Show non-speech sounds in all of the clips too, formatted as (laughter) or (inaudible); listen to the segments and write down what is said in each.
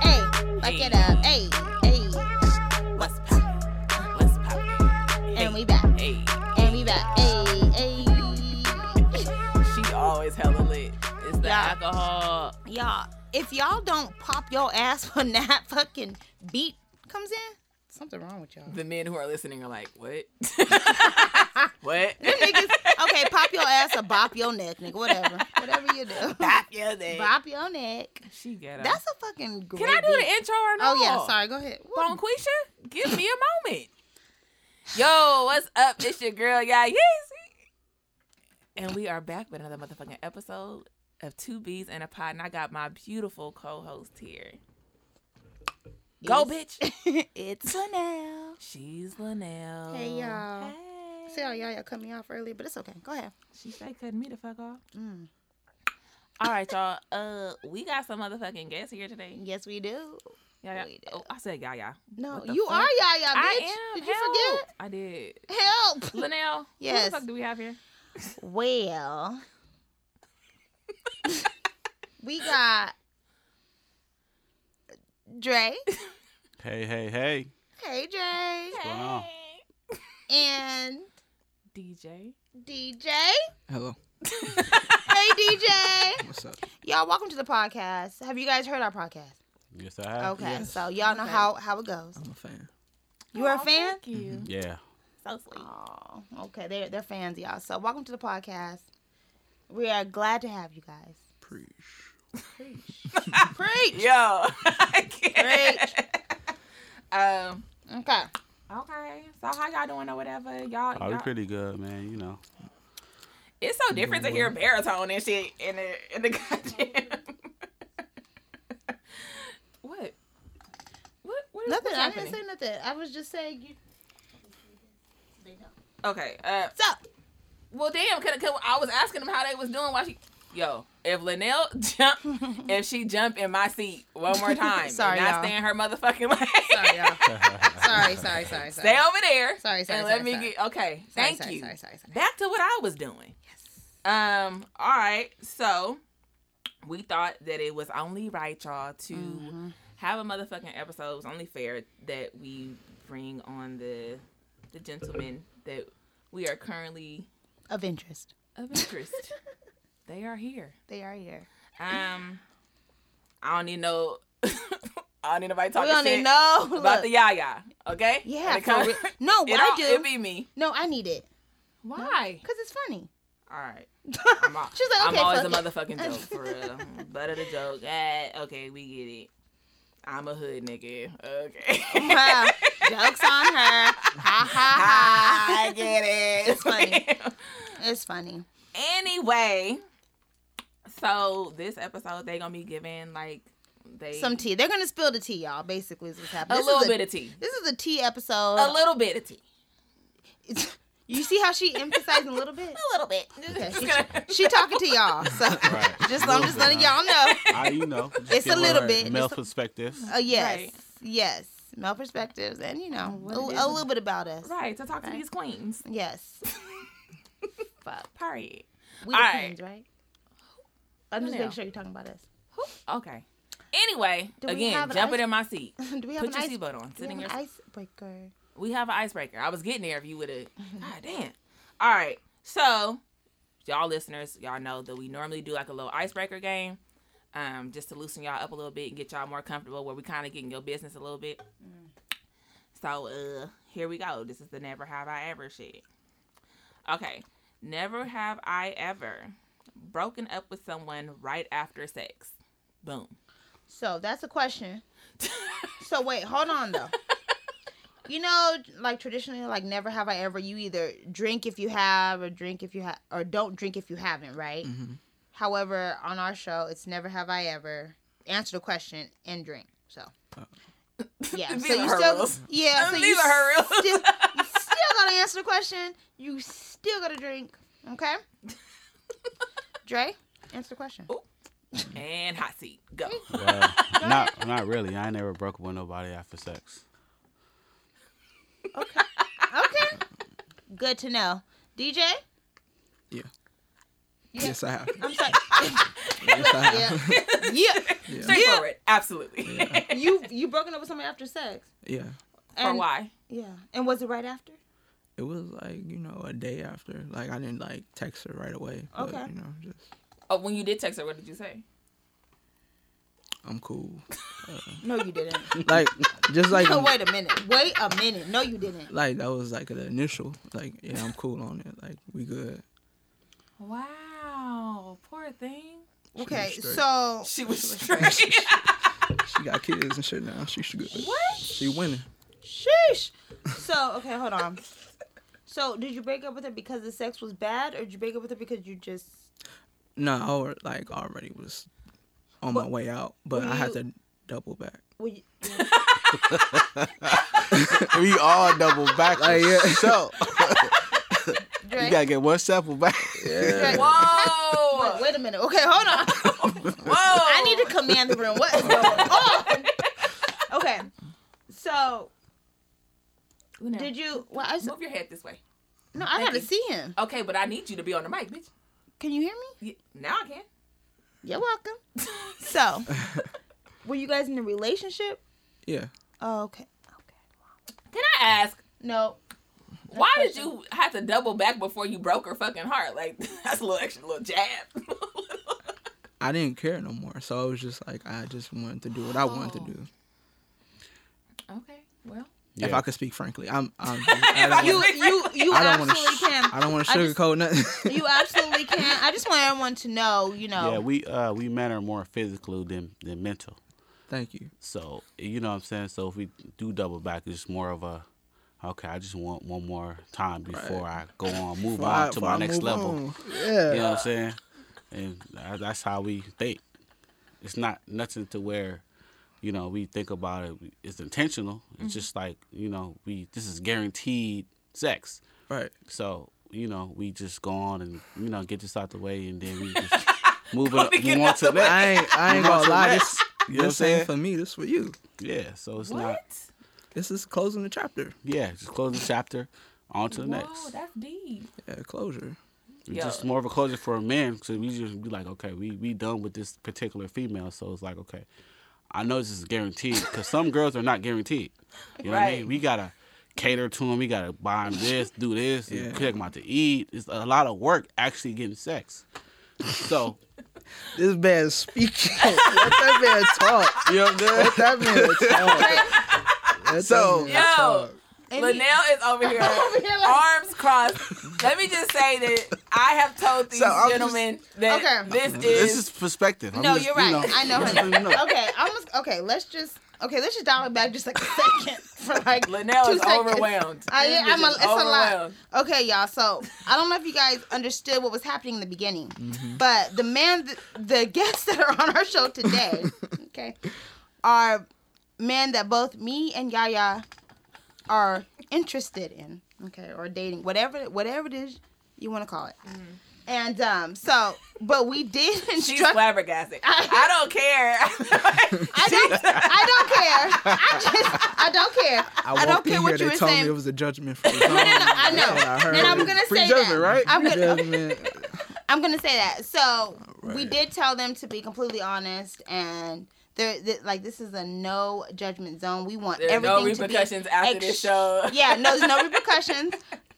Fuck it up. Hey, hey. What's pop? What's pop? And we back. Hey, And we back. Hey, hey. she always hella lit. It's the Yeah. alcohol. Y'all, if y'all don't pop your ass (laughs) when that fucking beat comes in, something wrong with y'all. The men who are listening are like, (laughs) what? what? Them niggas, okay, pop your ass or bop your neck, nigga. Whatever. Whatever you do. (laughs) Bop your neck. Bop your neck. She get That's a fucking great Can I do beat. the intro or no? Oh, yeah. Sorry. Go ahead. Woo. Bonquisha, give me a moment. (sighs) Yo, what's up? It's your girl, y'all. And we are back with another motherfucking episode of Two Bees and a Pod. And I got my beautiful co host here. (laughs) Go, It's- bitch. it's for now. She's Linnell. Hey, y'all. See Hey. how y'all, y'all cut me off early, but it's okay. Go ahead. She straight cutting me the fuck off. Mm. All right, y'all. Uh, we got some motherfucking guests here today. Yes, we do. Y'all, y'all. We do. Oh, I said y'all, y'all. No, What the you fuck? are Yaya, bitch. I am. Did you Help. I did. forget? Help. Linnell, who Yes. the fuck do we have here? (laughs) Well, we got Dre. Hey, hey, hey. Hey, Dre. going on? Hey. And DJ. DJ. Hello. Hey, DJ. What's up? Y'all, welcome to the podcast. Have you guys heard our podcast? Uh, Yes, I have. Okay, yes. so y'all know Okay. how, how it goes. I'm a fan. You are a fan? Thank you. Yeah. So sweet. Oh, okay. They're, they're fans, y'all. So welcome to the podcast. We are glad to have you guys. Preach. Preach. (laughs) Yo. I can't. (laughs) um. Okay. Okay. So how y'all doing or whatever? Y'all. Oh, we y'all pretty good, man. You know. (laughs) it's so different to hear Mm-hmm. baritone and shit in the (laughs) in the goddamn. what? What? What? Is, Nothing. I What's didn't happening? say nothing. I was just saying you. They know. okay. Uh. What's up? Well, damn. Cause, 'cause I was asking them how they was doing while she. Yo, if Linnell (laughs) jump, (laughs) if she jump in my seat one more time, Sorry, and y'all. I stay in her motherfucking (laughs) lane. Sorry, y'all. sorry, sorry, sorry, sorry. Stay over there. Sorry, sorry, And let sorry, me sorry. get okay. Sorry, Thank sorry, you. Sorry, sorry, sorry. Back to what I was doing. Yes. Um. All right. So we thought that it was only right, y'all, to Mm-hmm. have a motherfucking episode. It was only fair that we bring on the the gentlemen that we are currently Of interest, (laughs) of interest. they are here. they are here. Um. (laughs) I don't need no. I don't need nobody we talking don't shit even know about Look. the yaya. Okay. Yeah, When it for comes- real. No, (laughs) it I all- do. It be me. No, I need it Why? because it's (laughs) funny. (laughs) All right. She's I'm, all, like, I'm okay, always a fuck it. motherfucking joke for (laughs) real. Butter the joke. Ah, okay, we get it. I'm a hood nigga. Okay. Wow. (laughs) Jokes on her. Ha ha I get it. It's (laughs) funny. ha. It's funny. anyway, so this episode they gonna be giving like they Some tea. They're gonna spill the tea, y'all. Basically, is what's a happening. This is little bit of tea. This is a tea episode. A little bit (laughs) of tea. you see how she emphasized a little bit? (laughs) A little bit. Okay, Just she, gonna- she talking to y'all, so Right. just Little I'm just bit, letting huh? y'all know. I, you know. just It's give a little her bit. (laughs) Male It's a- perspective. (laughs) Uh, yes, Right. yes, male perspectives, and you know a, it a is. little bit about us. (laughs) Right to talk to Right. these queens. Yes, (laughs) Fuck. Period. we the All queens, right? I'm just Who making now? sure you're talking about us. Who- Okay. Anyway, Do we again, have an jumping ice- in my seat. (laughs) Do we have Put an your ice? seatbelt on. Do Sit in we your have an icebreaker? We have an icebreaker. I was getting there if you would have. God damn. All right. So, y'all listeners, y'all know that we normally do like a little icebreaker game um, just to loosen y'all up a little bit and get y'all more comfortable where we kind of getting your business a little bit. So, uh, here we go. This is the never have I ever shit. Okay. Never have I ever broken up with someone right after sex. Boom. So that's a question. so wait, hold on though. You know, like traditionally, like never have I ever. You either drink if you have, or drink if you have, or don't drink if you haven't, right? Mm-hmm. However, on our show, it's never have I ever. Answer the question and drink. So, yeah. (laughs) These so are you her still, rules. yeah. So you These are her rules. still, (laughs) you still gotta answer the question. You still gotta drink. (laughs) Okay. Dre, answer the question. And hot seat. Go. Well, uh, not, not really. I ain't never broke up with nobody after (laughs) sex. Okay. Good to know. DJ, Yeah. Yeah. Yes, I have. I'm sorry. (laughs) Yes, I yeah. (laughs) have. yeah. Yeah. Straightforward. Absolutely. (laughs) You you broken up with someone after sex. yeah. or And why? Yeah. And was it right after? It was like you know a day after. Like I didn't like text her right away. But, Okay. You know, just Oh, when you did text her, what did you say? I'm cool. No, you didn't. Like just (laughs) like (laughs) No, wait a minute. Wait a minute. No, you didn't. like that was like the initial. Like yeah, I'm cool on it. Like we good. Wow. Poor thing. She Okay, was straight. so She was (laughs) straight. she got kids and shit now. She's good. what? She winning. Sheesh. So okay, hold on. So did you break up with her because the sex was bad, or did you break up with her because you just? No, I al- like already was on my way out, but Were I had you- to double back. Were you, we all double back. Like, yeah. (laughs) So you Drake, gotta get one sample back. Drake, Whoa. wait, wait a minute. Okay, hold on. Whoa. I need to command the room. What is going (laughs) on? Okay, so did you? Well, I, s- move your head this way? no, I gotta you. see him. Okay, but I need you to be on the mic, bitch. Can you hear me? Yeah, now I can. You're welcome. (laughs) So, were you guys in a relationship? (laughs) Yeah. Oh, okay. Okay. Can I ask? (laughs) No. Why did question. you have to double back before you broke her fucking heart? Like (laughs) that's a little extra, little jab. (laughs) I didn't care no more. So I was just like, I just wanted to do what I wanted to do. okay, well, If Yeah. I could speak frankly, I'm. (laughs) I'm I don't You wanna- you you I don't wanna absolutely sh- can. I don't want to I just- sugarcoat (laughs) nothing. You absolutely can. I just want everyone to know, you know. Yeah, we uh we men are more physical than than mental. Thank you. So you know what I'm saying. So if we do double back, it's more of a okay. I just want one more time before I go on, move Before I- on to before my I next move level. on. Yeah. You know what (laughs) I'm saying? And tha- that's how we think. It's not nothing to where, you know, we think about it. It's intentional. Mm-hmm. It's just like you know, we this is guaranteed sex. Right. So you know, we just go on and you know get this out the way, and then (laughs) we just move Gonna it, get move on out to the way. that. I ain't. I ain't Move on gonna to lie. that. This, You know what I'm this ain't saying? for me. This for you. Yeah. So it's what? not. This is closing the chapter. Yeah. Just close the chapter. On to the Whoa, next. that's deep. Yeah, closure. It's Yeah. just more of a closure for a man because we just be like, okay, we we done with this particular female, so it's like, okay, I know this is guaranteed because some girls are not guaranteed. You know what I Right. mean? We gotta cater to them. We gotta buy them this, do this, Yeah. and take them out to eat. It's a lot of work actually getting sex. So This man speaking. (laughs) Let that man (laughs) talk. you know what I'm saying? Let that man (laughs) talk. Let that So- man Yo, talk. And he- Linnell is (laughs) over here, Over here like- arms crossed. Let me just say that I have told these So, I'm just- gentlemen that Okay. this is. This is perspective. I'm no, just, you're right. you know, I know. just (laughs) Honey. letting you know. Okay, I'm just, okay. Let's just okay. Let's just dial it back just like a second (laughs) for like Linnell two is seconds. overwhelmed. I, This I'm a, bitch it's is a lot. Okay, y'all. So I don't know if you guys understood what was happening in the beginning, Mm-hmm. but the man, th- the guests (laughs) that are on our show (laughs) today, okay, are men that both me and Yaya are interested in, okay, or dating, whatever, whatever it is you want to call it. And um, so, but we did She's instruct. (laughs) flabbergasted. I, don't care. (laughs) I don't, I don't care. I just, I don't care. I, I, walked don't in care here, what you they were told saying. me it was a judgment for (laughs) No, no, no, I know. I heard and I'm it. gonna say that. Prejudgment, right? I'm gonna, Judgment. I'm gonna say that. So we Right. did tell them to be completely honest, and they're, th- like, this is a no judgment zone. We want There's everything no repercussions to be after this show. (laughs) Yeah, no, there's no repercussions.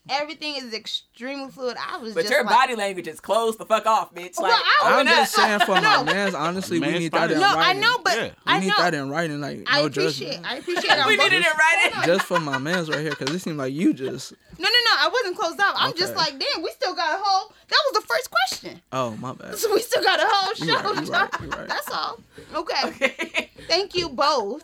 Everything is extremely fluid. I was (laughs) But just your like, body language is closed the fuck off, bitch. Well, Like, I (laughs) I'm open (laughs) just up. saying for my No. man's. Honestly, we Man's need that in fine. No, I writing. know, but Yeah. We We I need know. that in writing, like no I appreciate. judgment. I appreciate. it on (laughs) we both- needed it right in. Just for my man's right here, because it seemed like you just. No, no, no. I wasn't closed off. I'm just Okay. like, damn, we still got a whole. That was the first question. (laughs) Oh my bad. So we still got a whole show. You right, you right, (laughs) you right. That's all. Okay. (laughs) Thank you both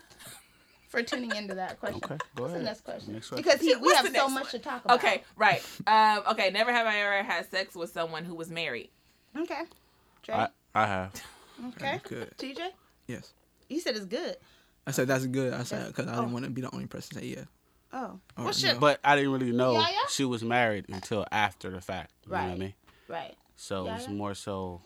for tuning into that question. Okay, go What's the ahead. next question? Next question. Because he, we What's have the so next much one? to talk about. okay, right. Um, okay, never have I ever had sex with someone who was married. Okay. Dre. I, I have. okay. Good. TJ, Yes. you said it's good. I said that's good. I said because I Oh. didn't want to be the only person to say yeah. Oh. Or well, shit. But I didn't really know Yeah, yeah. she was married until after the fact. You know what I Right. mean? Right. So Yeah, it's yeah. more so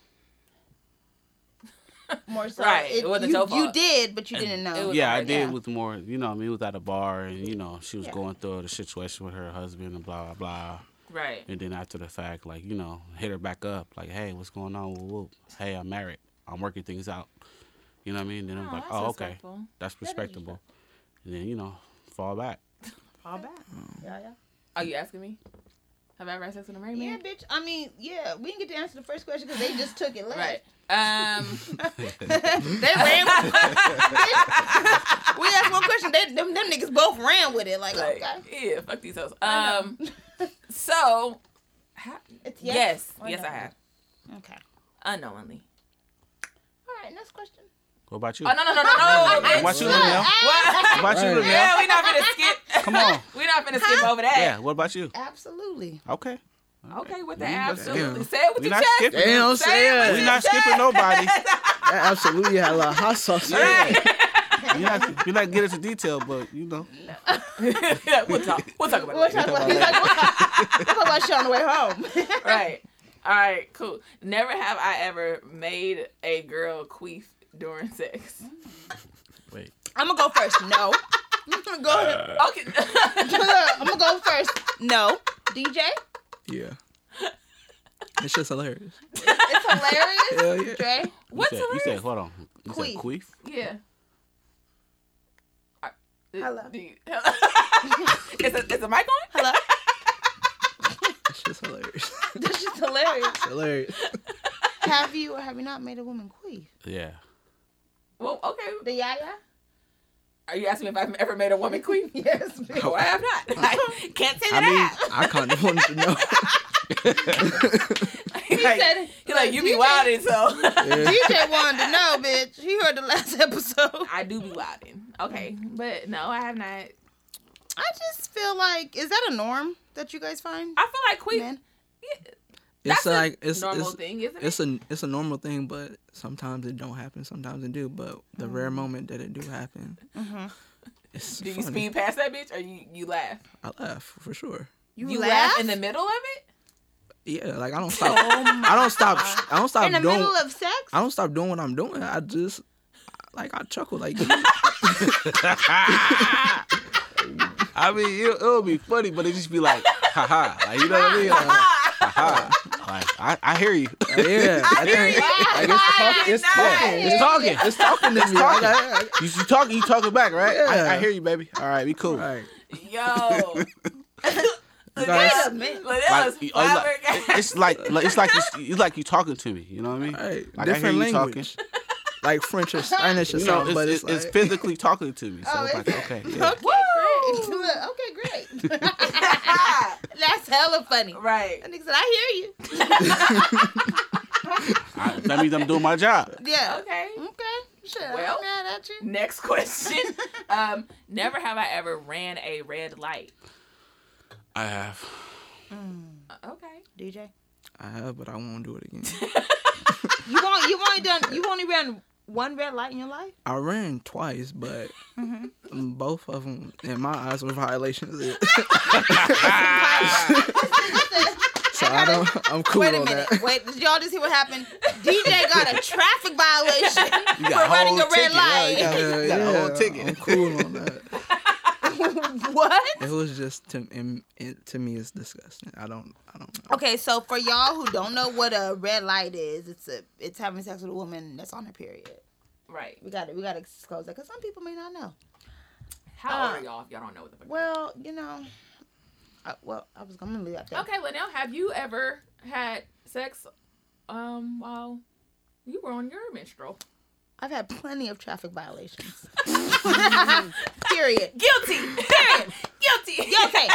More so. Right, it wasn't you, your you fault. did, but you didn't know. was- Yeah, I Right, did yeah. with more, you know, what I mean, it was at a bar and, you know, she was Yeah. going through the situation with her husband and blah, blah, blah. Right. And then after the fact, like, you know, hit her back up, like, hey, what's going on? Whoop, whoop. Hey, I'm married. I'm working things out. You know what I mean? Then I'm Oh, like, that's oh, okay. respectful. That's respectable. And then, you know, fall back. Fall back. Yeah, yeah. Are you asking me? Have I ever had sex with a married Yeah, man? bitch. I mean, yeah, we didn't get to answer the first question because they just took it last. Right. (laughs) Um, (laughs) They ran. (laughs) Bitch, we asked one question. They them, them niggas both ran with it. Like, like, okay, yeah, fuck these hoes. I Um, so, ha- (laughs) it's yes. yes, yes, or no. I have. Okay. Unknowingly. All right. Next question. What about you? Oh, no, no, no, no, no. bitch. What you, Shut Linnell? up. What? What about you, Right. Linnell? Yeah, we not finna skip. (laughs) Come on. (laughs) we not finna skip over that. Yeah, what about you? (laughs) Absolutely. (laughs) Okay. Okay, with the We not- absolutely. Damn. Say it with We your not chest. skipping. Damn, say it with it. We're your not skipping chest. (laughs) nobody. That absolutely had a lot of hot sauce. in it. You're not, you're not getting into detail, but, you know. we'll talk. We'll talk about We'll it. talk about, we'll talk about shit on the way home. (laughs) Right. All right. Cool. Never have I ever made a girl queef during sex. Wait. I'm gonna go first. No. (laughs) go ahead. Okay. (laughs) I'm gonna go first. No. DJ, Yeah. It's just hilarious. it's hilarious. Hell yeah. Dre, What's you said, you said, hilarious? hold on. You Queef. said queef? yeah. I- Hello. do you- (laughs) is, the- is the mic on? (laughs) hello. It's just hilarious. This is hilarious. hilarious. Have you or have you not made a woman queef? Yeah. Well, okay. The yaya? Are you asking me if I've ever made a woman (laughs) queef? Yes, bitch. (laughs) No, I have not. (laughs) I can't say I that. mean, I kind of wanted to know. (laughs) (laughs) He like, said- he like, you be DJ wilding, so. (laughs) Yeah. DJ wanted to know, bitch. He heard the last (laughs) episode. I do be wilding. Okay. Mm-hmm. But no, I have not. I just feel like is that a norm that you guys find? I feel like queef. Men? It's That's like a it's normal it's, thing, isn't it's it? a it's a normal thing, but sometimes it don't happen. Sometimes it do, but the rare Mm. moment that it do happen, Mhm. it's Do you funny. speed past that bitch or you, you laugh? I laugh for sure. You, in the middle of it? Yeah, like I don't stop. I don't stop. I don't stop Oh in the doing. middle of sex? I don't stop doing what I'm doing. I just like I (laughs) chuckle like (laughs) I mean, it, it'll be funny, but it just be like, haha. Like, you know what I mean? Like, haha. Like, I, I hear you. yeah. I think- like, it's talk- it's It's talking. talking. It's talking to me. Like, I- I- You, you talking, you talking back, right? Yeah. I, I hear you, baby. All right, we cool. Right. (laughs) Yo. Guys, minute. Like, that Like, was you- oh, it's firework. like- (laughs) (laughs) it's like, like it's like you, it's like you talking to me. You know what I mean? right. Like, I hear Different you language. Like French or Spanish or You know, something, it's, but it's, it's, it's like, physically talking to (laughs) me. So Oh, it's like, it's- okay, yeah. Okay, great. Look, (laughs) okay, great. Ah, (laughs) That's hella funny. (laughs) right. That nigga said, I hear you. I, that means I'm doing my job. Yeah. Okay. Okay. Shit, Well. I'm mad at you. Next question. (laughs) Um, never have I ever ran a red light. I have. Uh, Okay. DJ. I have, but I won't do it again. You won't you only done you only ran one red light in your (laughs) life? I ran twice, but um, both of them in my eyes were violations. so I don't. I'm cool Wait a on minute. that. Wait, did y'all just hear what happened? DJ got a traffic (laughs) violation You for got running whole a red light. ticket. Yeah, you got- (laughs) Yeah, you got a whole yeah, ticket. I'm (laughs) cool on that. what? It was just to and it, to me it's disgusting. I don't I don't know. Okay, so for y'all who don't know what a red light is, it's a it's having sex with a woman that's on her period. Right. We got to we got to disclose that because some people may not know. How old Uh, are y'all if y'all don't know what the fuck? Well, you know, I, well, I was gonna leave that there. Okay, Linnell, have you ever had sex um while you were on your menstrual? I've had plenty of traffic (laughs) violations. (laughs) period. Guilty. (laughs) Guilty. You okay?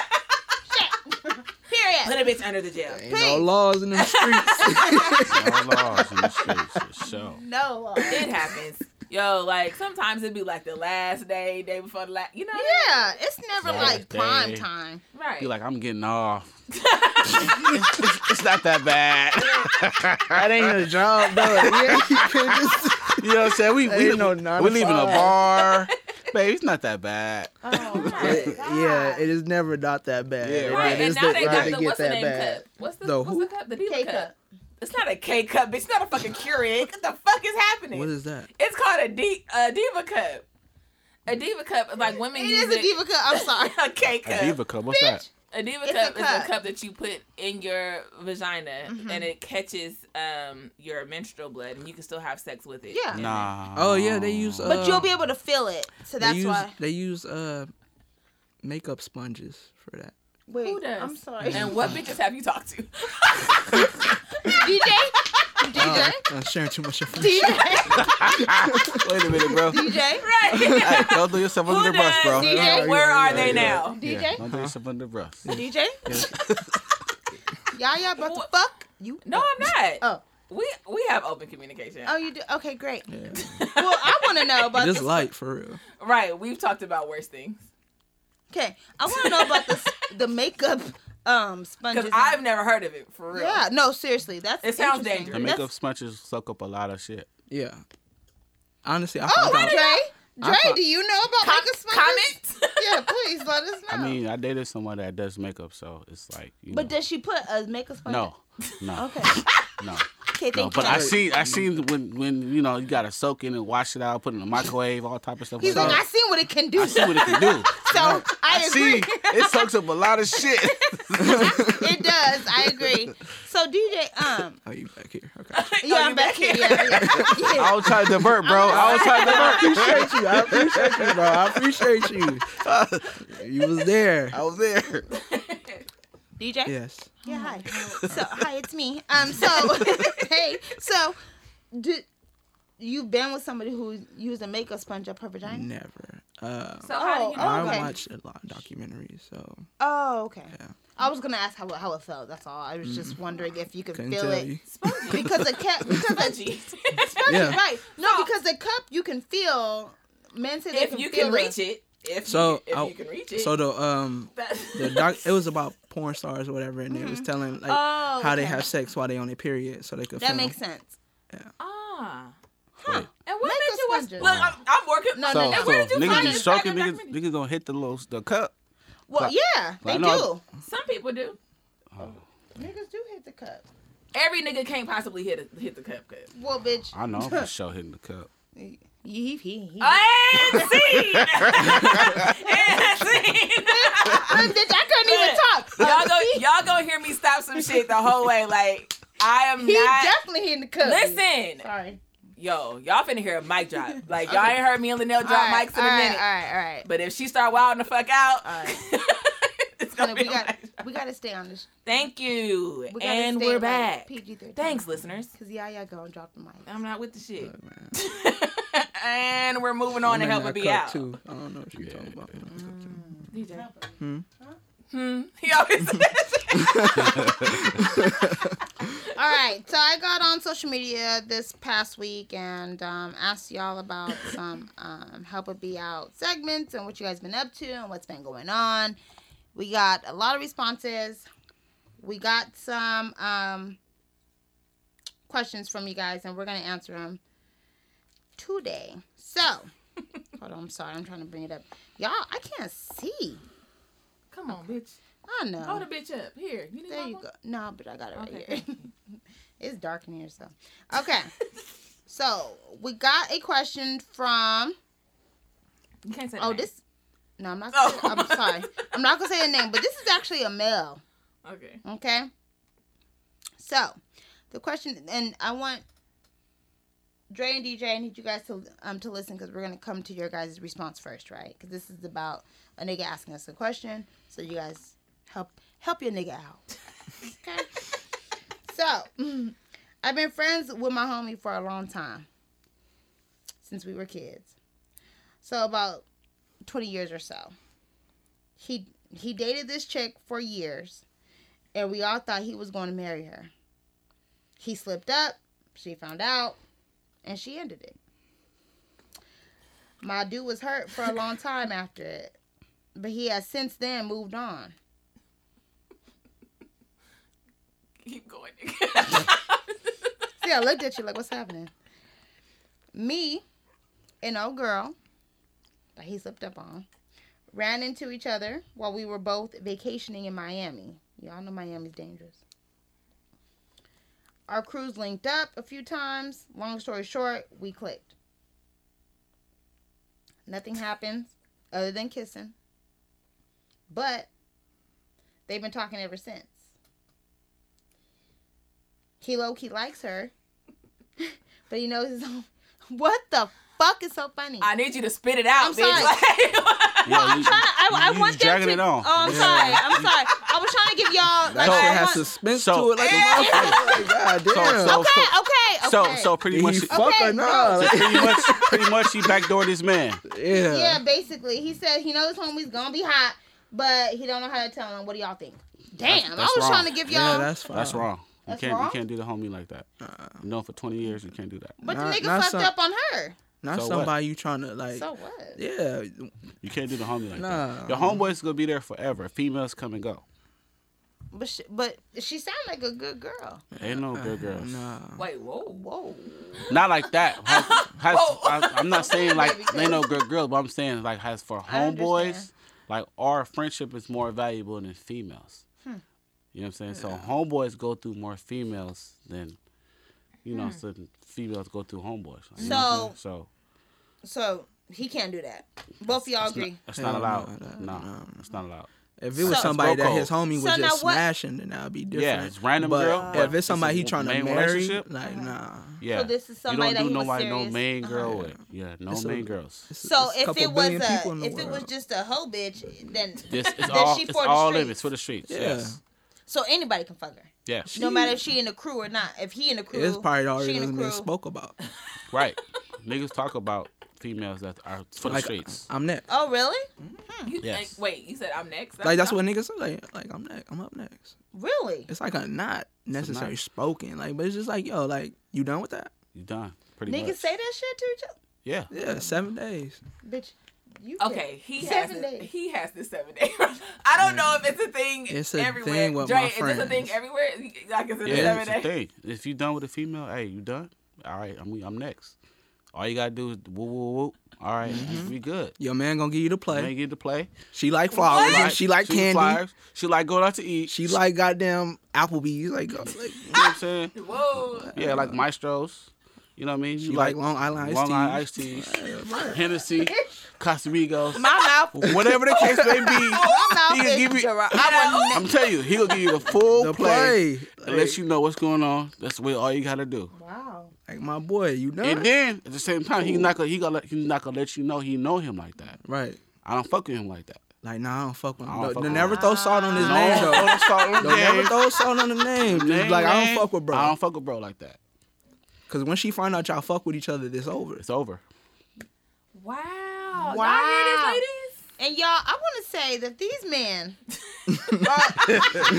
Shit. period. a bitch under the jail. Ain't no laws in the streets. No laws in the streets for sure. No. Lord. It happens. Yo, like sometimes it'd be like the last day, day before the last, you know? (laughs) Yeah, it's never Yeah, like prime dang. time. Right. You're like, I'm (laughs) getting off. it's, it's- it's not that bad. (laughs) that ain't a job though. (laughs) Yeah, you can just You know what I'm saying? We Ain't we, no nine we to leaving a five. (laughs) bar. Babe, it's not that bad. (laughs) Oh, But, yeah, it is never not that bad. Yeah, It Right, and is now they never got to the get what's the that name bad. cup? What's the, The what's who? the cup? The diva K cup. cup. It's not a K cup. bitch. It's not a fucking Keurig. What the fuck is happening? What is that? it's called a D, a diva cup. A diva cup. Like women It use is a diva cup. I'm sorry. (laughs) a K A cup. diva cup, what's that? A diva It's a cup is cup. Mm-hmm. a cup that you put in your vagina and it catches um your menstrual blood and you can still have sex with it. Yeah. And Nah. Oh, yeah, they use, (laughs) uh, But you'll be able to feel it, so that's they use, why. they use uh makeup sponges for that. Wait, Who does? I'm sorry, (laughs) And what bitches have you talked to? DJ, (laughs) DJ, Oh, I'm sharing too much information. (laughs) DJ, Wait a minute, (laughs) bro. DJ, (laughs) Right. hey, don't throw yourself under Who the bus, (laughs) bro. does? DJ? Yeah, Where yeah, are yeah, they yeah. now? DJ. Yeah, don't throw yourself under (laughs) the bus. DJ? (laughs) Y'all, y'all about to What? fuck? You? No, I'm not. Oh. We we have open communication. Oh, you do? Okay, great. Yeah. Well, I want to (laughs) know about Just this. light for real. Right. We've talked about worse things. Okay, I want to know about this the makeup (laughs) um sponges. Because I've never heard of it for real. yeah, no, seriously, that's It sounds interesting. dangerous. The That's- makeup sponges suck up a lot of shit. Yeah. Honestly, I, Oh, I thought Dre, I Dre, thought- do you know about Com- makeup sponges? comments? (laughs) Yeah, please let us know. (laughs) I mean, I dated someone that does makeup, so it's like. You Oh. but know. does she put a makeup sponge? No, (laughs) no, (laughs) Okay. no. Okay, thank No, you. but I seen I seen when when you know you gotta soak in and wash it out, put it in the microwave, all type of stuff. He's like, I seen what it can do. I see (laughs) what it can do. so I see, agree. (laughs) it sucks up a lot of shit. it does. I agree. So (laughs) DJ, um, Oh, you back here? Okay. yeah, you I'm back back here. here. Yeah, yeah, (laughs) yeah. I was trying to divert, bro. I was trying to (laughs) divert. appreciate you. I appreciate you, bro. I appreciate you. You was there. I was there. DJ. Yes. Yeah, hi. So, hi, it's me. Um, so, (laughs) hey, so, did you've been with somebody who used a makeup sponge up her vagina? Never. Uh, So how do you know? Oh, okay. I watched a lot of documentaries, so Oh, okay. Yeah. I was gonna ask how how it felt. That's all. I was just wondering if you could couldn't feel tell it you. because the (laughs) cup, because the, Spongy. (laughs) Yeah. right? No, So- because the cup you can feel. Men say they if you can feel the- reach it. If, So, you, if I- you can reach it. (laughs) So the um That's- the doc it was about porn stars or whatever, and it was telling like Oh, how they okay. have sex while they on their period, so they could. That film. makes sense. (laughs) ah. Huh. And Make what made us you watch? wonder. Look, I'm, I'm working. No, So, no, no. so where did you niggas find be this stroking fucking niggas. Niggas gonna hit the little the cup. Well, yeah, But they I do. know- Some people do. Niggas do hit the cup. Every nigga can't possibly hit a, hit the cup cup. Well, bitch. I know I'm for sure hitting the cup. He, he, he. And (laughs) scene. and (laughs) scene. Bitch, I couldn't even talk. Y'all go. Y'all gonna hear me stop some shit the whole way. Like I am He not. definitely hitting the cup. Listen, Sorry. yo, y'all finna hear a mic drop. Like y'all ain't heard me and Linnell drop mics in a minute. All right, all right. But if she start wilding the fuck out, right. (laughs) it's gonna be we got like, we got to stay on this. Thank you, We gotta and stay we're like back. PG-13. Thanks, listeners. Cause Yaya go and drop the mic. I'm not with the shit. Look, man. (laughs) and we're moving on I'm to in help that it be cup, out. Too. I don't know what you're talking about. I'm in that cup, too. DJ. Hmm? Hmm. He always (laughs) says All right, so I got on social media this past week and um, asked y'all about some um, help it be out segments and what you guys been up to and what's been going on. We got a lot of responses. We got some um, questions from you guys, and we're gonna answer them today. So, hold on. I'm sorry. I'm trying to bring it up. Y'all, I can't see. Come on, bitch. I know. Hold the bitch up. Here. You need There one you more? go. No, but I got it right Okay, here. (laughs) it's dark in here, so. Okay. so we got a question from. You can't say Oh, that. this. No, I'm not. Oh. I'm sorry. I'm not gonna say the name, but this is actually a male. Okay. Okay. So, the question, and I want Dre and DJ. I need you guys to um to listen because we're gonna come to your guys' response first, right? Because this is about a nigga asking us a question, so you guys help help your nigga out. okay. So, (clears throat) I've been friends with my homie for a long time, since we were kids. So about twenty years or so. He he dated this chick for years and we all thought he was going to marry her. He slipped up, she found out, and she ended it. My dude was hurt for a long time after it, but he has since then moved on. Keep going. See, I looked at you like, what's happening? Me, an old girl that he slipped up on, ran into each other while we were both vacationing in Miami. Y'all know Miami's dangerous. Our crews linked up a few times. Long story short, we clicked. Nothing happens other than kissing. But They've been talking ever since. He low key likes her, (laughs) but he knows his own. (laughs) What the fuck is so funny? (laughs) I need you to spit it out, I'm bitch. sorry. Like, Yeah, I'm you- trying. (laughs) I, I you want just them dragging to. it on. Oh, I'm Yeah. sorry. I'm sorry. I was trying to give y'all. That Like, I shit has want- suspense So- to it like Yeah. a motherfucker. Like, God damn. so- Okay. Okay. Okay. So so pretty Did much he fuck Okay, or not? bro. Like, pretty much pretty much she backdoored this man. yeah. Yeah, basically, he said he knows homie's gonna be hot, but he don't know how to tell him. What do y'all think? Damn, That's- I that's was wrong. trying to give Yeah, y'all. that's fine. That's wrong. You That's can't wrong? you can't do the homie like that. You know, for twenty years you can't do that. but Nah, the nigga nah, fucked son. up on her. Not So what? somebody you trying to like. So what? yeah. You can't do the homie like Nah. that. Your homeboy's gonna be there forever. Females come and go. But she, but she sound like a good girl. Ain't no good girls. Uh, Nah. (laughs) wait, whoa. Whoa. Not like that. (laughs) Has, has, Whoa. I, I'm not saying Baby, like too. ain't no good girls, but I'm saying like has for I understand. homeboys, like our friendship is more valuable than females. Hmm. You know what I'm saying? So homeboys go through more females than you know, Hmm. so females go through homeboys. You know what I'm saying? so So he can't do that. Both of y'all it's not, agree. it's not Hell no, allowed. that- No, no. it's not allowed. If it was So- somebody that his Bro homie was So now just what- smashing, then that'd be different. Yeah, it's random but girl, but If it's it's a somebody he trying to main marry, relationship. like Uh-huh. nah. Yeah. this is you somebody don't that do he was nobody no serious- main girl Uh-huh. with. Yeah, no It's a- main girls. It's- So it's a if couple it was billion a people in the if it was world. just a hoe bitch, then This then it's all she it's for the all streets. limits for the streets. Yeah. Yes. So anybody can fuck her, Yes. no matter if she in the crew or not. If he in the crew, it's probably she already in the been crew. spoke about. Right. (laughs) Niggas talk about females that are for the Like uh, streets. I'm next. Oh really? You, Yes. like, wait, you said I'm next? Like that's what niggas say. Like, like I'm next. I'm up next. Really? It's like a not necessarily spoken. Like, but it's just like yo, like you done with that? You done. Pretty Niggas much. say that shit to each other. Yeah. Yeah, seven days. Bitch, you Okay, he has Seven this, days. he has this seven day. (laughs) I don't know if it's a thing. It's a everywhere. thing with Dre, my Is this a thing friends. everywhere? Like is it a Yeah, it's seven the day? thing. If you done with a female, hey, you done? All right, I'm I'm next. All you gotta do is woo woo woo. All right, we good. Your man gonna give you the You Mm-hmm. play. ain't get to play. She like flowers. Like, She like shoot candy. flyers. She like going out to eat. She like goddamn Applebee's. Like, go- like Uh, you know what I'm saying? Whoa. Yeah, like maestros. You know what I mean? she like Long Island iced Long tea. Island iced teas, (laughs) Hennessy, Casamigos, My mouth. whatever the case (laughs) may be. My mouth He can is give you- dry. I want (laughs) I'm telling you, he'll give you the full The play, play. and let you know what's going on. That's what all you gotta do. Wow. Like my boy, you done? And then at the same time, he not gonna he gonna let, he not gonna let you know he know him like that. right. I don't fuck with him like that. Like, nah, I don't fuck with I him. don't Don't, fuck don't with never him. throw salt on his No, name, don't though. start with (laughs) Don't never game. throw salt on the name. Just Name, be like, I name. don't fuck with I bro. don't fuck with bro like that. Because when she find out y'all fuck with each other, this over. It's over. Wow. Y'all hear this, Wow. ladies? And y'all, I want to say that these men. I'm just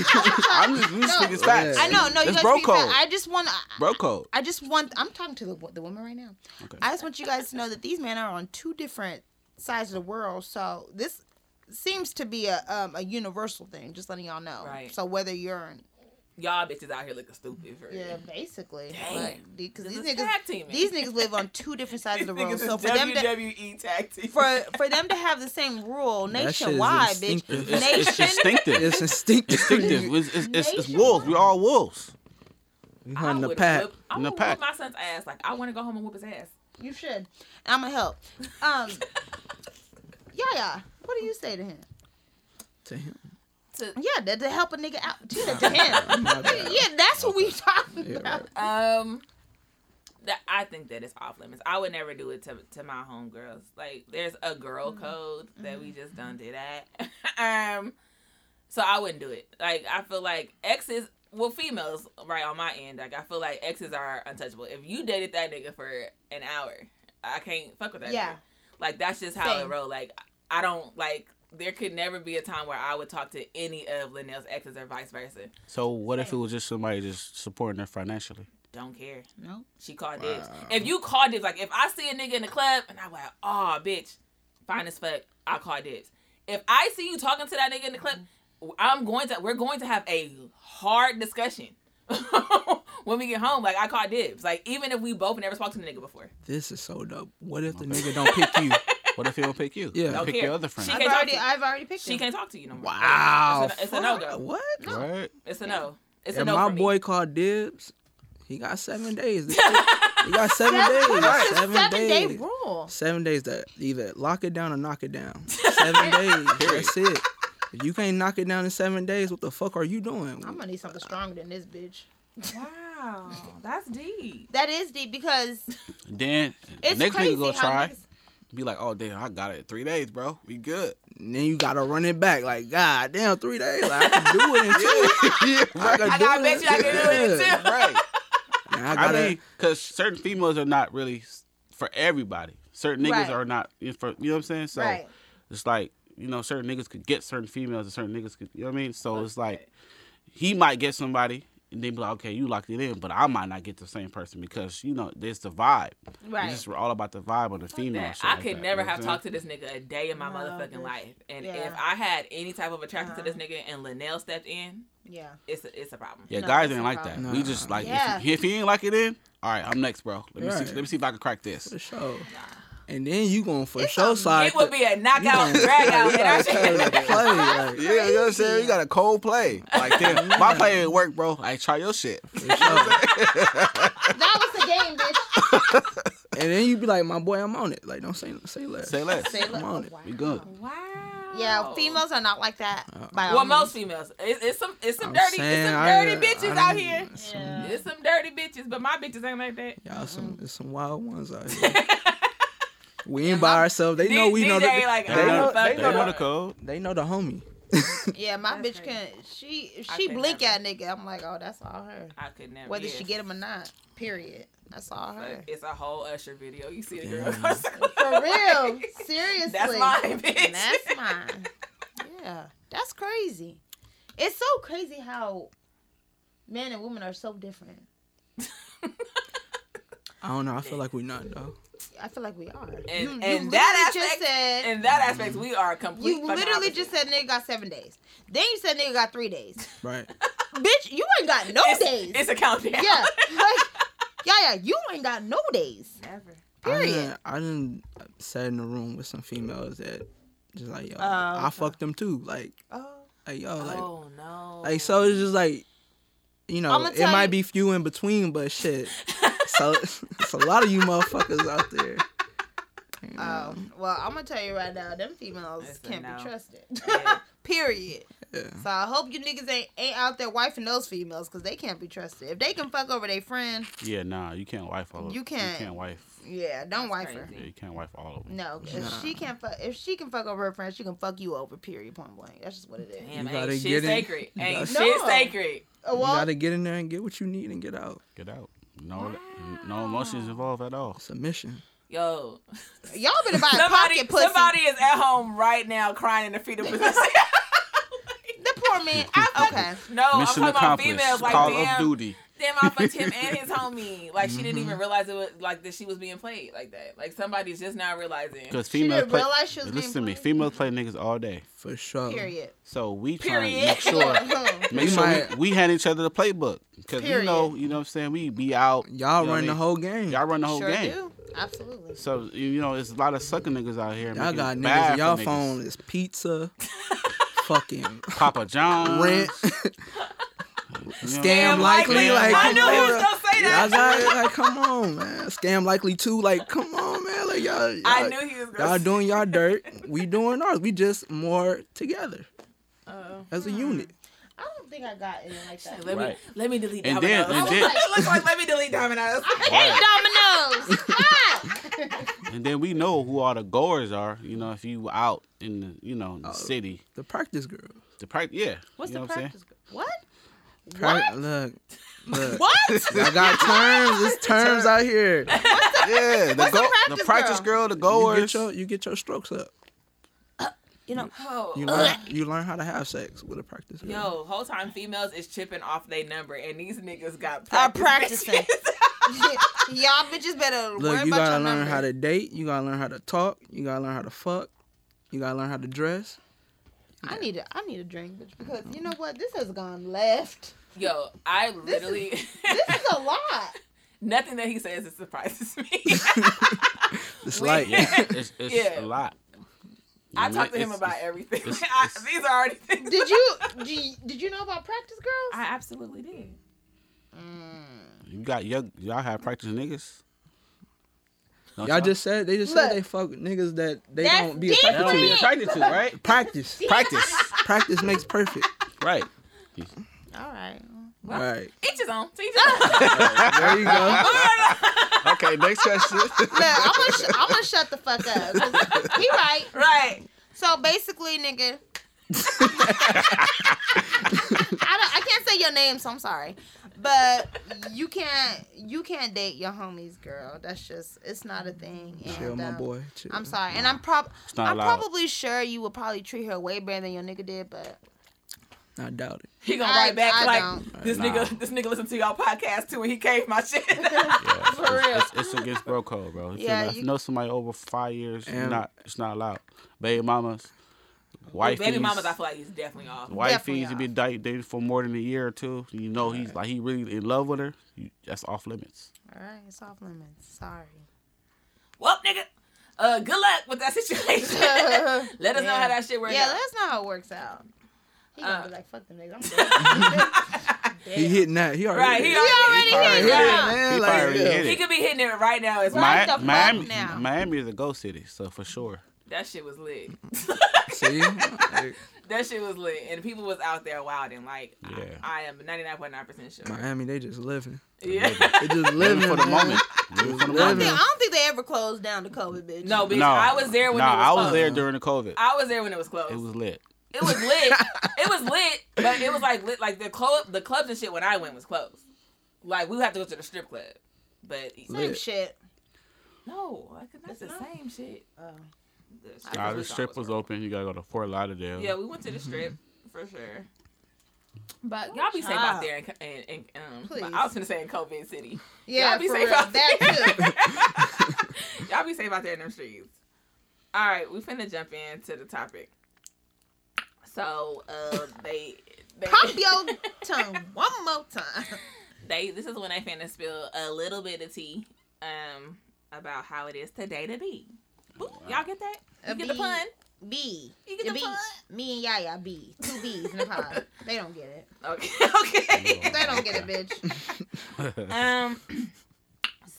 we just Ah, No. speaking facts. I know, no, you it's guys. bro speak back. code. I just want. Bro code. I just want. I'm talking to the wo- the woman right now. Okay. I just want you guys to know that these men are on two different sides of the world. So this seems to be a um, a universal thing. Just letting y'all know. Right. So whether you're in, Y'all bitches out here looking stupid for yeah, (laughs) real. basically, Damn. because This these is tag niggas, teaming. these niggas live on two different sides of These the world. niggas So is for them to WWE tag team. for for them to have the same rule That shit is nationwide, bitch. instinctive. It's, it's, it's Nation, instinctive. It's It's instinctive. instinctive. It's, it's, it's, it's Nation- wolves. We're all wolves. You I hunting the would pack. Whip, I'm In the gonna pack. whip my son's ass. Like I want to go home and whoop his ass. you should. I'm gonna help. Um, Yaya, what do you say to him? To him. To, Yeah, that to help a nigga out. To, to (laughs) him. My (laughs) bad. Yeah, that's what we talking Yeah, about. um, that I think that is off limits. I would never do it to to my homegirls. Like there's a girl Mm-hmm. code that we just done did at. (laughs) um, so I wouldn't do it. Like I feel like exes. Well, females, right on my end, like I feel like exes are untouchable. If you dated that nigga for an hour, I can't fuck with that. Yeah. nigga. Like that's just how it Same. roll. Like I don't like. There could never be a time where I would talk to any of Linnell's exes or vice versa. So what if it was just somebody just supporting her financially? Don't care. No. She called dibs. If you call dibs, like if I see a nigga in the club and I'm like, oh, bitch, fine as fuck, I call dibs. If I see you talking to that nigga in the club, I'm going to, we're going to have a hard discussion (laughs) when we get home. Like I call dibs. Like even if we both never spoke to the nigga before, This is so dope. What if the nigga don't pick you? (laughs) What if he don't pick you? Yeah. He'll Don't pick care. your other She friend. I've can't already, talk I've already picked she him. can't talk to you no more. Wow. It's a- it's a no go. What? Right. It's a no. It's a And no. my for me. boy called Dibs. He got seven (laughs) days. This shit- he got seven days. It's a Seven, seven day days. rule. (laughs) Seven days to either lock it down or knock it down. Seven days. That's it. If you can't knock it down in seven days, what the fuck are you doing? I'm gonna need something stronger than this bitch. Wow, that's deep. That is deep because And then the it's next crazy nigga gonna how try. niggas- Be like, oh damn, I got it. Three days, bro. We good. And then you gotta run it back. Like, god damn, three days. Like, I can do it (laughs) in two. yeah, I, right. can I do gotta it bet in you I can do it in Yeah. two. right. And (laughs) I I gotta, mean, because certain females are not really s- for everybody. Certain niggas Right. are not in for you know what I'm saying. So Right. it's like you know, certain niggas could get certain females, and certain niggas could you know what I mean. So it's like he might get somebody, and then be like, okay, you locked it in, but I might not get the same person because you know there's the vibe. Right. It's just all about the vibe on the female. that. shit I like could that, never you know have what I'm talked to this nigga a day in my No, motherfucking bitch. life. And Yeah. if I had any type of attraction to this nigga and Linnell stepped in, yeah. it's a, it's a problem. Yeah, No, guys that's ain't a like that. problem. We just like Yeah. if, if he ain't like it in, all right, I'm next, bro. Let me see. Right. Let me see if I can crack this. for sure. And then you gonna for It's sure a- side. It would be a you knockout, gonna- (laughs) drag out. you and I gotta should- try (laughs) to play, like, Yeah, you know what I'm saying? You got a cold play. (laughs) Like, damn, my play didn't work, bro. I try your shit. for sure. That was the game, bitch. And then you be like, my boy, I'm on it. Like, don't say say less. Say less. Say, look, I'm on it. wow. We good. Wow. Yeah, females are not like that. by all Well, most means. females. It's, it's some it's some I'm dirty saying, it's some I- dirty bitches I out don't- here. some- Yeah. It's some dirty bitches, but my bitches ain't like that. Y'all some there's some wild ones out here. (laughs) we ain't by ourselves. They D- know we know DJ the, like, they, I don't know, fuck they, with know her. the, code. they know the homie. (laughs) Yeah, my That's bitch can crazy. she if I she could blink never. at a nigga. I'm like, oh, that's all her. I could never. Whether yes. she get him or not, period. That's all her. Like, it's a whole Usher video. You see the Yeah. girl. (laughs) For real, seriously. That's mine, bitch. And That's mine. Yeah, that's crazy. It's so crazy how men and women are so different. I don't know. I feel like we not though. I feel like we are. And, you, and you that literally just aspect, said in that aspect, we are complete. you fucking literally opposite. just said nigga got seven days. Then you said nigga got three (laughs) days. Right. Bitch, you ain't got no days. it's, it's (laughs) a countdown. yeah, like, yeah, yeah. You ain't got no days. Never. Period. I done, I done sat in the room with some females that just like, yo, Oh, I okay. fucked them too. Like, Oh. like yo, like, oh no. like so it's just like, you know, I'ma it tell might you- be few in between, but (laughs) shit. so it's a lot of you motherfuckers out there. You Oh, know, well, I'm gonna tell you right now, them females That's a can't no. be trusted. Yeah. (laughs) Period. yeah. So I hope you niggas ain't, ain't out there wifing those females because they can't be trusted. If they can fuck over their friend, Yeah, nah, you can't wife all of You can't. You can't wife. yeah, don't That's wife her. crazy. Yeah, you can't wife all of them. No, if Nah. she can fuck, if she can fuck over her friend, she can fuck you over. Period, point blank. That's just what it is. Damn, You ain't gotta shit get it. sacred. You Ain't gotta- shit No. sacred. Uh, You Well, gotta get in there and get what you need and get out. Get out. No, no emotions involved at all. Submission. Yo, y'all better buy a somebody, pocket pussy. somebody is at home right now crying in the fetal position. (laughs) The poor man. (laughs) I, okay. no, I'm Mission talking about accomplished. females. Like, Call damn, of duty. Mm-hmm. Damn, I fucked (laughs) him and his homie. Like she didn't even realize it was like that she was being played like that. Like somebody's just now realizing. Because She females didn't play. realize she was being listen to me. played. Females play niggas all day. For sure. Period. So we trying to Period. make Oh, (laughs) sure. Make We sure might- we, we hand each other the playbook. Because we Period. know, you know what I'm saying? We be out. Y'all you know what I run the mean? whole game. Y'all run the whole sure game. do. Absolutely. So you you know, it's a lot of sucking niggas out here. Y'all making got niggas. bad Y'all for niggas. phone is (laughs) pizza, fucking Papa Um, John, (laughs) rent, you know? scam likely. likely. Like, I come knew he (laughs) was on. gonna say Y'all that. got like, come on, man. Scam likely too. Like, come on, man. Like y'all, y'all, I knew he was y'all gonna. say doing (laughs) y'all dirt. We doing ours. We just more together Oh, Uh-oh. as a unit. I don't think I got any like that. Let me Right. let me delete And then- dominoes. (laughs) I was and then- like, it looks like let me delete dominoes. I hate (laughs) dominoes. Why? and then we know who all the goers are. You know, if you out in the you know the Oh. city, The practice girl. the practice, yeah. What's you know the what I'm practice? What? Prac- Look, look. What? (laughs) I got terms. It's (laughs) terms out here. saying? Yeah, the the, go- the, practice practice girl? girl, the You goers. get (laughs) your, you get your strokes up. You know, (laughs) Oh. (laughs) You learn, you learn how to have sex with a practice. girl. Yo, whole time females is chipping off their number, and these niggas got I'm practice practicing. bitches. (laughs) (laughs) y'all bitches better Look, worry you about gotta your learn number. how to date. You gotta learn how to talk. You gotta learn how to fuck. You gotta learn how to dress. I need a I need a drink, bitch, because you know what? This has gone left. Yo, I literally This is a lot. (laughs) nothing that he says it surprises (laughs) me. It's We- like yeah, (laughs) it's, it's Yeah. a lot. I mean, talk to him it's- about it's- everything. (laughs) it's- I, it's- these are already things. Did you did you, did you know about practice girls? (laughs) Mm, I absolutely did. You got young, y'all have practice niggas. Don't y'all just said they just said Look. they fuck niggas that they That's don't be different. That's attracted what to. we attracted to, right? Practice, Practice. practice makes perfect. Right. All right. All right. Each his own. To each (laughs) his own. (laughs) There you go. Okay, next question. Look, I'm gonna, sh- I'm gonna shut the fuck up. 'cause (laughs) He right. right. So basically, nigga. I, don't, I can't say your name, so I'm sorry. But you can't you can't date your homies, girl. That's just it's not a thing. And, Chill, my um, boy. Chill. I'm sorry, and I'm prob not I'm allowed. probably sure you would probably treat her way better than your nigga did, but I doubt it. He gonna I- write back I like don't. this Nah. nigga. This nigga listened to y'all podcast too, and he caved my (laughs) shit. Yeah, For it's, real. It's, it's against bro code, bro. If you Yeah, know- if you- you know somebody over five years, you're And- not it's not allowed. Baby mamas, Well, wifeys, Oh, baby mamas, I feel like he's definitely off. Definitely wifeys, you been date- dating for more than a year or two. You know he's like he really in love with her. You, that's off limits. all right, it's off limits. Sorry. Well, nigga. Uh, good luck with that (laughs) (laughs) situation. let us know Yeah. how that shit works. Yeah, out. let us know how it works out. He gonna Uh. be like, fuck them (laughs) niggas. I'm dead. He Damn. hitting that. He already. Right, he hit it. already- He already already hit hit it. it, man. He Like, already yeah. hit it. He could be hitting it right now. As Right. What well. the fuck Mi- Miami, now? Miami is a ghost city, so for sure. That shit was lit. See? Like, that shshit was lit, and people was out there wilding. Like, Yeah. I, I am ninety nine point nine percent sure. Miami, they just living. (laughs) Yeah. They just living Living for the man. moment. Living for the I don't, moment. think, I don't think they ever closed down the COVID, bitch. No, bitch. No, I was there when nah, it was I was closed. there during the COVID. I was there when it was closed. It was lit. It was (laughs) lit. it was lit, but it was like lit. Like the club, the clubs and shit. When I went was closed. Like we would have to go to the strip club, but same Lit. shit. no, like, that's the same shit. Oh. The Nah, we the saw strip was Mm-hmm. open. You gotta go to Fort Lauderdale. Yeah, we went to the strip for sure. But Y'all be safe out there in, co- in, in um. Please. I was gonna say in COVID city. Yeah, Y'all be for safe real. out That (laughs) too. Y'all be safe out there in them streets. All right, we finna jump into the topic. So, (laughs) uh, they, they Pop your tongue one more time. (laughs) they this is when they finna spill a little bit of tea, um, about how it is today to be. Boop, y'all get that? You A get the bee. pun? B. You get the B. pun? Me and Yaya B. Two B's in the pod. They don't get it. Okay, (laughs) okay. They don't get it, bitch. (laughs) um, (laughs) (clears throat)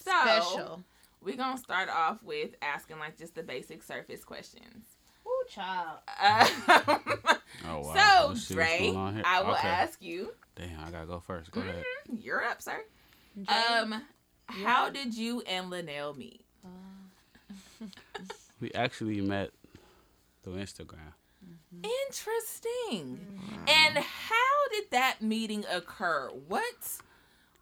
so Special. we're gonna start off with asking like just the basic surface questions. (laughs) Ooh, child. Um, Oh wow. Let's so see what's Dre, going on here. I will Okay. ask Mm-hmm. you. Damn, I gotta go first. Go ahead. You're up, sir. Dre? Um, how did you and Linnell meet? We actually met through Instagram. Mm-hmm. Interesting. And how did that meeting occur? What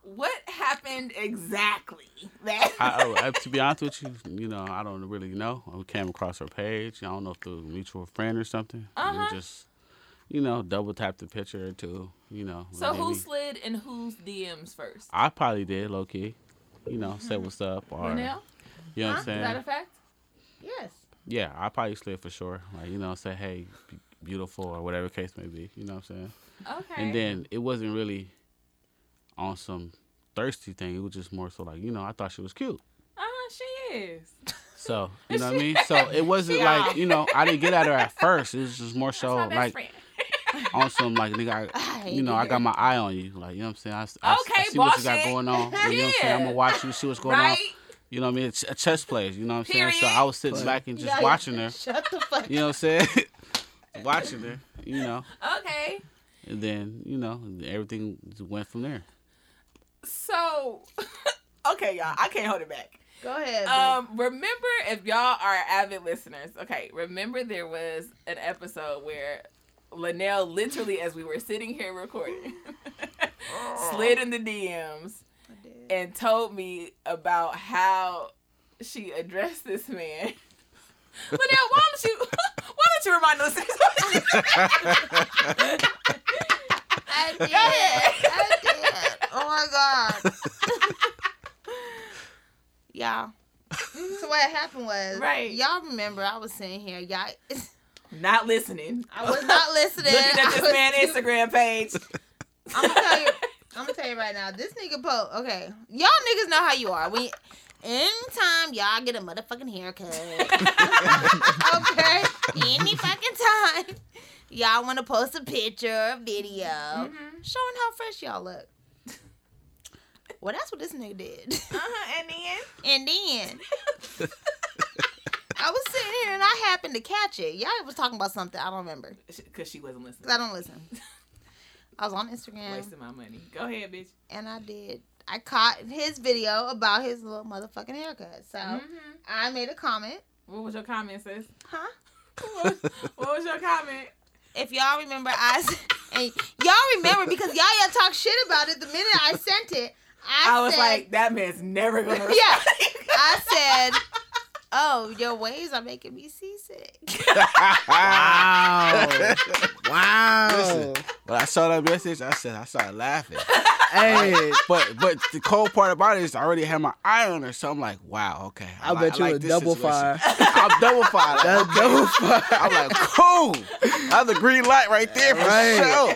what happened exactly? That I, oh, I, to be honest with you, you know, I don't really know. I came across her page. I don't know if through a mutual friend or something. And we Uh-huh. just, you know, double tapped the picture or two. You know. so maybe. who slid and whose DMs first? I probably did, low key. You know, Mm-hmm. said what's up or Linnell? you know Huh? what I'm Is saying. Is that a fact? Yes. yeah, I probably slid for sure. Like you know, say hey, be- beautiful or whatever the case may be. You know what I'm saying. Okay. And then it wasn't really on some thirsty thing. It was just more so like you know, I thought she was cute. oh, she is. So you know what I mean. (laughs) So it wasn't She like off. you know I didn't get at her at first. It was just more so My best like friend. on some like nigga, I I, hate you know I you. got my eye on you. Like you know what I'm saying. I, s- I s- I Okay, see what you got bullshit. going on. You know what I'm saying. I'm (laughs) Yeah. gonna watch you. See what's going on. Right? You know what I mean. It's a chess player. You know what I'm saying. So Period. I was sitting Play. back and just Yaya, watching her. Shut the fuck up. You know what I'm saying. (laughs) watching her. You know. Okay. And then you know everything went from there. (laughs) So (laughs) okay, y'all. I can't hold it back. Go ahead. Um, remember if y'all are avid listeners, okay, remember there was an episode where Linnell literally as we were sitting here recording (laughs) slid in the DMs bitch. and told me about how she addressed this man. (laughs) Linnell, why don't you (laughs) why don't you remind us? (laughs) (laughs) I did. I did. Oh my god. y'all. So what happened was, Right. Y'all remember I was sitting here, y'all. (laughs) Not listening. I (laughs) was not listening. Looking at I this was man's too- Instagram page. I'm gonna tell you. I'm gonna tell you right now. This nigga po. Okay, y'all niggas know how you are. When anytime y'all get a motherfucking (laughs) haircut, Mm-hmm. okay, any fucking time, y'all want to post a picture, or video, showing how fresh y'all look. (laughs) Well, that's what this nigga did. (laughs) (laughs) Uh-huh, and then And then I was sitting here and I had happened to catch it. Y'all was talking about something. I don't remember. because she wasn't listening. 'Cause I don't listen. I was on Instagram Wasting my money. Go ahead, bitch. and I did. I caught his video about his little motherfucking haircut. So Mhm. I made a comment. What was your comment, (laughs) sis? Huh? What was, what was your comment? If y'all remember, I s- (laughs) and y'all remember because y'all y'all talk shit about it the minute I sent it. I, I was said- like, that man's never gonna. (laughs) Respond. (laughs) yeah. I said, oh, your waves are making me seasick. Wow. wow. Listen. When I saw that message, I said I started laughing. Oh, Hey, But but the cold part about it is I already had my eye on her, so I'm like, wow, okay. I li- bet you like a this double situation. fire. (laughs) I'm double fire. Like, That okay. (laughs) double fire. I'm like, cool. That's the green light right there for Right. sure.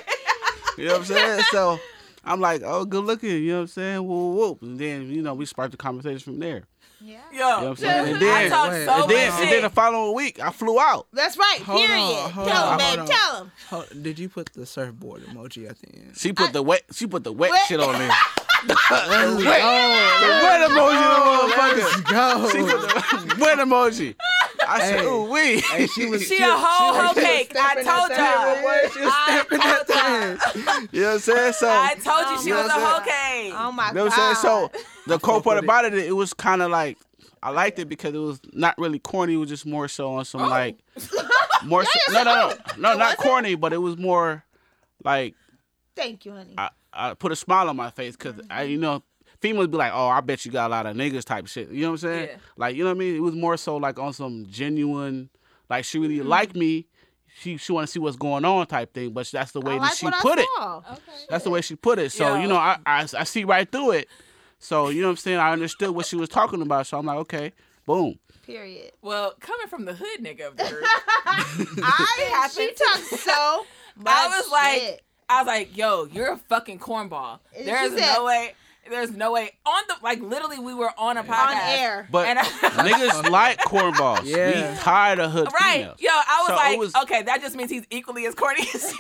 You know what I'm saying? So I'm like, oh, good looking. You know what I'm saying? Whoop, whoop. And then, you know, we sparked the conversation from there. Yeah. Yo, know what I'm saying? And I then- talked wait, so and, then, much and Oh, shit. then the following week, I flew out. That's right. Hold on, period. hold tell on, him, babe. hold on. Tell him. Hold, did you put the surfboard emoji at the end? She put the wet she put the wet, Wet. shit on there. Uh, Let's wet. The wet emoji on the motherfucker. She put go. the wet emoji. I said, Hey. ooh wee. Hey, she was She a whole hoe cake. I told y'all. She was stepping at the end. (laughs) You know what I'm saying? So I told you she Oh was a my whole God. cake. Oh my You know what god. I'm saying? So the cool fuck with part it. about it, it was kind of like I liked it because it was not really corny. It was just more so on some like more so, no no no no not corny, but it was more like Thank you, honey. I, I put a smile on my face because Mm-hmm. I you know females be like oh I bet you got a lot of niggas type shit. You know what I'm saying? Yeah. Like you know what I mean? It was more so like on some genuine like she Mm-hmm. really liked me. She she want to see what's going on type thing, but that's the way I that like she what put I it. saw. Oh, That's the way she put it. So, Yeah. you know, I, I I see right through it. So, you know what I'm saying? I understood what she was talking about. So I'm like, okay, boom. (laughs) Period. Well, coming from the hood nigga of the group, (laughs) I she happened. talked so much. I was like, shit. I was like, "Yo, you're a fucking cornball." And There's she said- no way. There's no way on the like. Literally, we were on a podcast on air. But (laughs) and I, niggas like cornballs. Yeah. We tired of hood (laughs) right, females. yo, I was So it like, was- "Okay, that just means he's equally as corny." as (laughs) you."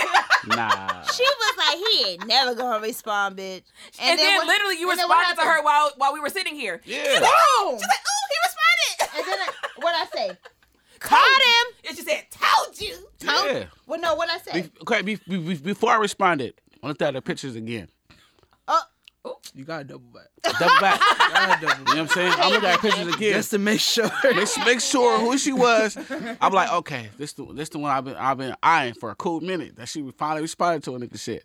Nah. she was like, he ain't never gonna respond, bitch. and, then, what- literally, you and then what responded to her happened? while while we were sitting here. Yeah. Boom. She's like, "Ooh, he And responded." then I, what I say? Caught him. And she said, (laughs) "Told you." Huh? Yeah. Well, no, what I say? Be- okay, be- be- be- before I responded, I looked at the pictures again. oh, You gotta double back. Double back. you You gotta double know back. what I'm saying? I looked at the pictures again. Just to make sure. Let's (laughs) make sure who she was. I'm like, okay, this the this the one I've been I've been eyeing for a cool minute that she finally responded to a nigga shit.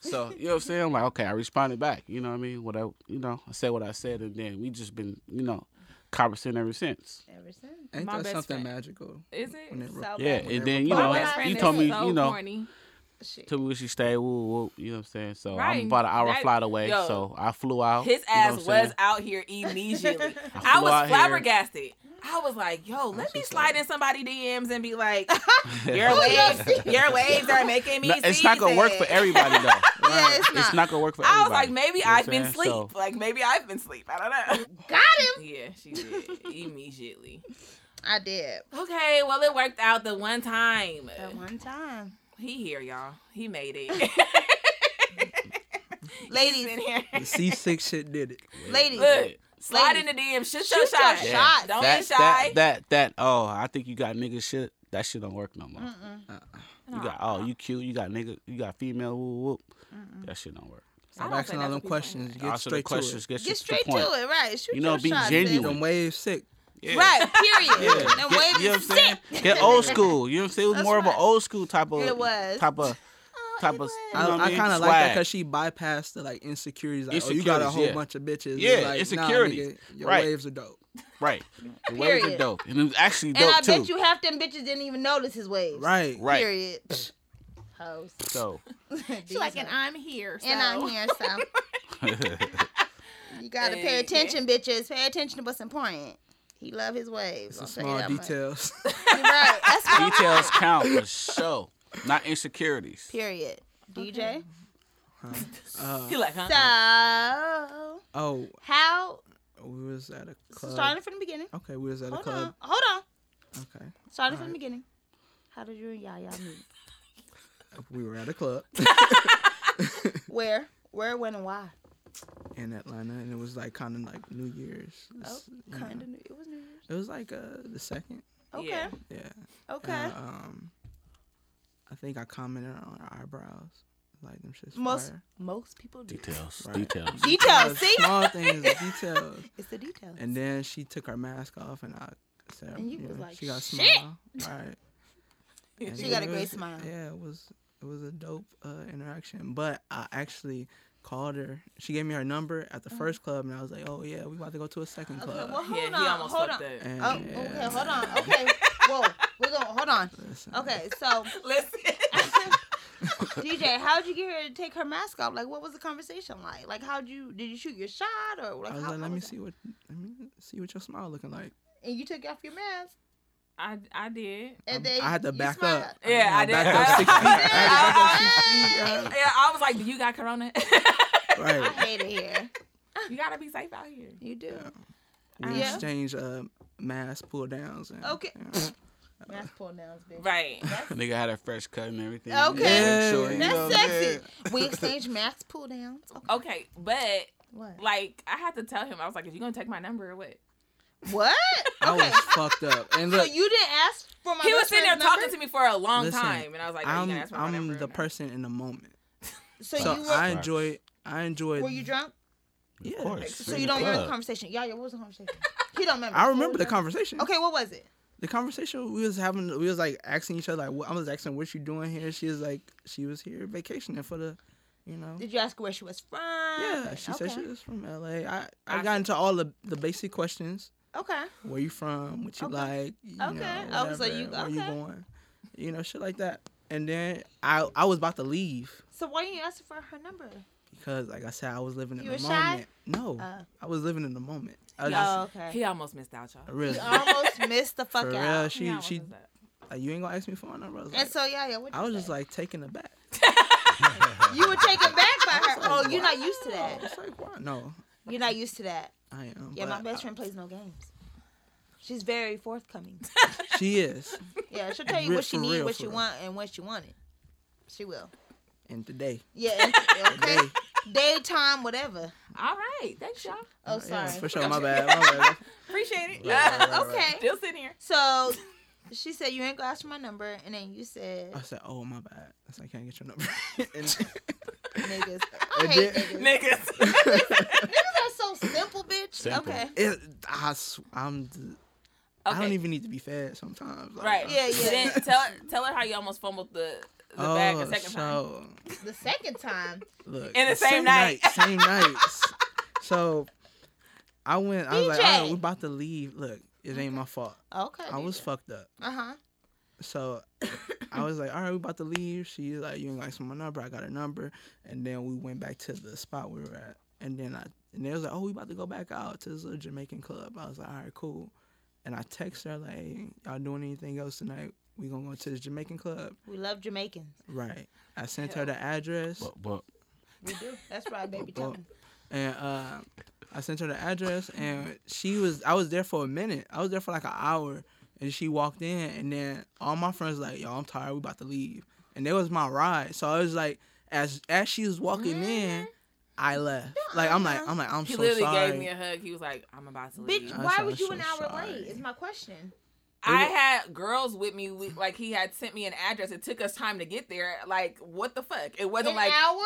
So you know what I'm saying? I'm like, okay, I responded back. You know what I mean? What I you know I said what I said, and then we just been you know conversing ever since. ever since. Ain't My that best something friend. magical? Is When it? it So ro- Yeah, bad. and then you My know best friend you is told me so you know corny. Shit. told me where she stayed. Woo, woo, you know what I'm saying? So Right. I'm about an hour That- flight away. yo, so I flew out. His you know ass what I'm saying? was out here (laughs) immediately. I, I flew was out here. flabbergasted. I was like, yo, let me just slide like- in somebody DMs and (laughs) be like, (laughs) your yeah, waves, your waves are making me No, it's not gonna work for seasick." everybody though. (laughs) Yeah, it's It's not. not gonna work for I everybody. was like, maybe You know what I've I'm been saying? sleep. So- Like maybe I've been sleep. I don't know. Got him. yeah, she did immediately. I did. Okay, well it worked out the one time. At one time. He here, y'all. He made (laughs) it. Ladies, in here. The C6 shit did it. ladies. Look, slide in the DM. Shoot, your Shoot your shot. shot. Shots. Don't that, be shy. That, that that oh, I think you got nigga shit. That shit don't work no more. Mm-mm. You got oh, you cute. You got nigga. You got female. Whoop whoop. That shit don't work. I I'm don't asking think all that's them what people questions. want. Get also, the straight questions get, Get straight to, the point. it, right? Shoot You know, your be shot, to it. genuine. sis. Them waves sick. Yeah. Right. Period. Yeah. And Get, you know what wave I'm is sick. saying? Get old school. You know what I'm saying? It was That's more of right. an old school type of It was. type of (laughs) type of. You I, know what I mean? kind of like that Swag. because she bypassed the like insecurities. Like, oh, you got a Insecurities, whole yeah. bunch of bitches. Yeah, It's like, insecurities. Nah, nigga, your Right. waves are dope. right. The waves Period. are dope, and it was actually dope And I too. bet you half them bitches didn't even notice his waves. Right. Right. Mm. Period. Hoes. (laughs) So (laughs) These hoes. I'm here. and I'm here, so (laughs) you (laughs) gotta pay Eh, attention, bitches. Pay attention to what's important. He love his waves. Some I'll tell you small that much. details. (laughs) You're right. (laughs) That's what I'm details count for sure, not insecurities. Period. DJ. uh, You like, "Uh-uh." huh? So oh, how? we was at a So club. starting from the beginning. okay, we was at a Hold club. on. Hold on. Okay, Starting from the beginning. How did you and Yaya meet? we were at (laughs) a club Where? Where? When? And why? in Atlanta, and it was like kind of like New Year's. Oh, It's, you know, kind of new. It was New Year's. It was like uh the second. Okay. Yeah. Yeah, Okay. And, um, I think I commented on her eyebrows, like them shits. most fire. most people do. Details. Right. Details. Details. See, (laughs) small things, details. it's the details. And then she took her mask off, and I said, And you know, was like, she got a "Shit." (laughs) smile, right? And She got it a great was- smile. Yeah, it was it was a dope uh, interaction. But I actually called her. She gave me her number at the first club, and I was like, "Oh yeah, we about to go to a second Mm. Okay, club." well, hold yeah, on, he almost hold fucked on. up. (laughs) And, Oh, okay, hold on. (laughs) Okay, whoa, we're gonna hold on. Listen, Okay, (laughs) so Listen. DJ, how'd you get her to take her mask off? Like, what was the conversation like? Like, how'd you did you shoot your shot or like? I was how, like, how "Let me was that?" see what let me see what your smile looking like." And you took off your mask, I I did. and I'm- then Um, I had to you back smiled. up. Yeah, I had to did. Back up six feet. I had to back up six Hey, (laughs) (laughs) Yeah, I was like, do you got corona? (laughs) I Right. hate it here. you gotta be safe out here. You do. We Yeah. exchanged uh, mask pull downs. And, Okay. (laughs) and- Mask pull downs, bitch. Right. Nigga had a fresh cut and everything. Okay. Yeah, Sure, you that's know what I'm sexy. saying? We (laughs) exchanged mask pull downs. Okay. Okay, but What? like I had to tell him, I was like, if you gonna take my number or what? What? I Okay. was fucked up. And So look, you didn't ask for my he was best sitting there friend's talking number? to me for a long Listen, time, and I was like, oh, you I'm gotta ask for my number I'm or the not. person in the moment. So, So you were, I enjoy I enjoy were you drunk? Yeah. Of course. So in you the don't remember the club. conversation? Yeah, yeah. What was the conversation? He don't remember. I What remember was the conversation. Okay, what was it? The conversation we was having, we was like asking each other, like, what, I was asking, what you doing here? She was like, she was here vacationing for the, you know. Did you ask her where she was from? Yeah, she said Okay. she was from LA. I, I I got see. into all the, the basic questions. Okay. Where you from? What you Okay. like? You Okay. Know, Oh, so whatever, you- where you okay. going? You know, shit like that. And then I I was about to leave So why didn't you ask for her number? because, like I said, I was living in You the were shy? moment. No, Oh. I was living in the moment. I Oh, was just okay. He almost missed out, y'all. really. He (laughs) almost missed the fuck for out. real, He she almost she missed out. like, uh, you ain't gonna ask me for my number. I was like, And so yeah, yeah. What I was just like taken aback. you were taken back by her. was like, Oh, you're not used to I that. was like, why? No, You're not used to that. I am. Yeah, my but best friend plays no games. She's very forthcoming. I- (laughs) she is. Yeah, (laughs) she'll tell you Real- what she for need, real, what for she real. want, and when she want it. She will. And today, Yeah. (laughs) and- Okay. today. Daytime, whatever. All right, thanks, y'all. Oh, Yeah, sorry. for sure. My bad. My bad. Appreciate it. (laughs) Right, right, right, right. Still sitting here. (laughs) So she said you ain't gonna ask for my number, and then you (laughs) said I said, oh my bad. I said, I can't get your number. (laughs) and, niggas. I And hate then- niggas. (laughs) Niggas. niggas are so simple, bitch. Simple. Okay. it, I, sw- I'm. d- (laughs) (laughs) I don't Okay. even need to be fed sometimes. like, Oh, Right. Yeah, yeah. Then tell tell her how you almost fumbled the the bag a second time. uh, so, The second time, Look, In the same night. same night. S- So I went. I was like, DJ. all right, we about to leave. Look, it ain't my fault. okay. I was fucked up. Uh huh. So (coughs) I was like, all right, we about to leave. She's like, you ain't like my number. I got her number. And then we went back to the spot we were at. And then I and they was like, oh, we about to go back out to this little Jamaican club. I was like, all right, cool. And I text her like, hey, y'all doing anything else tonight? We gonna go to this Jamaican club, We love Jamaicans. right? I sent her the address, But, but We do. That's right, baby. (laughs) Well, Tell me. and uh, I sent her the address, and she was. I was there for a minute. I was there for like an hour, and she walked in, and then all my friends were like, "Yo, I'm tired. We about to leave." And that was my ride. So I was like, as as she was walking in, I left. Like I'm like I'm like I'm He so literally sorry. gave me a hug. He was like, "I'm about to leave." Bitch, I'm why so- was you so an hour sorry. late? Is my question. I It wa- had girls with me. We, like he had sent me an address. It took us time to get there. Like what the fuck? It wasn't An like hour?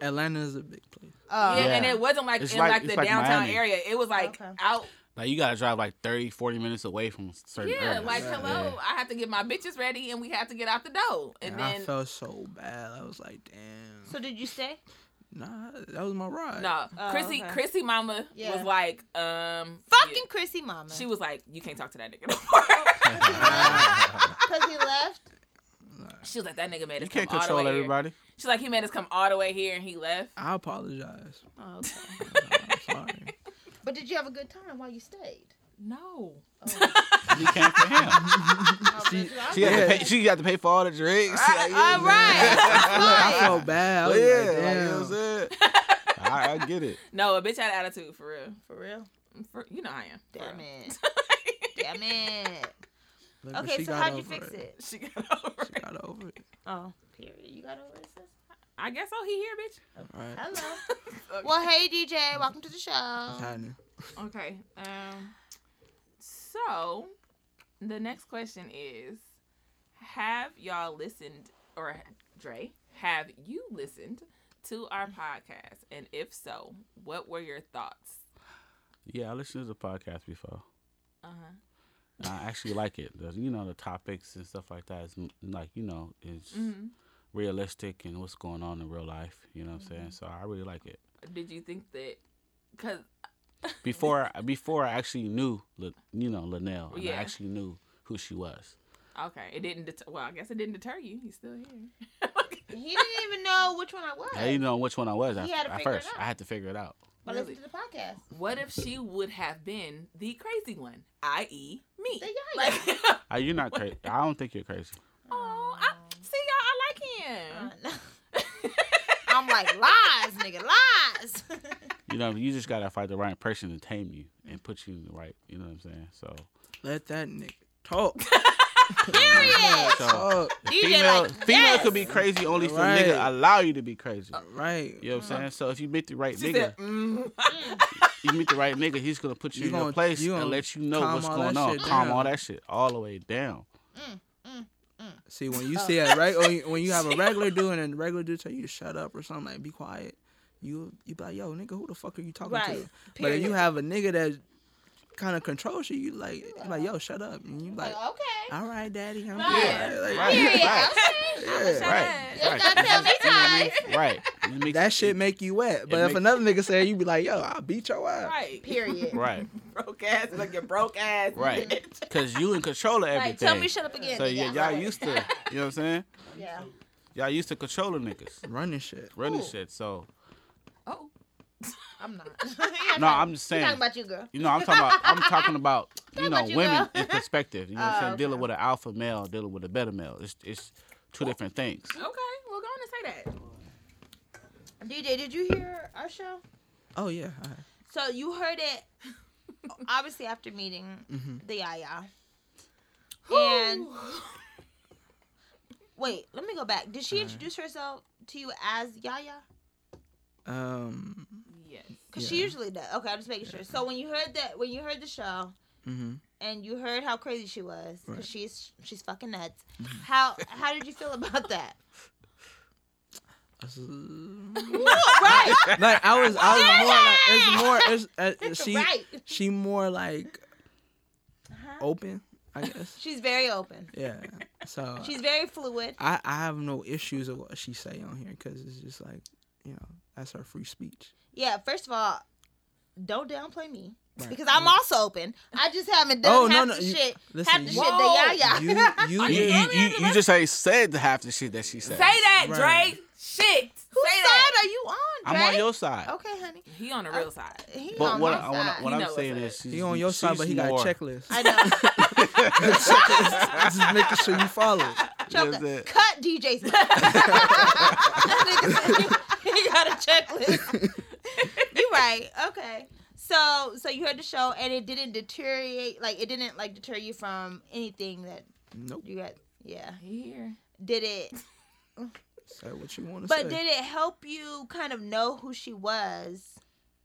Atlanta is a big place. Oh, yeah, Yeah. and it wasn't like It's in like- like, it's the like downtown Miami. area. It was like Okay. out. like you gotta drive like 30, 40 minutes away from certain Yeah, areas. like Yeah. hello. I have to get my bitches ready, and we have to get out the door. And And, I then felt so bad. I was like, damn. So did you stay? nah, that was my ride. no, Oh, Chrissy, okay. Chrissy, mama Yeah. was like, um, Fucking yeah. Chrissy mama. (laughs) She was like, you can't talk to that nigga. No more. (laughs) Because he left? she was like, that nigga made You us can't come all the way control here. everybody. She's like, he made us come all the way here, and he left. I apologize. Oh, okay. I'm sorry. (laughs) But did you have a good time while you stayed? (laughs) No. You can't for him. (laughs) Oh, bitch, I- She had to pay. She had to pay for all the drinks. Like, you know All what I'm saying? (laughs) I right. (laughs) felt bad. I was yeah, like, like, you know damn. what (laughs) I'm saying. I, I get it. No, a bitch had an attitude for real. For real? For, you know I am. for Damn real. it. (laughs) Damn it. Look, but Okay, she so got how'd you over fix it? (laughs) She got over She it. got over it. Oh, period. You got over it, sis? I guess oh he here, bitch. (laughs) (laughs) Right. Hello. well, hey, DJ. Welcome to the It's show. happening. Okay. Um. So, the next question is, have y'all listened, or Dre, have you listened to our podcast? And if so, what were your thoughts? Yeah, I listened to the podcast before. Uh huh. And I actually like it. The, you know, the topics and stuff like that is mm, like you know is hmm realistic and what's going on in real life. You know what I'm saying? So I really like it. Did you think that? Because Before before I actually knew, Lin- you know, Linnell, and Yeah. I actually knew who she was. okay, it didn't. Det- well, I guess it didn't deter you. He's still here. He didn't even know which one I was. I didn't know which one I was You at, had to at figure it first. out. I had to figure it out. But Really? listen to the podcast. What if she would have been the crazy one, i.e., me? The yaya. (laughs) Like, Uh, you're not crazy. I don't think you're crazy. (laughs) oh, I, see y'all. I like him. Uh, (laughs) I'm like lies, nigga, lies. You know, you just gotta find the right person to tame you and put you in the right. You know what I'm saying? So, Let that nigga talk. Period. so Talk. DJ female, like, female yes. Uh, could be crazy only if Right. the nigga allow you to be crazy. Right. You know uh-huh. what I'm saying? So if you meet the right She nigga, said, mm. you meet the right nigga, he's gonna put you, You in gonna- your place you and gonna let you know calm what's all going that on. shit Calm down. all that shit all the way down. See, when you see a right, when you, when you have a regular dude and a regular dude tell you to shut up or something like be quiet, you you be like, yo, nigga, who the fuck are you talking Right. to? But if Period. you have a nigga that kind of controls you, you like, you like, yo, shut up, and you like, Like, okay. all right, daddy, I'm Right. good. Like, Right. Period. Right. Okay. yeah. Shut right. up. Right. Just gotta tell me You know what I mean? Right. It makes- That shit make you wet. But It if make- another nigga say, it, you be like, yo, I'll beat your ass. right, Period. (laughs) Right. broke ass, like your broke ass, Right. bitch. Cause you in control of everything. Like, tell me to shut up again. so nigga. yeah, I'm y'all like, used to. You know what I'm saying? Yeah. Y'all used to controlling niggas, Running shit. running Ooh. shit. So Oh, I'm not. (laughs) (laughs) no, I'm just We're saying. talking about you, girl. You know, I'm talking about I'm (laughs) talking about you know about you, women girl. in perspective. You know what Oh, I'm saying? Dealing okay. with an alpha male, dealing with a beta male. It's it's two different things. Okay, well, go on and say that. DJ, did you hear our show? Oh yeah. all right. So you heard it, obviously after meeting Mm-hmm. the Yaya. And wait, let me go back. Did Uh-huh. she introduce herself to you as Yaya? Um. yes. Cause she Yeah. usually does. Okay, I'm just making sure. So when you heard that, when you heard the show, Mm-hmm. hmm and you heard how crazy she was, 'cause Right. she's she's fucking (laughs) nuts. How how did you feel about that? (laughs) right, (laughs) (laughs) like I was, I was more like it's more. It's uh, she, right. she more like Uh-huh. open, I guess. She's very open. Yeah. So (laughs) Uh, She's very fluid. I, I have no issues with what she say on here because it's just like, you know, that's her free speech. Yeah. First of all, don't downplay me Right. because I'm also open. I just haven't done Oh, no, half no, the you- shit. listen, half the you- shit that yaya. (laughs) You, you, You, did- you, you, you just ain't said half the shit that she said. Say that, Right. Drake. Shit. Whose say side that. are you on, I'm Dre? on your side. Okay, honey. He on the real side. He But on what, my I, wanna- side. what He I'm know saying what's is he she's on your side, she's but he got a more- checklist. I know. (laughs) just making sure you follow. it. Choke That's it. it. Cut DJ's. That nigga said (laughs) he, he got a checklist. (laughs) you right. Okay. So so you heard the show and it didn't deteriorate like it didn't like deter you from anything that Nope. you got yeah. Here. Did it Say what you want to say. but did it help you kind of know who she was?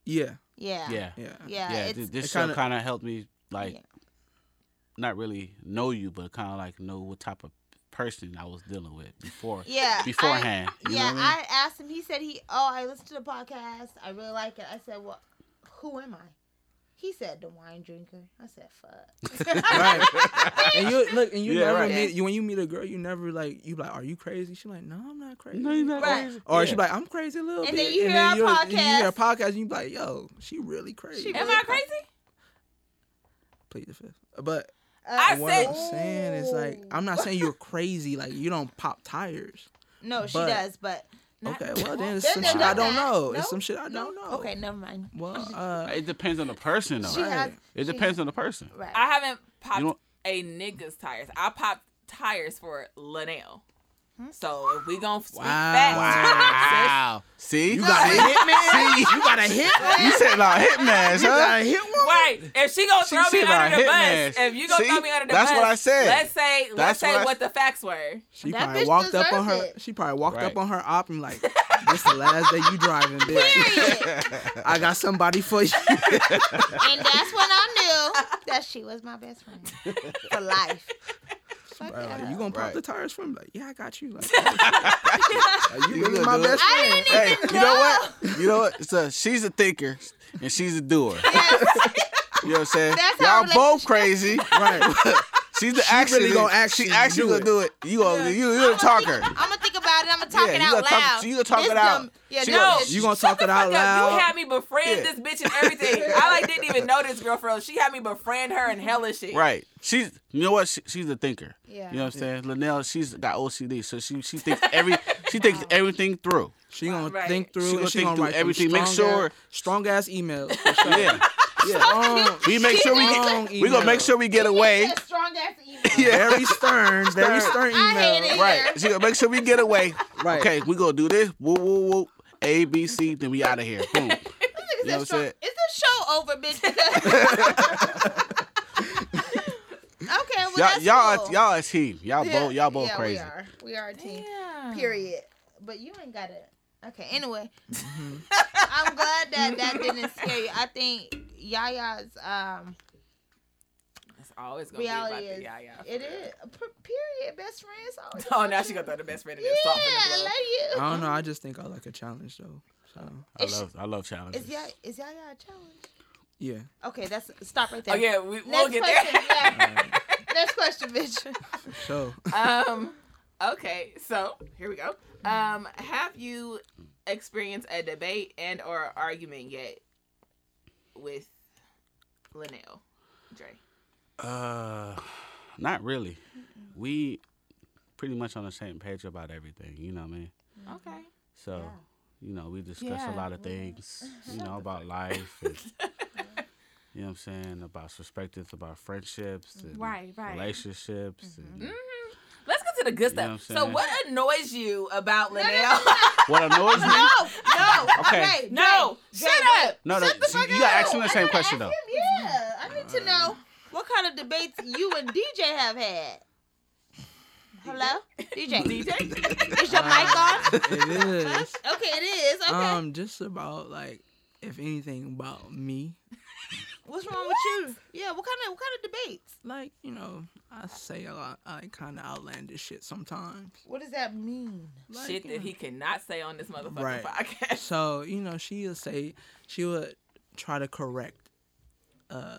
yeah, Yeah. Yeah, yeah, Yeah. yeah. it's, th- this It show kinda- kind of helped me like Yeah. not really know you, but kind of like know what type of person I was dealing with before. yeah. I- Beforehand, you know yeah, what I I mean? asked him. He said he, oh, I listened to the podcast. I really like it. I said, well, who am I? He said the wine drinker. I said, fuck. (laughs) (laughs) right. and you look, and you Yeah, never right. meet you when you meet a girl, you never like you be like, are you crazy? She like, no, I'm not crazy. No, you're not Right. crazy. Or Yeah. she be like, I'm crazy a little And bit. then you hear our you'll- and you hear a podcast. podcast, and you be like, yo, she really crazy. She Am really- I crazy? Plead the fifth. But I Uh, what said- I'm saying is like, I'm not saying you're crazy. Like you don't pop tires. no, she but- does, but Not- Okay, well then it's Then some there's shit I not don't that. know. No? It's some shit I don't know. okay, never mind. Well, (laughs) uh, It depends on the person, though. She has Right. It depends on the person. right. I haven't popped You know- a nigga's tires. I popped tires for Linnell. So if we gonna speak Wow. facts, See, Ah, you got a hitman. See, (laughs) you got a hit. you said no hitman, (laughs) You huh? got a hit one. Right. If she gonna She throw me said I under the hit bus, man. if you gonna See? throw me under the That's bus, what I said. Let's say let's That's say what I- what the facts were. She That probably bitch walked up on deserves her. it. She probably walked Right. up on her op and like, this the last day you driving, (laughs) bitch. Period. I got somebody (laughs) for you. (laughs) and that's when I knew that she was my best friend for life. Fuck Bro, like, yeah. you gonna pop Right. the tires for me? Like, yeah, I got you. Like, (laughs) Like, you really look, my dude. best I friend. didn't Hey, even you know what? You know what? So she's a thinker and she's (laughs) a doer. Yes. You know what I'm saying? That's how Y'all both relationships- (laughs) crazy. Right. She's the actually gonna actually she actually do gonna it. do it. You gonna you you the talker. I'm gonna think about it. I'm gonna talk Yeah, it you out gonna talk- loud. you gonna talk This it out. dumb- Yeah, She no, gonna- this- You gonna talk it out Fuck up. loud? You had me befriend Yeah. this bitch and everything. I like didn't even know this girl for real. She had me befriend her and hella shit. Right. She's you know what? She, she's a thinker. Yeah. You know what I'm saying? Linnell, she's got OCD, so she she thinks every (laughs) she thinks everything through. She gonna Right. think through. She gonna and she think gonna through write them everything. Make strong sure- ass- strong ass emails. for sure. (laughs) Yeah. Yeah. Strong, We make sure we strong get we gonna make emails. sure we get She away. said strong (laughs) ass email. Yeah. very stern, very stern email. I hate it. Right. She gonna make sure we get away. (laughs) Right. Okay, we gonna do this. Woo woo woo. A B C. Then we out of here. Boom. This nigga You know what I'm said strong- saying? Is the show over, bitch? (laughs) Because... okay, well y'all that's y'all cool. y'all a team. Y'all Yeah, both y'all both yeah, We crazy. are. We are a team. Damn. Period. But you ain't got it. Okay. Anyway, Mm-hmm. (laughs) I'm glad that that didn't scare you. I think Yaya's um It's always gonna reality be is about the yaya. it is p- period. Best friends. Always (laughs) Oh, about now you. she gonna throw the best friend in Yeah, there. soften the I blow. love you. I don't know. I just think I like a challenge though. So I Is she- love I love challenges. Is Yaya is Yaya a challenge? yeah. Okay, that's stop right there. Oh yeah, we, Next we'll get question. there. Yeah. Next question, (laughs) bitch. So (laughs) um okay so here we go um have you experienced a debate and or argument yet with linnell Dre. Uh, not really. We pretty much on the same page about everything. You know what I mean? Mm-hmm. okay So, you know, we discuss Yeah, a lot of things. You (laughs) know about life. And, you know what I'm saying about perspectives, about friendships, and Right, right. Mm-hmm. relationships, and let's get to the good You stuff know what I'm so saying? what annoys you about no, no, linnell what annoys me. No, no. Okay. Dre, (laughs) no Dre, shut Dre, up No, no, Shut the you, fuck you gotta ask up. him the I same gotta question ask though. Uh. him, yeah, I need to know what kind of debates you and DJ have had. Hello, (laughs) DJ. dj Is your mic Uh. on? it is. Okay, it is. (laughs) Okay. Um, just about like if anything about me, What's wrong with you? Yeah. What kind of what kind of debates? like you know, I say a lot, I like kind of outlandish shit sometimes. What does that mean? Like, shit you that know. he cannot say on this motherfucking Right. podcast (laughs) So you know, she'll say she would try to correct uh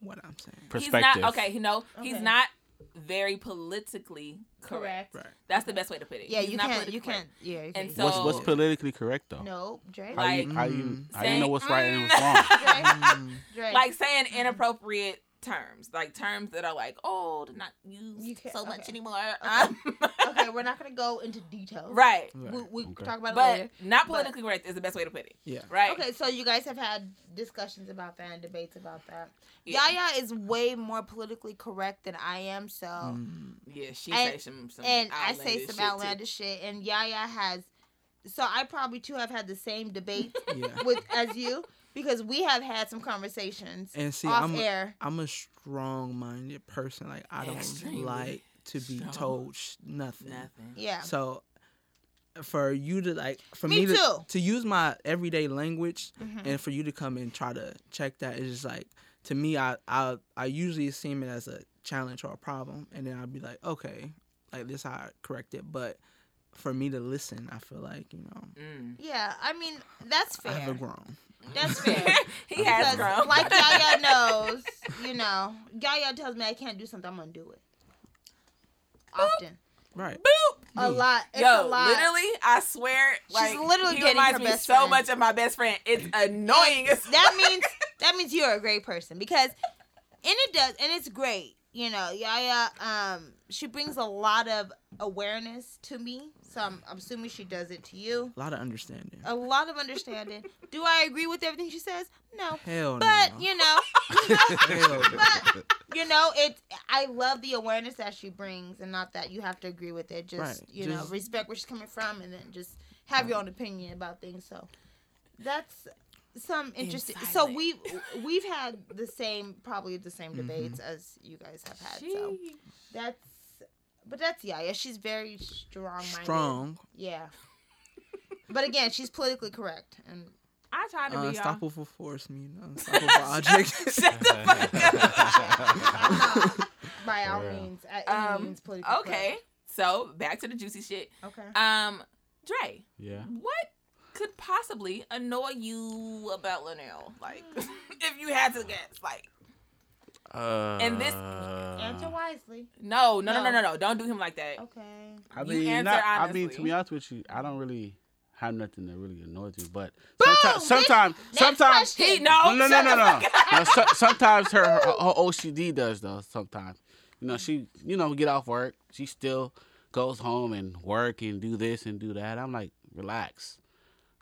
what I'm saying. he's Perspective. not okay you know he's Okay. not very politically correct. (laughs) Right. that's the best way to put it Yeah, He's you not can't. politically You correct. can't. Yeah. You And can't. What's what's So- politically correct though? no, Dre. How you how you Mm. how you know Saying, what's right mm. and what's (laughs) wrong? Dre, Dre. like saying inappropriate terms, like terms that are like old, not You used can't- so much okay. anymore. Um, okay, we're not gonna go into detail. (laughs) right, Right. We, we can Okay. talk about it but later. not politically correct is the best way to put it. Yeah. Right. Okay, so you guys have had discussions about that and debates about that. Yeah. Yaya is way more politically correct than I am, so Mm, Yeah, she And- say some, some and I say outlandish some shit, too. outlandish shit, and Yaya has. So I probably too have had the same debate (laughs) yeah. with as you because we have had some conversations And see, off I'm a- air. I'm a strong-minded person. Like I don't Extremely like to be strong. told sh- nothing. Nothing. Yeah, So for you to like for Me me, to, too. to use my everyday language Mm-hmm. and for you to come and try to check that is just like to me I, I I usually seem it as a challenge or a problem and then I'll be like, okay, like this how I correct it. But for me to listen, I feel like, you know, (laughs) Mm. yeah. I mean that's I fair. have grown. (laughs) That's fair. he Because, has (laughs) grown. like Yaya knows, you know, Yaya tells me I can't do something, I'm gonna do it. Often, Right. Boop. a lot. It's Yo, a lot. literally, I swear, like literally he getting reminds her me best so friend. much of my best friend. It's annoying. (laughs) as that means that means you're a great person because, and it does, and it's great. You know, Yaya, um, she brings a lot of awareness to me, so I'm, I'm assuming she does it to you. A lot of understanding. A lot of understanding. Do I agree with everything she says? No, Hell but no. you know, Hell no. you know, it. I love the awareness that she brings, and not that you have to agree with it. Just Right, you know, just- respect where she's coming from, and then just have your own opinion about things. So that's some interesting. So silent. we we've had the same, probably the Mm-hmm. same debates as you guys have had. So She- that's, but that's yeah, yeah. She's very strong. Strong, Yeah. But again, she's politically correct, and (laughs) I try Uh, to be y'all. unstoppable (laughs) (laughs) (laughs) force, me, you know, unstoppable object. Shut the fuck up. By all real. means, at any Um, means, politically okay, so back to the juicy shit. correct. Okay. Um, Dre, (laughs) Yeah. what could possibly annoy you about Linnell? Like, (laughs) if you had to guess, like, Uh, And this- Uh. Answer wisely. no, no, no, no, No. no, no, don't do him like that. Okay. I You mean, answer not, I mean, to honestly. be honest with you, I don't really have nothing that really annoys me. But Boom! sometimes, Next- sometimes, next sometimes, question. He no, no, no, Oh, shut no, no, the no. fuck (laughs) No, so, sometimes her, her her OCD does though. Sometimes, you know, she, you know, get off work, she still goes home and work and do this and do that. I'm like, relax.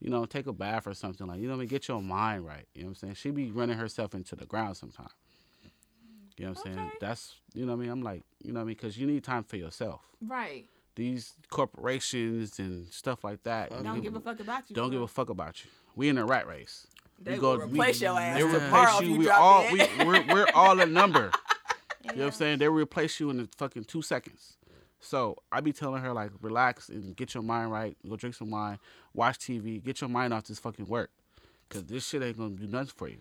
You know, take a bath or something like. You know, what I mean, get your mind right. You know what I'm saying? She be running herself into the ground sometimes. You know what I'm saying? Okay. That's you know what I mean. I'm like, you know what I mean, because you need time for yourself Right. these corporations and stuff like that. you Don't can- give a fuck about you. Don't give a fuck about you. We in a rat race. They we will go- we- replace your ass They tomorrow replace if you. you We drop all dead. (laughs) we we're, we're all a number. You know Yeah. what I'm saying? They replace you in the fucking two seconds. So I be telling her like, relax and get your mind right. Go drink some wine, watch TV, get your mind off this fucking work, cause this shit ain't gonna do nothing for you.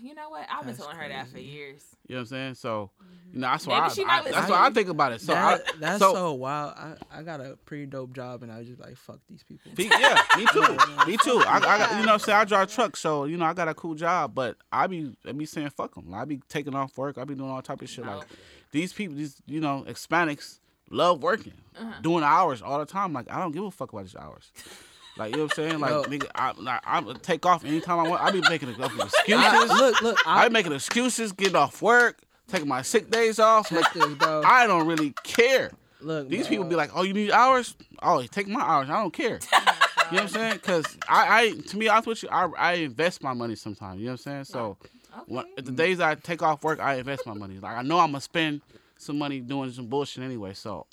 You know what? I've been That's telling her that for years. You know what I'm saying? So, you know that's Maybe why she I, not I, that's why I listening. think about it. So That- I, that's so, so wild. I, I got a pretty dope job, and I was just like, fuck these people. Be- yeah, me too. me too. I, I got, you know, what I'm saying I drive trucks, so you know I got a cool job, but I be I be saying fuck them. I be taking off work. I be doing all type of shit. Like No. these people, these you know Hispanics love working, doing hours all the time. Like I don't give a fuck about these hours. Like you know what I'm saying? Like No. nigga, I, like, I take off anytime I want. I be making I- excuses. look, look, I I, be making excuses, getting off work, taking my sick days off. Like, check this, bro. I don't really care. look, These bro. people be like, "Oh, you need hours? Oh, take my hours. I don't care." you know what I'm saying? Because I, I, to me, honest with you, I, I invest my money sometimes. You know what I'm saying? So, when, Okay. the days I take off work, I invest my money. Like I know I'm gonna spend some money doing some bullshit anyway. So,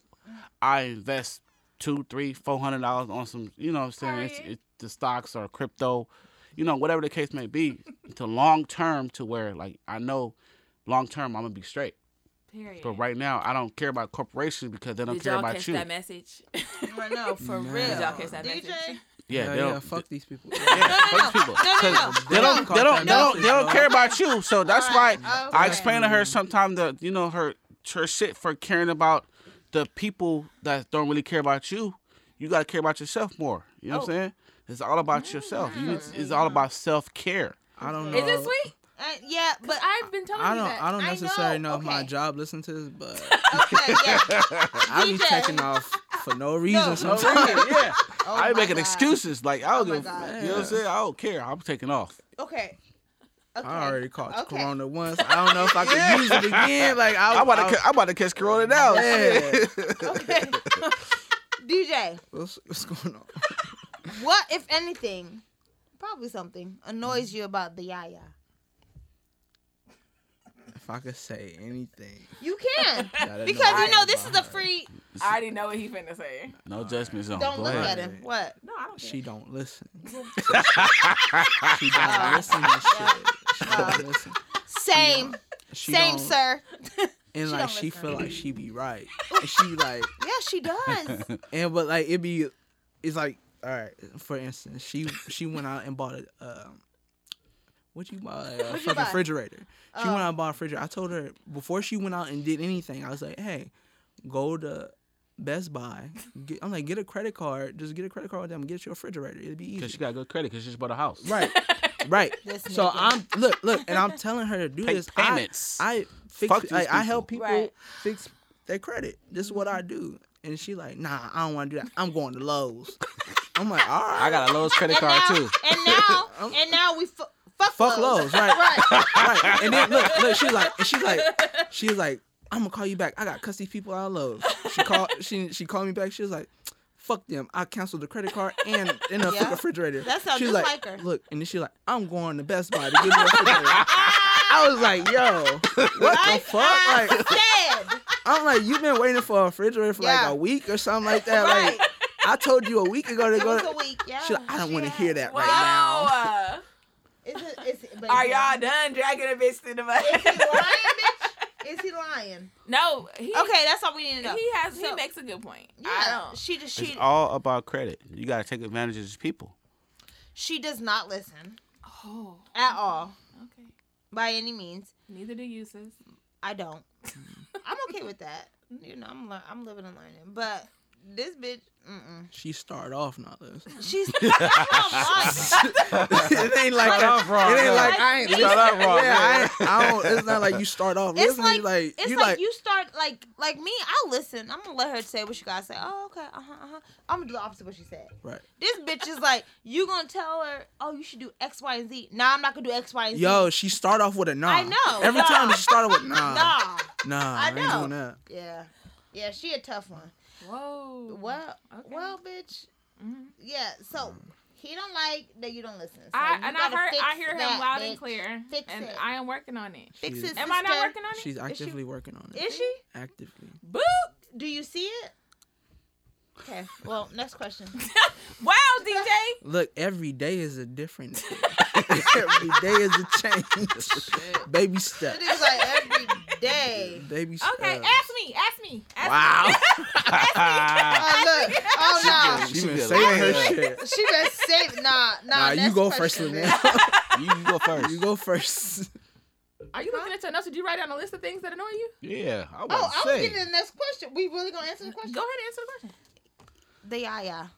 I invest two, three, four hundred dollars on some. You know what I'm saying? It's, Period. it's the stocks or crypto, you know, whatever the case may be, to long term to where like I know, long term I'm gonna be straight. Period. But right now, I don't care about corporations because they don't Did care y'all about catch you. that message? (laughs) Well, no, Oh, for Nah. real. Did y'all catch that DJ? (laughs) message? Yeah, yeah, they don't. yeah, fuck these people. (laughs) yeah, fuck these people. No, no, no. 'Cause They don't. They don't. They don't. They don't care about you. So that's why Alright, I okay. explain to her sometimes the you know her her shit for caring about the people that don't really care about you. You gotta care about yourself more. You know Oh. what I'm saying? It's all Mm. about yourself. You, it's, it's all about self care. (laughs) I don't know. Is it sweet? Uh, yeah, (laughs) but But I've been telling I you don't. that. I don't I necessarily know, know, if my okay. job listens to this, but (laughs) okay, yeah. I be DJ. taking off for no reason No, sometimes. (laughs) yeah, Oh I ain't my making God. excuses. Like I don't Oh my give. a God. f- You know what I'm saying? I don't care. I'm taking off. Okay. Okay. (laughs) (laughs) I already caught Okay. Corona once. I don't know if I could use it again. Like Oh, I, I'm about I- to. ca- I'm about to catch Corona now. (laughs) Yeah. (laughs) Okay. (laughs) DJ, What's, what's going on? (laughs) what if anything, probably something Mm-hmm. annoys you about the yaya? If I could say anything, You (laughs) can gotta because you know what's this is a behind. free. I already know what he finna say. No judgment zone. Don't Go look ahead. at him. What? No, I don't. (laughs) She She. don't listen. she (laughs) don't listen to shit. She don't listen. Same, She same, don't- sir. And She like don't she listen. feel like she (laughs) be right. And she like Yeah, (laughs) she does. and but like it be, it's like all right. For instance, she she went out and bought a um, what you buy a fucking buy? Oh. refrigerator. She went out and bought a refrigerator. I told her before she went out and did anything. I was like, hey, go to. Best Buy, get, I'm like, get a credit card. Just get a credit card with them. Get your refrigerator. It'll be easy. Cause she got good credit. Cause she just bought a house. Right. (laughs) Right. This so nigga. I'm look, look, (laughs) and I'm telling her to do Take this. payments. I, I fix Fuck these like, I help people people. Right. fix their credit. This is what Mm-hmm. I do. And she like, nah, I don't want to do that. I'm going to Lowe's. (laughs) I'm like, all right. I got a (laughs) lowest credit and card now, too. and now, and now we fu- fuck Fuck Lowe's, right. (laughs) right. right. And then look, look, she's like, and she's like, she's like, I'm gonna call you back. I got cuss these people out of Lowe's. She (laughs) called she she called me back. She was like, fuck them. I canceled the credit card and and the Yeah. refrigerator. That sounds She was just like her. Look, and then she like, I'm going to Best Buy to get (laughs) a refrigerator. I was like, yo, what the fuck? Like, I (laughs) said. I'm like, you've been waiting for a refrigerator for Yeah. like a week or something like that. Right. Like, I told you a week ago to It go. was a To, week. Yeah. she like, I don't want to Yeah. hear that right now. (laughs) Is Wow. it, is it, but Are is he lying? y'all done dragging a bitch through the mud? Is he lying, bitch? Is he lying? (laughs) no. He, Okay, that's all we need to know. He has. he So- makes a good point. I Yeah, don't. she just It's she all about credit. You gotta take advantage of these people. she does not listen Oh. at all Okay. by any means. Neither do you, sis. I don't. I'm okay with that. You know, I'm lear- I'm living and learning. But this bitch, (laughs) mm-mm. She started off not this. (laughs) she's (laughs) oh my it ain't like Start that. off It ain't like Like, I it's- ain't. listening. Start off wrong, (laughs) Yeah, I, ain't- I don't. It's (laughs) not like you start off it's listening. like, you Like, it's you like, you start like like me. I listen. I'm gonna let her say what she gotta say. Oh okay, uh huh, uh huh. I'm gonna do the opposite of what she said. right. This bitch is like, you gonna tell her, oh you should do X, Y, and Z. Nah, I'm not gonna do X, Y, and Z. Yo, she start off with a nah. I know, Every nah. time she started with nah, nah, (laughs) nah. I I, ain't know. doing that. Yeah, yeah. She a tough one. Whoa. Well, Okay. Mm-hmm. well, bitch. Yeah. So he don't like that you don't listen. So I you and I gotta heard fix I hear him that, loud bitch. and clear, Fix and it. I am working on it. Fix She's- it, Am I sister. not working on it? She's she- actively working on it. Is she? Actively. Boop. Do you see it? Okay. Well, next question. (laughs) Wow, DJ. Look, every day is a different. (laughs) day. every day is a change. Baby step. It is like every (laughs) day. Baby step. Okay, ask me. Ask me. Ask Wow. Oh look. Oh She been good. saying her shit. no. She been saving. Nah, nah. Nah, you next go first, question, Lynette. bitch. you, you go first. You go (laughs) first. me. Are you looking at your notes? Did you write down a list of things that annoy you? Yeah, I was Oh, I was say. getting to the next question. We really gonna answer the question? Go ahead and answer the question. The yaya.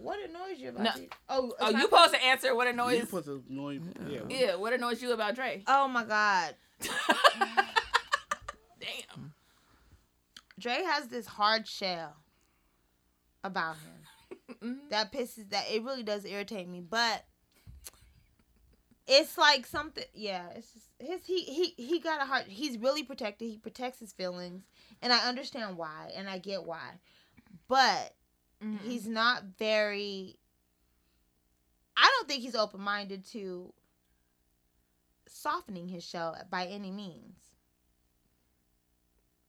What annoys you about No. you? Oh, Oh, it's you not- supposed to answer what annoys. You put the noise. Yeah. yeah, what annoys you about Dre? Oh my God. Damn. Dre has this hard shell about him that pisses that it really does irritate me, but it's like something. Yeah, it's just his. He he he got a heart. He's really protected. He protects his feelings, and I understand why, and I get why, but Mm-hmm. he's not very. I don't think he's open minded to softening his shell by any means.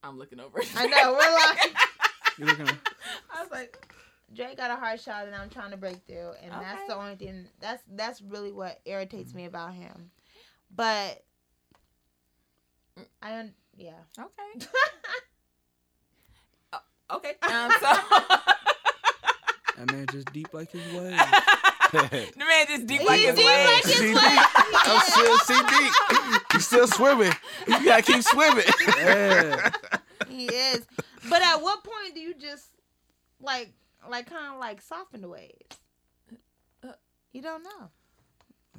I'm looking over. I know (laughs) we're like. You looking? I was like, Dre got a hard shot and I'm trying to break through and that's the Okay. only thing that's that's really what irritates me about him. But I don't yeah. (laughs) okay. Oh, okay. Um, (laughs) so. That man just deep like (laughs) his way. (laughs) the man just deep like He's his deep legs. like his CD. leg. I'm still CD. You still swimming. You gotta keep swimming. (laughs) Yeah. He is. But at what point do you just like like kind of like soften the waves? You don't know.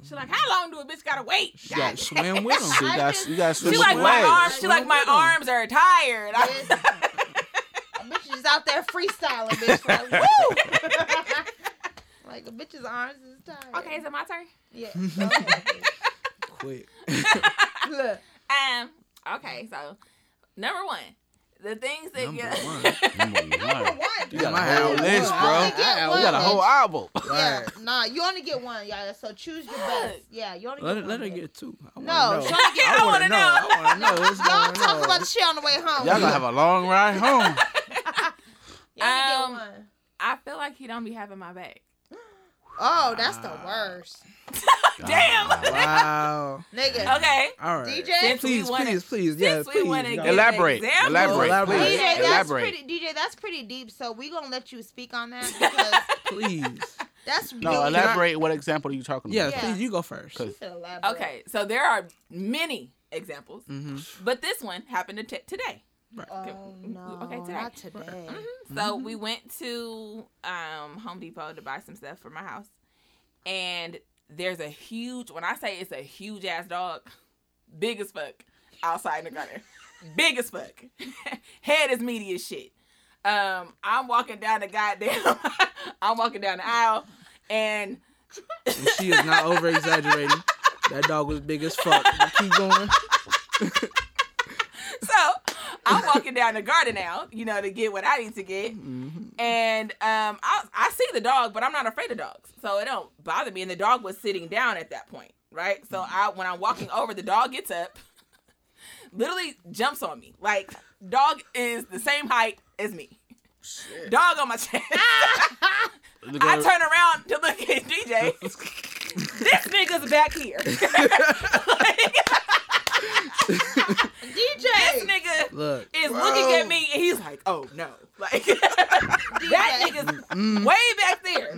She's like, how long do a bitch gotta wait? You gotta swim with him. you, got, you gotta swim She with like the my waves. arms. She like my Swim with 'em. arms are tired. It's- (laughs) bitch is out there freestyling, bitch. Like woo. (laughs) like a bitch's arms is tired. okay, is it my turn? yeah. Okay. Quick. Look. Um. Okay. So, number one, the things that Number get- one. (laughs) Hmm. (laughs) Number one. You Yeah, got a my whole album. list, You bro. only get You one. got a whole album. Yeah, Right. nah, you only get one, yeah. So choose your best. Yeah, you only Let, get her- one. let bitch. (laughs) her get two. I wanna No, know. she only get. I I wanna wanna know. I wanna know. What's Y'all going talk on? about the shit on the way home. Y'all gonna have a long ride (laughs) home. You only get Um, one. I feel like he don't be having my back. Oh, that's the worst, Damn. Wow. nigga. okay. All right. DJ? Please, Since we please, wanna- please, Yeah, since we please. wanna y'all. get- Elaborate. Example. Elaborate. Elaborate. please. DJ, that's Elaborate. pretty. DJ, that's pretty deep. So we gonna let you speak on (laughs) that because please. that's really No, elaborate. What example are you talking Yeah, about? Yeah. please. You go first. You should elaborate. Okay. So there are many examples, Mm-hmm. but this one happened to t- today. Oh no, Okay, today. Mm-hmm. not today. So we went to um, Home Depot to buy some stuff for my house, and there's a huge. When I say it's a huge ass dog, big as fuck outside in the garden, big as fuck. (laughs) Head is meaty as shit. Um, I'm walking down the goddamn. (laughs) I'm walking down the aisle, and And she is not over exaggerating. That dog was big as fuck. Keep going. (laughs) so I'm walking down the garden now, you know, to get what I need to get. And um, I, I see the dog, but I'm not afraid of dogs, so it don't bother me. And the dog was sitting down at that point, right? So I, when I'm walking over, the dog gets up, (laughs) literally jumps on me. Like dog is the same height as me. Dog on my chest. Look I at- turn around to look at DJ. this nigga's back here. (laughs) this DJ, nigga Look. is looking at me and he's like, "Oh no!" (laughs) Like (laughs) that DJ. nigga's way back there.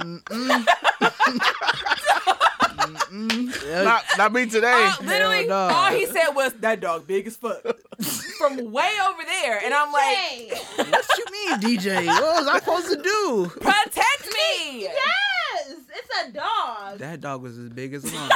Mm, yeah, Not, not me today. Uh, All- literally, no. uh, (laughs) all he said was, "That dog big as fuck." from way over there, and I'm like, Hey, What you mean, DJ? What was I supposed to do? protect me. yes, it's a dog. That dog was as big as a lion.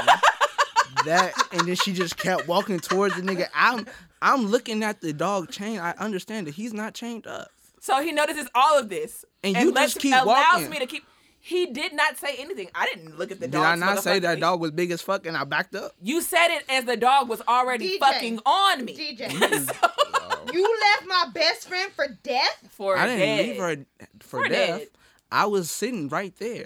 that and then she just kept walking towards the nigga. I'm I'm looking at the dog chain. I understand that he's not chained up. So he notices all of this, And you lets- just keep allows walking. me to keep. He did not say anything. I didn't look at the Did dog. I not say that dog was big as fuck and I backed up? You said it as the dog was already DJ. fucking on me. DJ, (laughs) you left my best friend for death. for I didn't dead. leave her for For death. dead. I was sitting right there.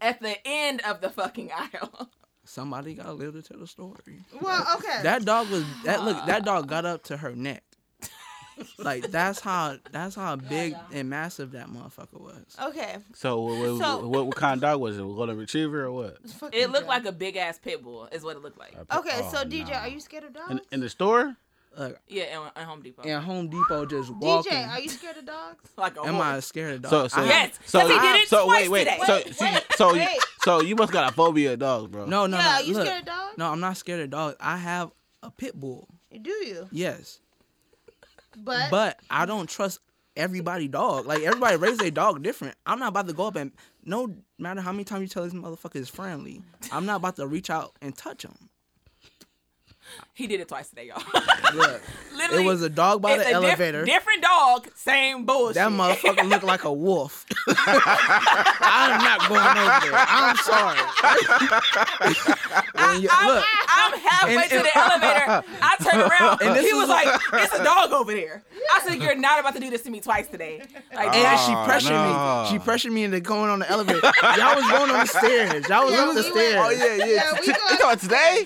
at the end of the fucking (laughs) aisle. Somebody gotta live to tell the story. Well, okay. (laughs) That dog was that look that dog got up to her neck. Like that's how (laughs) that's how big and massive that motherfucker was. okay. So, what, So- what, what kind of dog was it? A golden retriever or what? It looked like a big ass pit bull, is what it looked like. Okay, Oh, so DJ, nah. are you scared of dogs? In, in the store? Like Yeah, at, at Home Depot. and Home Depot just walking. DJ, are you scared of dogs? Like a Am I horse. scared of dogs? So, so, I- Yes, 'cause so, he did it so twice wait, wait, today. so, Wait, so, wait, so, you, wait. so you must got a phobia of dogs, bro. No, no, yeah, no. you look, scared of dogs? No, I'm not scared of dogs. I have a pit bull. Do you? Yes, But, but I don't trust everybody dog. Like everybody raise their dog different. I'm not about to go up and no matter how many times you tell this motherfucker is friendly, I'm not about to reach out and touch him. He did it twice today, y'all. Look, Literally, it was a dog (laughs) by it's the a diff- elevator. different dog, same bullshit. that motherfucker (laughs) looked like a wolf. (laughs) I'm not going over there. I'm sorry. (laughs) When you- I'm, look, I'm halfway And- to the elevator. I turn (laughs) around. And this he is- was like, "It's a dog over there." I said, "You're not about to do this to me twice today." Like, And she Oh, pressured no. me. She pressured me into going on the elevator. Y'all was going on the stairs. Y'all was Yeah, up the we went- stairs. Oh yeah, yeah. Yeah, we (laughs) you got- talking about today?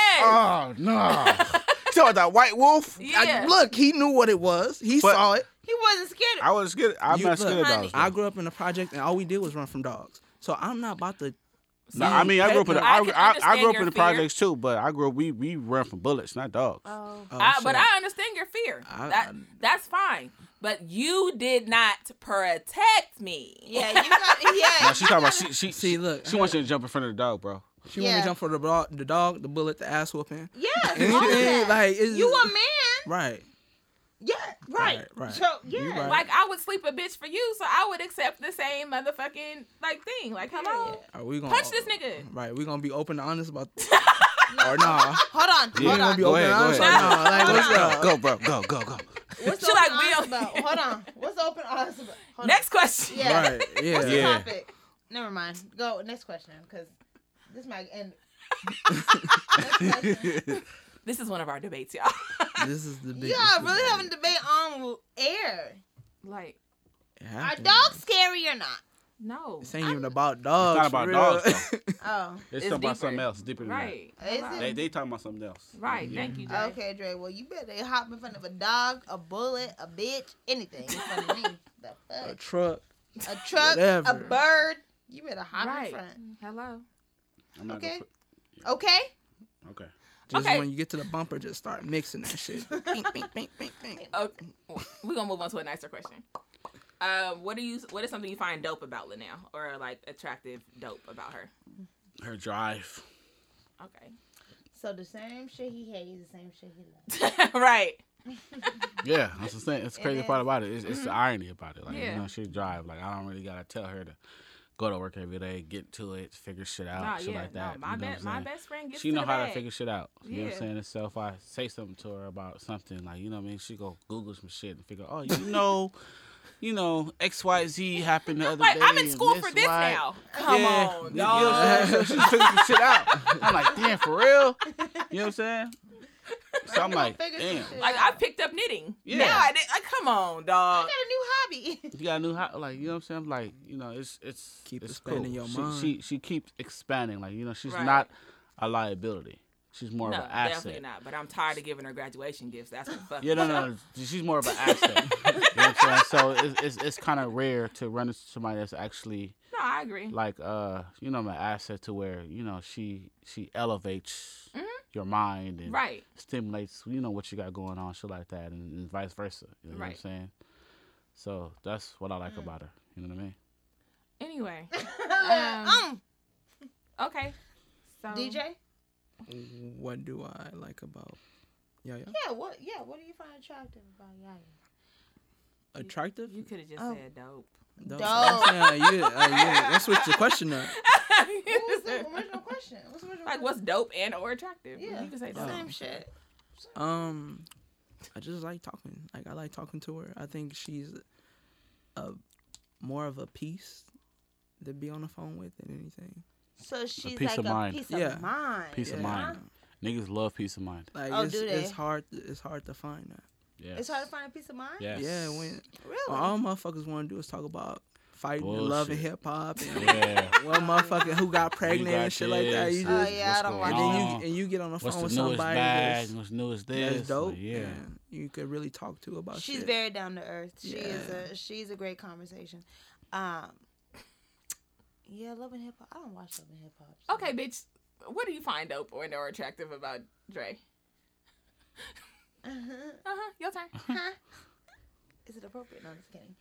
yes, Oh (laughs) no. you talking about that white wolf? yeah. I- look, he knew what it was. He But- saw it. he wasn't scared. I was scared. I'm You- not look, scared of dogs. honey, bro. I grew up in a project, and all we did was run from dogs. So I'm not about to. No, I mean I grew up in the, I I, can I, I understand grew up your in the fear. projects too, but I grew up we we run from bullets, not dogs. oh. Oh, I, but shit. I understand your fear. I- that, that's fine. But you did not protect me. Yeah, you (laughs) got yeah. Now she talking about she she See, look. she wants you to jump in front of the dog, bro. she wanted me Yeah. to jump for the dog, the dog, the bullet, the ass whooping. (laughs) Yes, all of Anything that. like it's, you a man. right? Yeah, right. Right, right. So You yeah. right. Like I would sleep a bitch for you, so I would accept the same motherfucking like thing. Like hello, Are we gonna punch this nigga. Right? We gonna be open and honest about. or Hold on, nah? Yeah. hold We gonna on. be Go open ahead, and go honest. Or ahead. nah? Like what's up? Go, bro. Go, go, (laughs) go. What's She open like, like, we honest don't- about? Hold on. What's open honest about? Hold Next question. Yeah. Right? Yeah. on. Yeah. Topic. Never mind. Go next question because this might end. Next question. This is one of our debates, y'all. This is the big. Yeah, really having a debate on air. like Are dogs scary or not? no, This ain't even about dogs. It's not about for real. dogs, Oh, It's It's, talking about deeper. something else, deeper than right? Is Hello. it? that. They they talking about something else. Right. Thank you. Jay. okay, Dre. Well, you better they hop in front of a dog, a bullet, a bitch, anything in front of me. The (laughs) a fuck? truck. A truck, a Whatever. bird. You better hop in Right. front. Hello. I'm not Okay. gonna Okay. put- okay. Just Okay. when you get to the bumper, just start mixing that shit. Bing, bing, bing, bing, bing. Okay. We're gonna move on to a nicer question. Um, what do you? What is something you find dope about Linnell, or like attractive dope about her? Her drive. Okay. So the same shit he hates, is the same shit he loves. (laughs) right. Yeah, that's the thing. That's the crazy is. part about it. It's, it's the irony about it. Like Mm-hmm. Yeah. you know, she drive. Like I don't really gotta tell her to go to work every day, get to it, figure shit out, Nah, shit yeah. like that. no, my you know what best, I'm my saying? best friend gets she to know the how bag. to figure shit out. You know what Yeah. I'm saying? And so if I say something to her about something, like you know what I mean, she go Google some shit and figure, (laughs) oh, you know, you know, X Y Z happened the other Like day. I'm in and school for this why- now. Come Yeah, on, you know what I'm saying? So she figured some shit out. I'm like, damn, for real? You know what I'm saying? So I'm Gonna like, figure some damn. shit Like I out. picked up knitting. Yeah. Yeah. Now I did. Like, come on, I got dog. a new hobby. (laughs) You got a new hot, like you know what I'm saying. I'm Like you know, it's it's Keep it's expanding your she, mind. She she keeps expanding. Like you know, she's Right. not a liability. She's more No, of an definitely asset. not. But I'm tired of giving her graduation gifts. That's what fuck. (laughs) Yeah, no, no, no. She's more of an asset. you know what I'm saying? So it's it's, it's kind of rare to run into somebody that's actually (laughs) No, I agree. like uh you know an asset to where you know she she elevates your mind and Mm-hmm. Right. stimulates you know what you got going on, shit like that, and, and vice versa. You know what I'm Right. saying? So that's what I like Mm. about her. You know what I mean? Anyway. um, Okay. So DJ. What do I like about Yeah, yeah. Yeah, what? Yeah, what do you find attractive about Yaya? Attractive? You could have just Oh. said dope. That's what I'm saying. Yeah, uh, yeah. Let's switch the question up. What was the original question? What's the original (laughs) like what's dope and or attractive? Yeah, You could say dope. question? same shit. Um, I just like talking. Like I like talking to her. I think she's a more of a piece to be on the phone with than anything. So she's peace like of a mind. peace Yeah. of mind. Peace of Yeah. mind. Niggas love peace of mind. Like Oh, it's, do they? it's hard. It's hard to find that. Yeah. It's hard to find a peace of mind. Yes. Oh, Yeah, when Really? all motherfuckers want to do is talk about fighting, and love, and Bullshit. hip hop, (laughs) and Yeah. one motherfucker (laughs) who got pregnant got and shit like that. this, You Oh just yeah, I what's don't going like and that. on? then you and you get on the What's phone the with newest somebody bag? that's, What's newest this? that's dope. Like, yeah. and you could really talk to about. She's shit. very down to earth. She is Yeah. a she's a great conversation. Um, yeah, love and hip hop. I don't watch love and hip hop. so- Okay, bitch. What do you find dope and or attractive about Dre? uh huh. Your (laughs) turn. Huh? (laughs) Is it appropriate? No, I'm just kidding.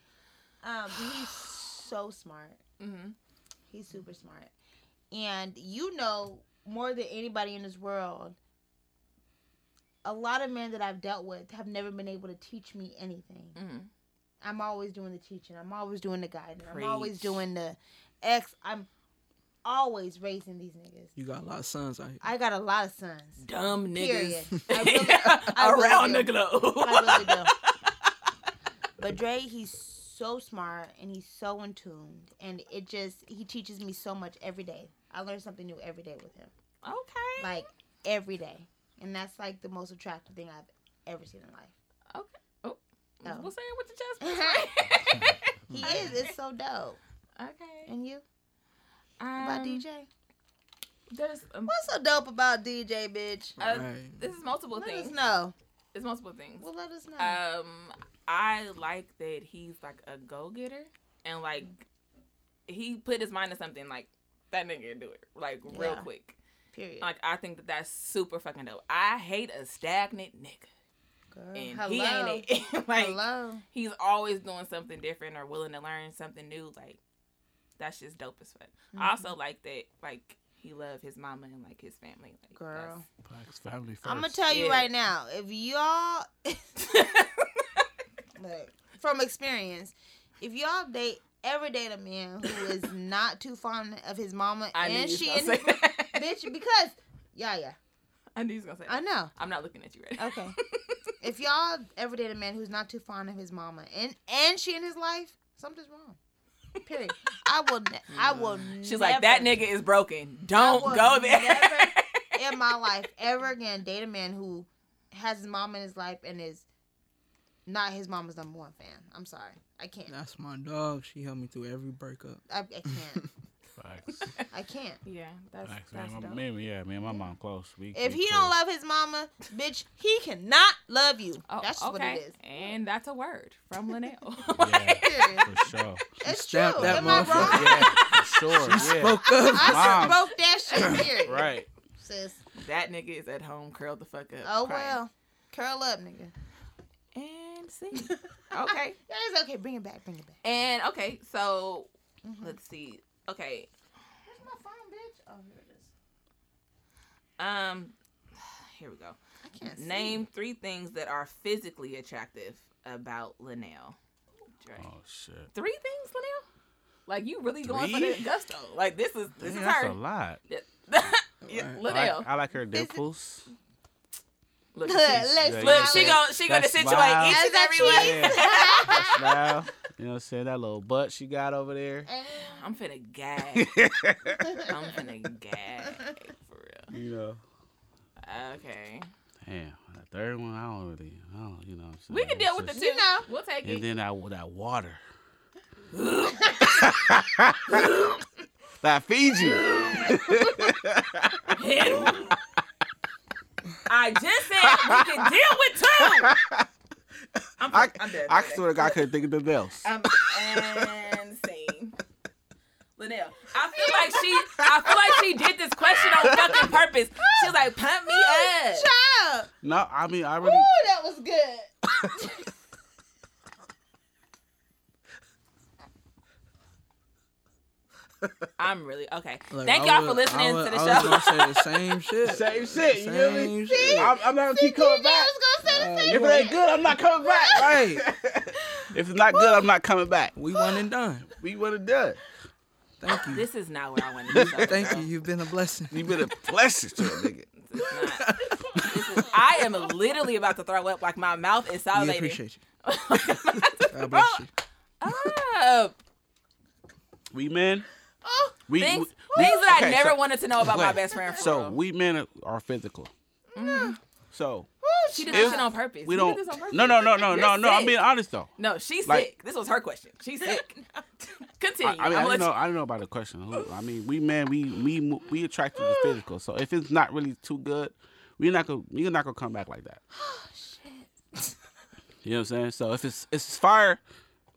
Um, he's so smart. Mhm. He's super smart, and you know more than anybody in this world. A lot of men that I've dealt with have never been able to teach me anything. Mhm. I'm always doing the teaching. I'm always doing the guiding. Preach. I'm always doing the X. I'm always raising these niggas. You got a lot of sons out here. I got a lot of sons. Dumb Period. (laughs) niggas I really, I really around do. the globe. I really do. But Dre, he's so smart and he's so in tune, and it just he teaches me so much every day. I learn something new every day with him, (laughs) okay. like every day, and that's like the most attractive thing I've ever seen in life. okay. Oh, Oh. what's saying with the chest? (laughs) (laughs) piece? He is. It's so dope. okay. And you Um, about DJ? There's um, What's so dope about DJ, bitch? uh, Right. this is multiple Let us things. know. It's multiple things. Well, let us know. Um, I like that he's like a go getter and like he put his mind to something like that nigga can do it like real Yeah. quick. Period. Like I think that that's super fucking dope. I hate a stagnant nigga, Girl, and Mm, hello. he ain't it. (laughs) like oh, hello. he's always doing something different or willing to learn something new. Like that's just dope as fuck. Mm-hmm. I also like that like he loved his mama and like his family. Like, Girl. Black's family first. I'm gonna tell you Yeah. right now, if y'all that's- (laughs) look, from experience, if y'all date ever date a man (coughs) who is not too fond of his mama I knew and you she was and gonna say that. (laughs) bitch because yeah yeah I knew you was gonna say. I That. know I'm not looking at you right now. okay. if y'all ever date a man who's not too fond of his mama and and she in his life, something's wrong. Period. I will. Ne- I will. She's like, that never- nigga is broken. Don't I will go there. (laughs) never in my life ever again date a man who has his mom in his life and is not his mama's number one fan. I'm sorry. I can't. That's my dog. She helped me through every breakup. I, I can't. (laughs) Facts. (laughs) I can't. yeah, that's, Facts. that's Man, my, dope. me, and- yeah, man, my mom close. We, If we he close. don't love his mama, bitch, he cannot love you. Oh, That's just okay. what it is. And that's a word (laughs) from Linnell. (laughs) Yeah. Period. (laughs) for sure, It's true. stamped that Am I motherfucker. (laughs) wrong? yeah, for sure, yeah, Spoke up. I just Mom. broke that shit. Period. right. Sis. that nigga is at home, curled the fuck up. Oh crying. well. Curl up, nigga. And see. (laughs) okay. Yeah, it's okay. Bring it back. Bring it back. And okay, so Mm-hmm. let's see. Okay. Where's my phone, bitch? Oh, here it is. Um here we go. I can't see. (laughs) Name three things that are physically attractive about Linnell. Dre. Oh shit, Three things, Linnell? Like you really going for Three? the gusto. Like this is this is Damn, that's a her. lot. Yeah, Right. I like, Linnell. I like her This is- dimples. (laughs) Look, Look, look, Yeah, look, yeah. she gon' she gonna That's situate wild. each That's and a every one. cheese. Yeah. (laughs) That smile. You know what I'm saying? That little butt she got over (laughs) there. (laughs) (laughs) I'm finna gag. I'm finna gag for real. You know. Okay, Damn. The third one, I don't really, I don't, you know what I'm saying? we can deal with It's the just- two. You know. we'll take (laughs) And it. then that, that water. (laughs) that feeds you. I just said we can deal with two. I'm, I, I'm dead. I swear to God, I couldn't think of nothing else. I'm insane. Linnell, I feel like she, I feel like she did this question on fucking purpose. She was like, pump me (laughs) up. Child. No, I mean, I Ooh, really. that was good. I'm really okay. Look, Thank I y'all would- for listening I would- to the I show. was gonna say the same shit. (laughs) Same shit. You feel me? Same shit. I'm, I'm not gonna keep I coming back. was gonna say the same If it ain't good, I'm not coming back. Right. If it's not good, I'm not coming back. We one and done. We would have done. Thank you. this is not what I (laughs) want to do. Mm. Thank you. You've been a blessing. You been a blessing to a nigga. I am literally about to throw up. Like my mouth is we salivating. (laughs) appreciate you. God bless you. Up. We men. Oh, We, Things, we- things that I okay, never so- wanted to know about my wait. best friend. For So real. we men are- are physical. So she did this shit on purpose. Mm-hmm. we You don't. Did this on purpose. No, no, no, no, no, You're no. I'm sick. being honest though. No, she's Like- sick. This was her question. (laughs) She's sick. (laughs) Continue. I, I mean, I'm I gonna don't know. let I don't know about the question. Who- I mean, we men, we we mo- we attracted to physical. So if it's not really too good, we're not gonna you're not gonna come back (gasps) like that. You know what I'm saying? So if it's it's fire,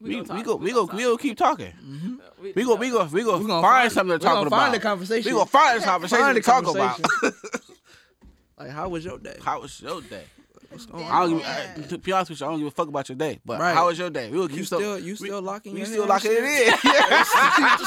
we we gonna talk. go We we gonna go talk. Mm-hmm. we go keep talking. you- We go we go we go We find, gonna something to we talk gonna about. Find the conversation. We gonna find this conversation Find to the talk about. conversation. Like, how was your day? How was your day? What's going I on? don't give, I, to be honest with you, I don't give a fuck about your day. But Right. how was your day? We will keep You some- still, you we- still locking we your still hair locking it and shit? in. (laughs) You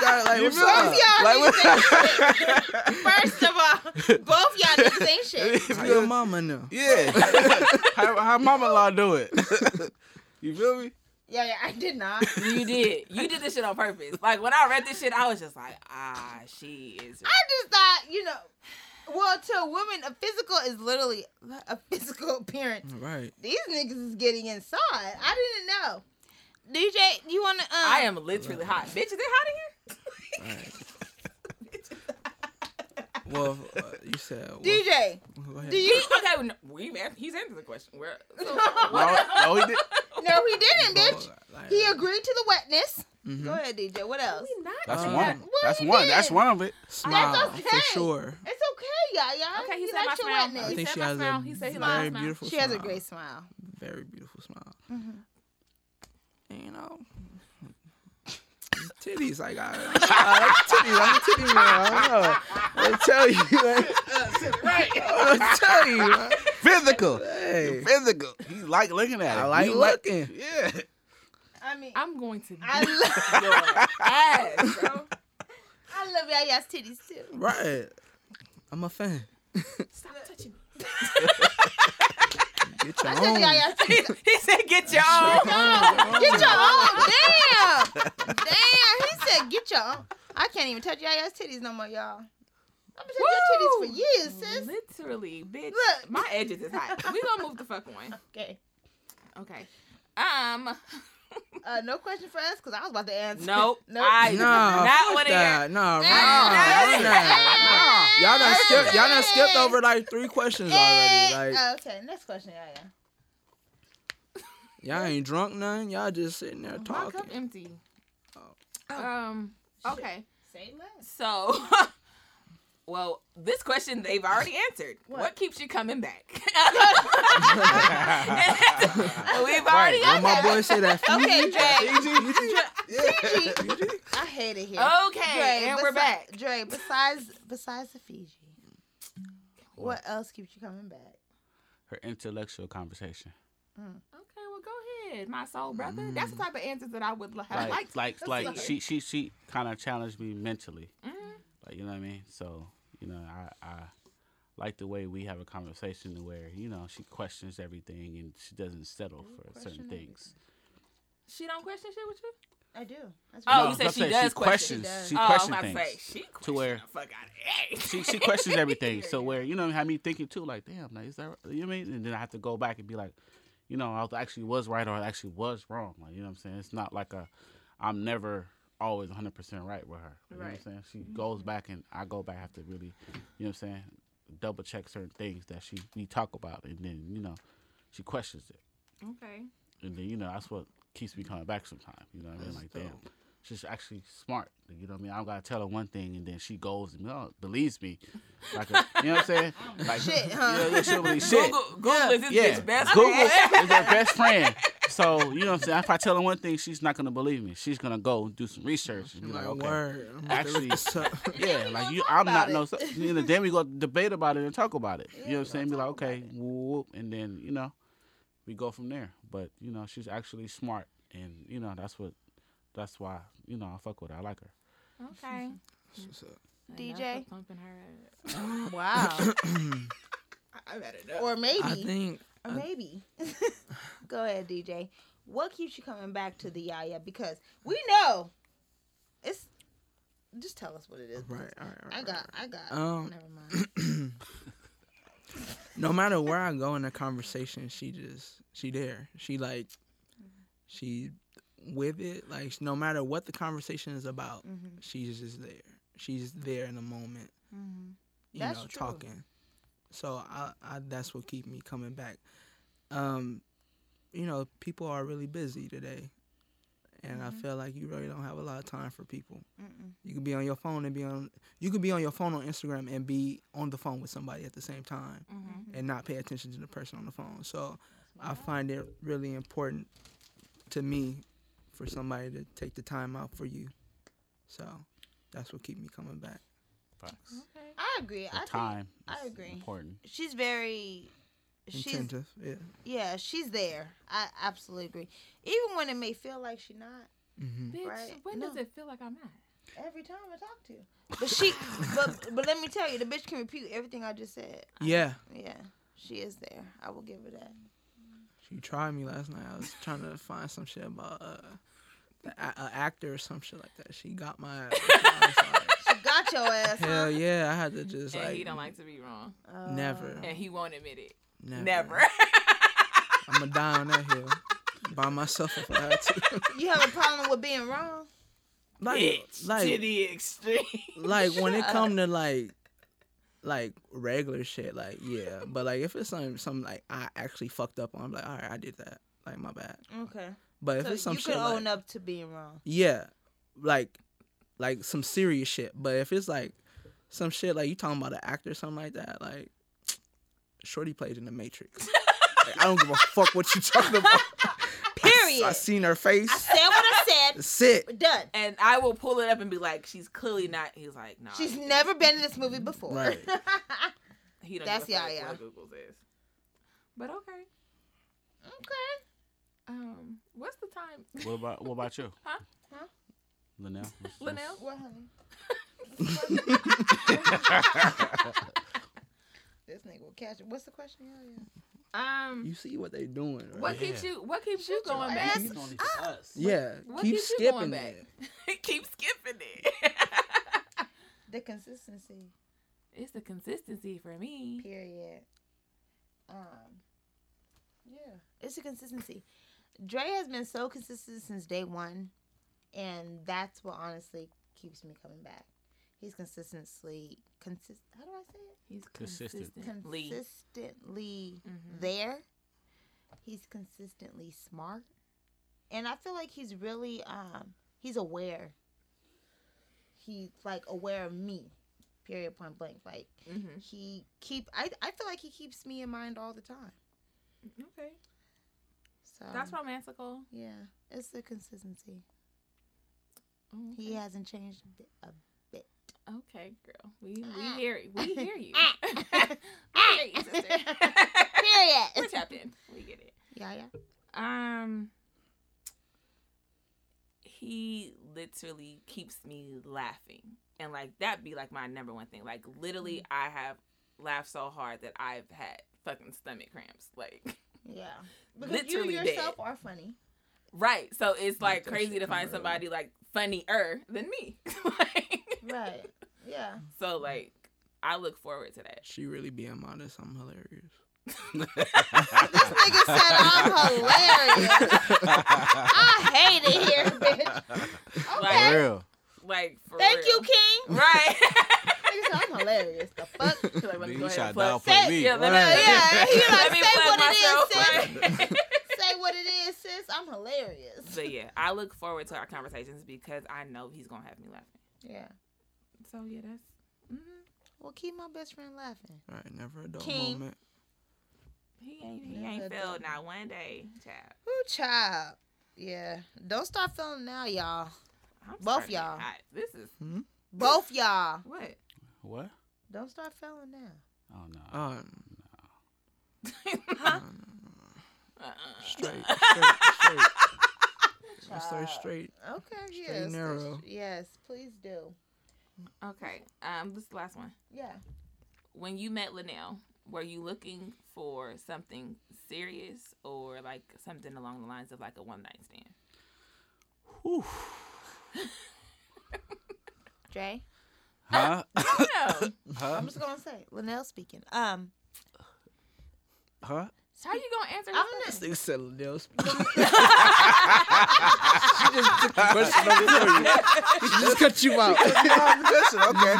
got it, like, what's up? Like, Oh, y'all what- niggas ain't shit. (laughs) First of all, both y'all niggas ain't (laughs) shit. How your mama know? yeah. (laughs) how how mama law do it? (laughs) you feel me? Yeah, yeah, I did not. I you did. You did this shit on purpose. Like when I read this shit, I was just like, ah, she is. just thought, you know, well, to a woman, a physical is literally (laughs) a physical appearance. Right. These niggas is getting inside. I didn't know. DJ, you wanna? Um, I am literally hot. Bitch, is it hot in here? (laughs) Well, uh, you said. Well, DJ, go ahead. do (laughs) you? Okay, well, no, we man, he's answered the question. Where? (laughs) so- No, no, he did. No, he didn't, bitch. Like, He agreed to the wetness. mhm. Go ahead, DJ. What else? Mm-hmm. We not. That's Uh, one. what That's he one. did? That's one of it. Smile okay. for sure. It's okay, y'all. y'all. Okay, he you said my like your frown. wetness. I He think said she my has smile. a He said he likes very smile. beautiful. She has a smile. great smile. very beautiful smile. Mhm. And, you know, titties. Like I, I like titties. I'm a titty man. I don't know. I tell you. (laughs) Right. I tell you. man. Physical. Hey, Physical. He like looking at it. I like He looking. (laughs) yeah. I mean, I'm going to I beat love, your (laughs) ass, bro. I love y'all y'all's titties too. Right. I'm a fan. Stop touching me. Get your I own. said y'all y'all's he, titties. he said, "Get (laughs) your own." Oh, get (laughs) your own. Damn, damn. He said, get your own. I can't even touch y'all y'all's titties no more, y'all. I've been touching your titties for Woo! years, sis. (laughs) Literally, bitch. Look. my edges is hot. We gonna move the fuck on. Okay. Okay. Um. Uh, no question for us, cause I was about to answer. (laughs) Nope. Nope. (laughs) I Nah, do not fuck want to hear. that. Nah, Hey, hey, nah, nah. Y'all done skipped. Y'all done skipped over like three questions Hey. already. Like. Oh, okay, next question, y'all. y'all. Y'all ain't drunk none. Y'all just sitting there My cup (laughs) (laughs) talking. Oh. empty. Um. Okay. Say less. So, (laughs) well, this question they've already answered. What, What? keeps you coming (laughs) back? We've already Right. When (laughs) my Okay. boy say that, Okay, Dre. Easy. Yeah. Fiji. I hate it here. Okay, Dre, and we're besi- back. Dre, besides besides the Fiji, what else keeps you coming back? Her intellectual conversation. Okay, well, go ahead, my soul brother. That's the type of answers that I would l- have Like liked. like That's like weird. she she she kind of challenged me mentally. Mhm. Like you know what I mean? So, you know, I I like the way we have a conversation where, you know, she questions everything and she doesn't settle for question certain things. She don't question shit with you. I do. That's Oh, right. you I'm said she saying does she question. questions. She She oh, I'm questions about to things. say she questions where- the fuck out of she, she questions everything. So where you know had me thinking too, like damn, like is that right? you know what I mean? And then I have to go back and be like, you know, I was- actually was right or I actually was wrong. Like you know what I'm saying? It's not like a I'm never always 100 percent right with her. You know what Right. I'm saying? She goes back and I go back. I have to really, you know what I'm saying? Double check certain things that she we talk about, and then you know, she questions it, (laughs) okay. and then you know that's what keeps me coming back sometimes. You know what I mean? That's Like damn. dope. She's actually smart. You know what I mean? I gotta tell her one thing, and then she goes and oh, believes me. Like, a, you know what I'm saying? (laughs) Like, Shit, huh? Yeah, yeah, she don't believe shit. Google, Google is this yeah, bitch best (laughs) Google friend. is her best friend. So you know what I'm saying? If I tell her one thing, she's not gonna believe me. She's gonna go do some research. And be I'm like, like, okay. word. I'm about to Actually- look this (laughs) up. Yeah, like you, I'm not no. so- You know, then we go debate about it and talk about it. you know what I'm saying? Be like, okay, whoop, and then you know, we go from there. But you know, she's actually smart, and you know that's what, that's why you know I fuck with her. I like her. Okay. What's up? DJ? Y'all pumping her up. (clears throat) Wow. I've had it up. or maybe. (laughs) I think Or maybe. (laughs) Go ahead, DJ. What keeps you coming back to the Yaya? Because we know it's. Just tell us what it is. right, all right, all right. I got. I got. Um, never (clears throat) mind. no matter where I go in a conversation, she just she there. She like she with it. Like no matter what the conversation is about, Mm-hmm, she's just there. She's there in the moment. mm-hmm, You That's know, true. talking. So I, I that's what keep me coming back. Um, you know, people are really busy today. And Mm-hmm. I feel like you really don't have a lot of time for people. You could be on your phone and be on. You could be on your phone on Instagram and be on the phone with somebody at the same time, Mm-hmm. and not pay attention to the person on the phone. So, I find it really important to me for somebody to take the time out for you. So, that's what keep me coming back. Mm-hmm. Facts. I agree. Mm-hmm. I think- Time. I is agree. Important. she's very. She's Intensive, yeah. yeah. She's there. I absolutely agree. Even when it may feel like she's not Bitch, Right. when does No. it feel like I'm not? every time I talk to you, but she. but but let me tell you, the bitch can repeat everything I just said. Yeah, Yeah, she is there. I will give her that. she tried me last night. I was trying to find some shit about uh, the a- a actor or some shit like that. She got my ass. I was (laughs) like, She got your (laughs) ass. huh? Uh, Hell yeah! I had to just And like, he don't like to be wrong. never, And he won't admit it. never, Never. I'm gonna die on that hill by myself if I had to. (laughs) You have a problem with being wrong. (laughs) like, Bitch, to like, the extreme. like when it come to like, like regular shit, like yeah. But like if it's something, something like I actually fucked up on, I'm like, all right, I did that. Like my bad. Okay. But if So it's some you shit, can like, own up to being wrong. yeah, like, like some serious shit. But if it's like some shit, like you talking about an actor, or something like that, like. Shorty played in (laughs) the Matrix. Like, I don't give a fuck what you talking about. Period. I seen her face. (laughs) Said what I said. That's it. We're done. and I will pull it up and be like, she's clearly not. He's like, no. She's never been in this movie before. Right. he don't That's give a fuck Yaya. what Google says. But okay. (laughs) Okay. Um, what's the time? What about what about you? Huh? (laughs) Huh? (laughs) Linnell. what's- Linnell? Well, (laughs) honey. this nigga will catch it. What's the question? Yeah, yeah. Um, You see what they doing. Right? what keeps you? What keeps you going your back? (laughs) ass It's only Ah. for us. Yeah, What keep keeps you skipping going that. back? keep skipping it. (laughs) The consistency. it's the consistency for me. Period. Um. Yeah. It's the consistency. Dre has been so consistent since day one, and that's what honestly keeps me coming back. He's consistently consist. How do I say it? He's Consistent. consistently. Mm-hmm. consistently there. He's consistently smart. And I feel like he's really um he's aware. He's like aware of me. Period point blank. Like Mhm. he keep I I feel like he keeps me in mind all the time. Okay, So that's romantical. yeah. It's the consistency. Okay. He hasn't changed a bit. (laughs) A bit. Okay, girl. We Ah. we hear you. We hear (laughs) you. (laughs) we hear you, sister. We're Period. tapped in. We get it. yeah, yeah. Um, he literally keeps me laughing, and like that be like my number one thing. Like literally, I have laughed so hard that I've had fucking stomach cramps. Like (laughs) Yeah. Because Literally you dead. yourself are funny. right, so it's like that crazy shit to come find early. somebody like funnier than me. (laughs) like, Right. Yeah. so like I look forward to that. She really being modest. I'm hilarious. (laughs) This nigga said I'm (laughs) hilarious. I hate it here, (laughs) bitch. Like, Okay. Real. Like for Thank real. you, King. Right. Nigga said I'm hilarious. The (laughs) fuck? like, let me Nigga, go you ahead and tried (laughs) plug. downplay Say- me. Yeah, let me, Right. Yeah, he like, say what it is, (laughs) it is, Say what it is, sis. I'm hilarious. But yeah, I look forward to our conversations because I know he's gonna have me laughing. Yeah. So yeah, that's mhm. Well, keep my best friend laughing. All right, never a dull King. moment. he ain't he Yeah, ain't that- failed not one day, child. Ooh, child. Yeah. Don't start feeling now, y'all. I'm Both starting to y'all. get hot. This is Both y'all. (laughs) what. What? Don't start feeling now. Oh no. Uh, Oh, huh? um, (laughs) straight, straight, straight. I stay straight. Okay, Straight yes. narrow. Yes, please do. Okay. Um, this is the last one. Yeah. When you met Linnell, were you looking for something serious or like something along the lines of like a one night stand? (laughs) Jay? (laughs) Huh? No. I'm just gonna say, Linnell speaking. Um huh? How you gonna answer? I'm his not They said (laughs) Liddell just cut (laughs) you out. okay.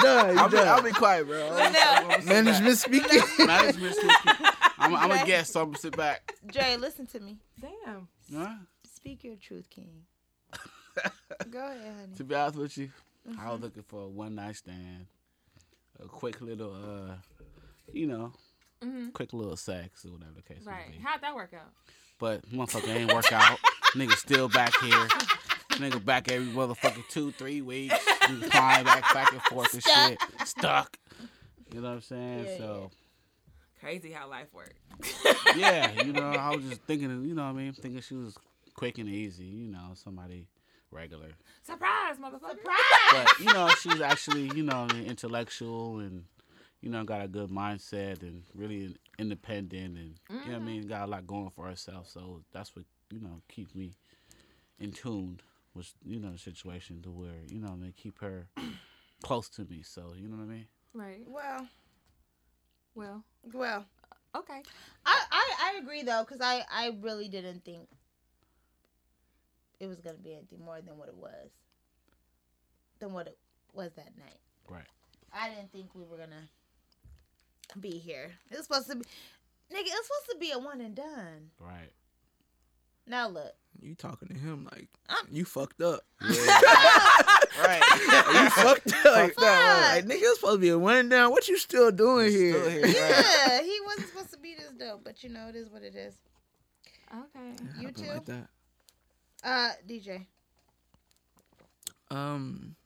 done. I'll be, I'll be quiet, bro. Linnell. Management speaking. Management speaking. I'm, I'm a guest, so I'm gonna sit back. Jay, listen to me. (laughs) Damn. Huh? Speak your truth, King. (laughs) Go ahead, honey. To be honest with you, I was looking for a one night stand, a quick little, uh, you know, hmm quick little sex or whatever the case Right. may be. How'd that work out? But motherfucker ain't work out. Nigga still back here. Nigga back every motherfucking two, three weeks. Nigga Flying back, back and forth and shit. Stuck. You know what I'm saying? Yeah, so Crazy how life works. yeah, you know, I was just thinking, you know what I mean? thinking she was quick and easy, you know, somebody regular. Surprise, motherfucker. But, you know, she was actually, you know, intellectual and, you know, got a good mindset and really independent and, Mm. you know what I mean? Got a lot going for herself. So that's what, you know, keep me in tune was, you know, the situation to where, you know what I mean? Keep her close to me. So, you know what I mean? Right. Well, Well. well. Okay. I, I, I agree though, because I, I really didn't think it was gonna be anything more than what it was. Than what it was that night. Right. I didn't think we were gonna be here. It was supposed to be nigga, it's supposed to be a one and done. Right. Now (laughs) look. You talking to him like I'm- you fucked up. (laughs) Right. you fucked up. Like, Fucked up. like, nigga, it's supposed to be a one down. What you still doing here? Still here, right. Yeah, he wasn't supposed to be this dope, but you know it is what it is. Okay. It You (laughs) happened too? Like that. Uh, (laughs) DJ. Um.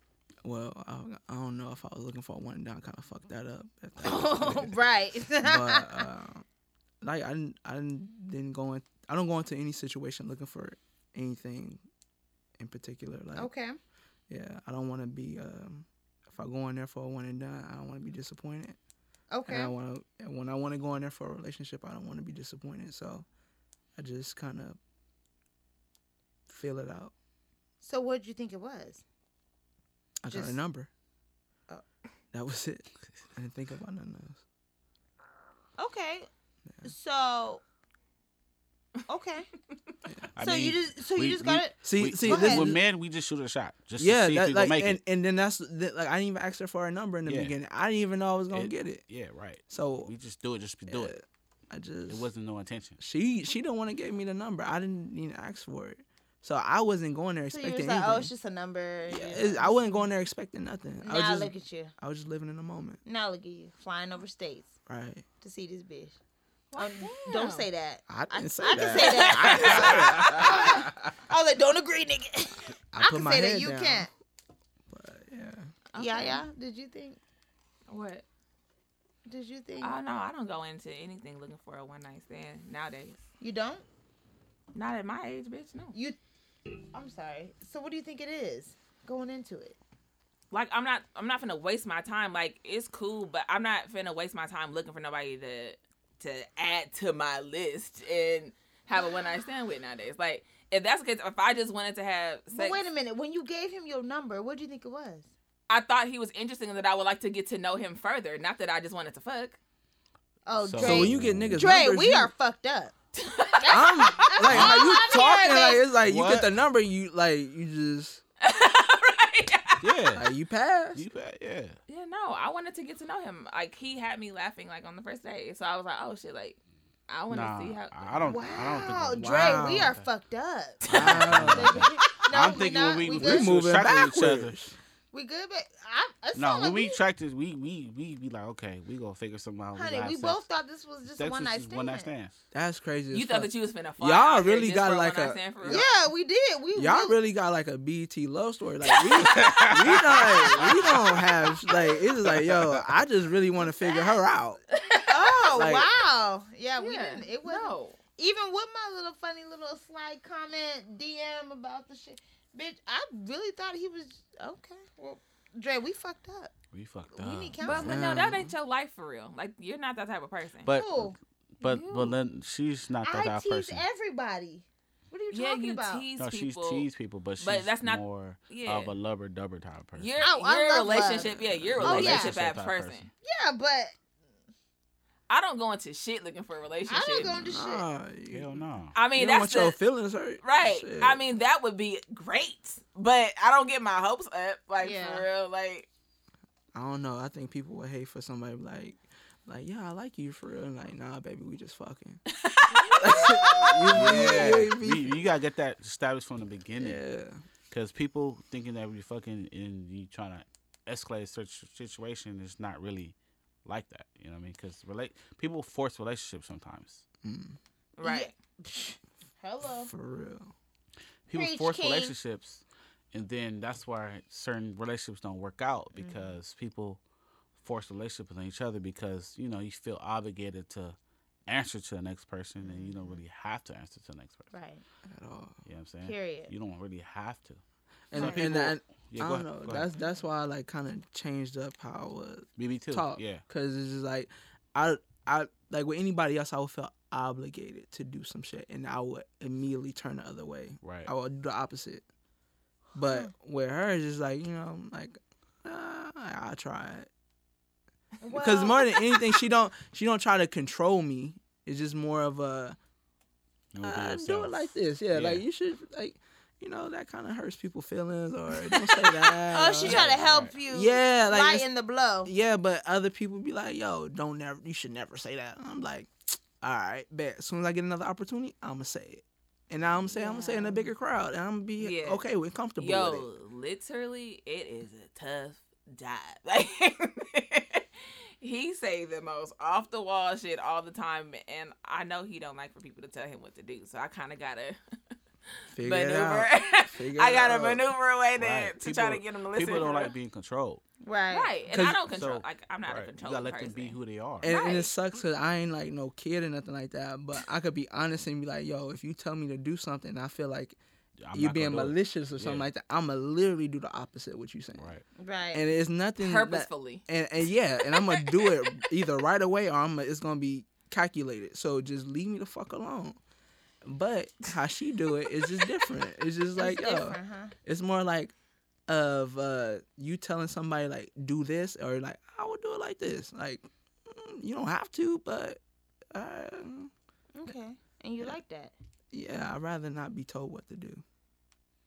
Well, I, I don't know if I was looking for a one down. Kind of fucked that up. (laughs) Oh, right. but um, like I didn't, I didn't, didn't go in. I don't go into any situation looking for anything in particular. Like okay. yeah, I don't want to be. Um, if I go in there for a one and done, I don't want to be disappointed. And Okay. I want to when I want to go in there for a relationship, I don't want to be disappointed. So I just kind of feel it out. So what did you think it was? I got Just- a number. Oh. That was it. I didn't think about nothing else. Okay. So. (laughs) Okay. I so you mean, just so we- you just we- got it. See, we, see, Go we- this, ahead. with men, we just shoot a shot just to yeah, see if that, we gonna like, make and, it. and then that's that, like I didn't even ask her for her number in the Yeah. beginning. I didn't even know I was gonna It- get it. Yeah, right. So We just do it just to do it. I just It wasn't no intention. (laughs) She she don't want to give me the number. I didn't even ask for it. So I wasn't going there So you're expecting just like, oh, it's anything. just a number. Yeah, you it's- know. I wasn't going there expecting nothing. I was now just look at you. I was just living in the moment. Now look at you flying over states Right. to see this bitch. Well, Um, don't damn. say that. I didn't say I can that. say (laughs) that. I, was like, I was like, don't agree, nigga. (laughs) I, put can my say that. head You down. can't. But yeah. Yeah, Okay. yeah. Did you think? What? Did you think? Oh no, I don't go into anything looking for a one night stand nowadays. you don't. Not at my age, bitch. No. You. I'm sorry. So what do you think it is going into it? Like I'm not. I'm not finna waste my time. Like it's cool, but I'm not finna waste my time looking for nobody to to add to my list and have a one night stand with nowadays. Like if that's good, if I just wanted to have But sex, wait a minute. When you gave him your number, what do you think it was? I thought he was interesting and that I would like to get to know him further. Not that I just wanted to fuck. (laughs) Oh, So- Dre. So when you get niggas Dre, numbers, we you- are fucked (laughs) up. (laughs) (laughs) I'm like how you I'm talking hearing like this. it's like you What? get the number you like you just Yeah. like you pass. you bet, yeah. Yeah, no, I wanted to get to know him. Like he had me laughing like on the first day, so I was like, oh shit, like I want to Nah, see how. I don't. Wow, I don't think. Dre, Wow. we are fucked up. (laughs) (laughs) Wow. No, I'm we thinking not. when we, we we, good. We should moving track with backwards. we good, but I, it's No, not when like we tracked this, we we we be like, okay, we gonna figure something out. honey, gonna we have both sex. thought this was just a That's one just night this stand. One night stands. That's crazy. You as thought fuck. that you was finna fly. Y'all out here really just got for a like one-night a- stand for real? Yeah, we did. We Y'all we- really got like a BT love story. Like (laughs) we, we not, we don't have like it's just like yo. I just really want to figure her out. Oh (laughs) like- wow, yeah, we Yeah, didn't. It was no. even with my little funny little slight comment DM about the shit, bitch, I really thought he was okay. Well, Dre, we fucked up. We fucked we up. need But, counseling. but no, that ain't your life for real. Like you're not that type of person. But Cool. but You- but then she's not that I type of tease person. everybody. What are you yeah, talking you about? tease No, she's people. teased people, but she's But that's not- more yeah. of a lubber dubber type person. Your, Oh, I your love love. relationship, yeah, your Oh, yeah. relationship type Relationship type person. person. yeah, but I don't go into shit looking for a relationship. I don't go into shit. Nah, you, (laughs) Hell no. I you mean, don't that's want your the, feelings hurt. right. Shit. I mean, that would be great, but I don't get my hopes up. Like Yeah. for real, like I don't know. I think people would hate for somebody like, like, yeah, I like you for real. And like, nah, baby, we just (laughs) fucking. Yeah, yeah, you, you gotta get that established from the beginning. yeah. Because people thinking that we fucking and you trying to escalate a certain situation is not really like that. You know what I mean? Because relate people force relationships sometimes. right. Hello. Mm. For real. People Preach, force King. relationships, and then that's why certain relationships don't work out Mm-hmm. because people force relationships on each other because you know you feel obligated to answer to the next person and you Mm-hmm. don't really have to answer to the next person. Right. At all. You know what I'm saying? Period. You don't really have to. And, Some and, people- and Yeah, I go don't ahead, know. go ahead. That's that's why I like kind of changed up how I was BB too. talk. Yeah. Cause it's just like I I like with anybody else I would feel obligated to do some shit and I would immediately turn the other way. Right. I would do the opposite. But with her it's just like, you know, I'm like uh, I try it. Because Well, (laughs) more than anything she don't she don't try to control me. It's just more of a You wanna be uh, do yourself. it like this. Yeah, like Yeah. you should like you know, that kind of hurts people's feelings or don't say that. (laughs) Oh, she trying to help you. Yeah, like Lighten it's- the blow. Yeah, but other people be like, yo, don't never, you should never say that. And I'm like, all right, bet. As soon as I get another opportunity, I'm going to say it. And now I'm saying, I'm going to say it in a bigger crowd. And I'm going to be Yeah. okay with comfortable with it. Yo, literally, it is a tough dive. (laughs) Like, he say the most off the wall shit all the time, and I know he don't like for people to tell him what to do. So I kind of gotta Figure it maneuver. out. Figure (laughs) I it gotta out. maneuver a way to, Right. to try to People- get him to listen. People to don't her. like being controlled. Right. right, and I Cause- don't control. so- like I'm not Right. a You controlling gotta let person. them be who they are. And, and Right. it sucks because I ain't like no kid or nothing like that. But I could be honest and be like, yo, if you tell me to do something, I feel like I'm you not gonna being do it. malicious or something Yeah. like that, I'm going to literally do the opposite of what you saying. Right. Right. And it's nothing that- purposefully. and and yeah, and I'm gonna do it either right away or I'm gonna, it's gonna be calculated. So just leave me the fuck alone. But how she do it is just different. It's just like oh. it's yo, different, huh? it's more like of uh you telling somebody like do this or like I would do it like this. Like mm, you don't have to, but uh, Okay. And you like (laughs) that. yeah, I'd rather not be told what to do.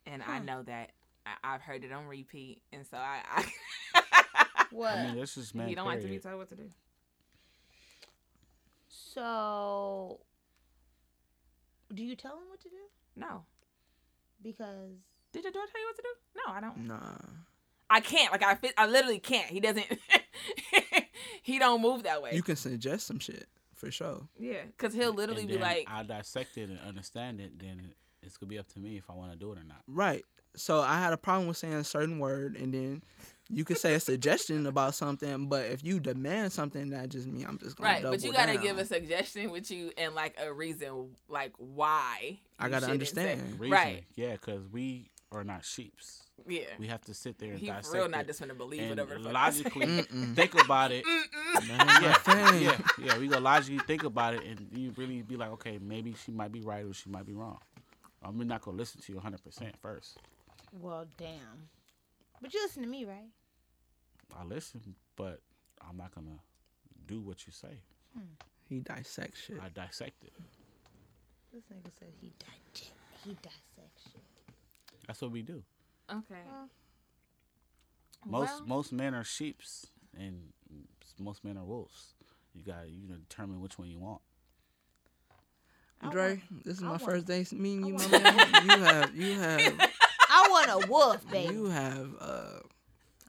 and Hmm. I know that I, I've heard it on repeat, and so I. I What? I mean, that's just (laughs) man. you don't like to be period. told what to do. so, do you tell him what to do? No. Because Did your daughter tell you what to do? No, I don't. Nah. I can't. Like I, fit, I literally can't. He doesn't. (laughs) he don't move that way. You can suggest some shit for sure. yeah, because he'll literally And be then like, I dissect it and understand it, then it's gonna be up to me if I want to do it or not. Right. So I had a problem with saying a certain word, and then you could say a suggestion about something, but if you demand something, that just means I'm just gonna right, but you double gotta down. give a suggestion with you and like a reason, like why. I you gotta shouldn't say- understand. (laughs) Reasoning. Right. Yeah, because we are not sheeps. Yeah. We have to sit there and He for dissect real not it just gonna believe and whatever the fuck I say. (laughs) logically Mm-mm. think about it. yeah, thing. yeah, yeah. We gonna logically think about it, and you really be like, okay, maybe she might be right or she might be wrong. I'm not gonna listen to you 100 percent first. Well, damn. But you listen to me, right? I listen, but I'm not gonna do what you say. He dissects shit. I dissect it. This nigga said he digest, he dissects shit. That's what we do. Okay. Most Well- most men are sheeps, and s- most men are wolves. You got you gotta determine which one you (laughs) want. Dre, this is my want- first day meeting you, my want- man. You have, you have, (laughs) I want a wolf, baby. you have. Uh,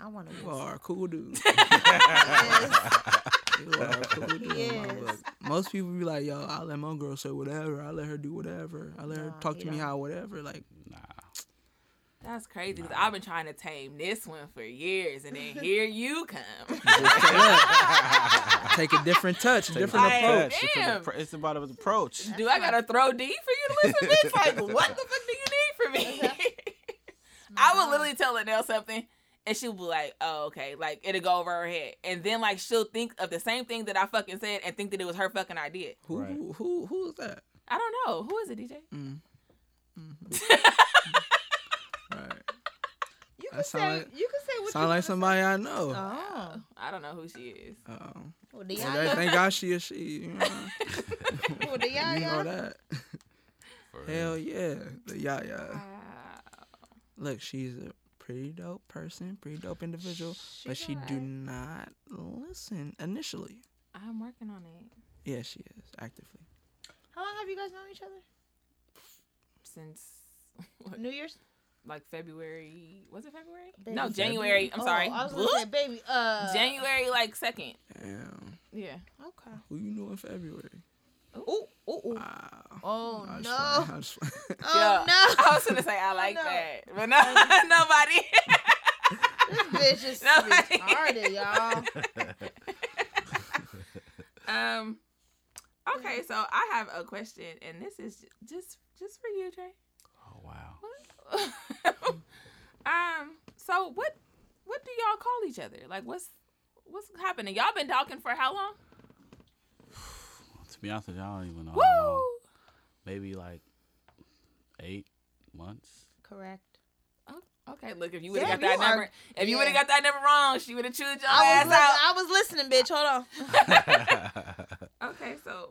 I want a you wolf. are a (laughs) cool dude. Yes. You are a cool dude. in my Yes. book. Most people be like, yo, I let my girl say whatever. I let her do whatever. I let her Nah, talk he to me (laughs) don't. how whatever. Like, Nah, That's crazy because I've been trying to tame this one for years, and (laughs) then here you come. Take a different touch, different Like, approach. damn. It's an appro- It's about an approach. Do I gotta throw D for you to listen to this? (laughs) Like, what the fuck do you need from me? I Uh-huh. would literally tell Linnell something, and she'll be like, "Oh, okay," like it'll go over her head, and then like she'll think of the same thing that I fucking said and think that it was her fucking idea. Who, Right. who who who is that? I don't know who is it, DJ. Mm. Mm-hmm. (laughs) Right. You That can sound say like- you can say what Sound you like wanna somebody I say. know. Oh, I don't know who she is. Um, well, well, Diana, that- thank God she is she. You know, (laughs) well, (laughs) you know Diana. that. For Hell yeah, the Uh, Yaya. Wow. Look, she's a pretty dope person, pretty dope individual, but she do not listen initially. I'm working on it Yeah, she is actively. How long have you guys known each other? since what, New Year's? like February. Was it February? Baby. No, January. I'm Oh, sorry. I was gonna say, baby. Uh, January like second. Damn, Yeah. Okay. who you knew in February? Ooh, ooh, ooh. Wow. Oh I was no. playing, I was playing. Yeah. Oh (laughs) no. (laughs) I was gonna say I like no. that, but no, (laughs) nobody. This bitch (laughs) is No. retarded, (laughs) y'all. um, okay, Mm-hmm. so I have a question, and this is ju- just just for you, Trey. Oh wow. What? (laughs) um, so what what do y'all call each other? Like, what's what's happening? Y'all been talking for how long? To be honest with you, I don't even know. how Woo! long. Maybe like eight months. (laughs) Correct. Oh, Okay, look, if you would have Damn, got that you are- number, if you would have yeah. got that number wrong, she would have chewed your I ass was, li- out. I was listening, bitch. (laughs) Hold on. I Okay, so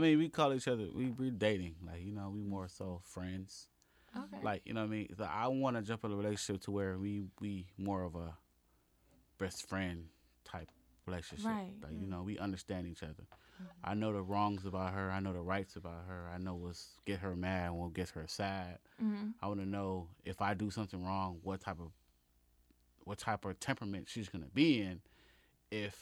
mean, we call each other. We we dating. Like you know, we more so friends. okay, Like you know what I mean. So I want to jump in a relationship to where we we more of a best friend type relationship. Right. Like you know, we understand each other. I know the wrongs about her. I know the rights about her. I know what's get her mad and what gets her sad. Mhm. I want to know if I do something wrong, what type of what type of temperament she's gonna be in. If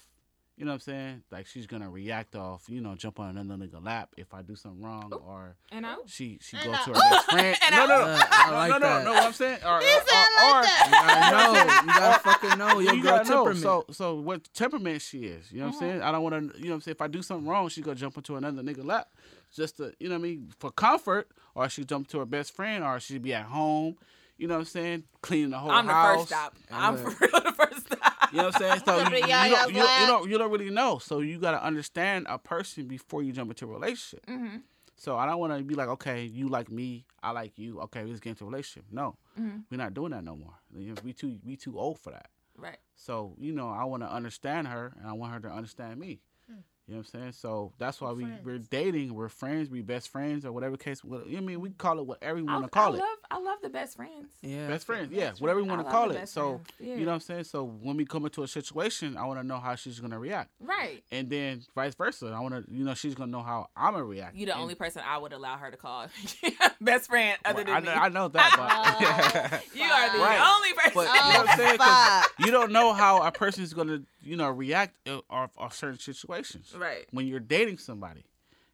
you know what I'm saying, like she's gonna react off, you know, jump on another nigga lap if I do something wrong, or and I she she And go to I- her best friend. And No, no, no, Uh, I like no, no, that. no. What I'm (laughs) saying, or, or, or, He said like or- that. (laughs) I know. You gotta fucking know your you girl gotta know. temperament. So, so what temperament she is. You know what I'm saying? I don't want to. You know what I'm saying? If I do something wrong, she gonna jump into another nigga lap, just to you know what I mean for comfort, or she jump to her best friend, or she be at home. You know what I'm saying? Cleaning the whole I'm the oh, house. first stop. and I'm for (laughs) look. real the first stop. You know what I'm saying? (laughs) So Look you, at you, Yaya's don't, you, don't, you laugh. don't you don't really know. So you gotta understand a person before you jump into a relationship. Mm-hmm. So I don't want to be like, okay, you like me, I like you. Okay, let's get into a relationship. No, Mhm. we're not doing that no more. You know, We too we too old for that. Right. So, you know, I want to understand her and I want her to understand me. Hmm. You know what I'm saying? So that's why we, we're dating. We're friends. We best friends or whatever case. What, you know what I mean, we call it whatever you I, want to I call love it. I love the best friends. yeah. Best friends. Yeah, whatever you friends. want I to love call the it. best So, friends, yeah. you know what I'm saying? So when we come into a situation, I want to know how she's going to react. Right. And then vice versa. I want to, you know, she's going to know how I'm going to react. You the And- only person I would allow her to call (laughs) best friend other Well, than I, me. know, I know that, but. (laughs) (laughs) you are the (laughs) Right. only person. But (laughs) you know Oh, what I'm saying? 'Cause fuck. (laughs) (laughs) you don't know how a person's gonna, you know, react uh, off off certain situations. right. when you're dating somebody.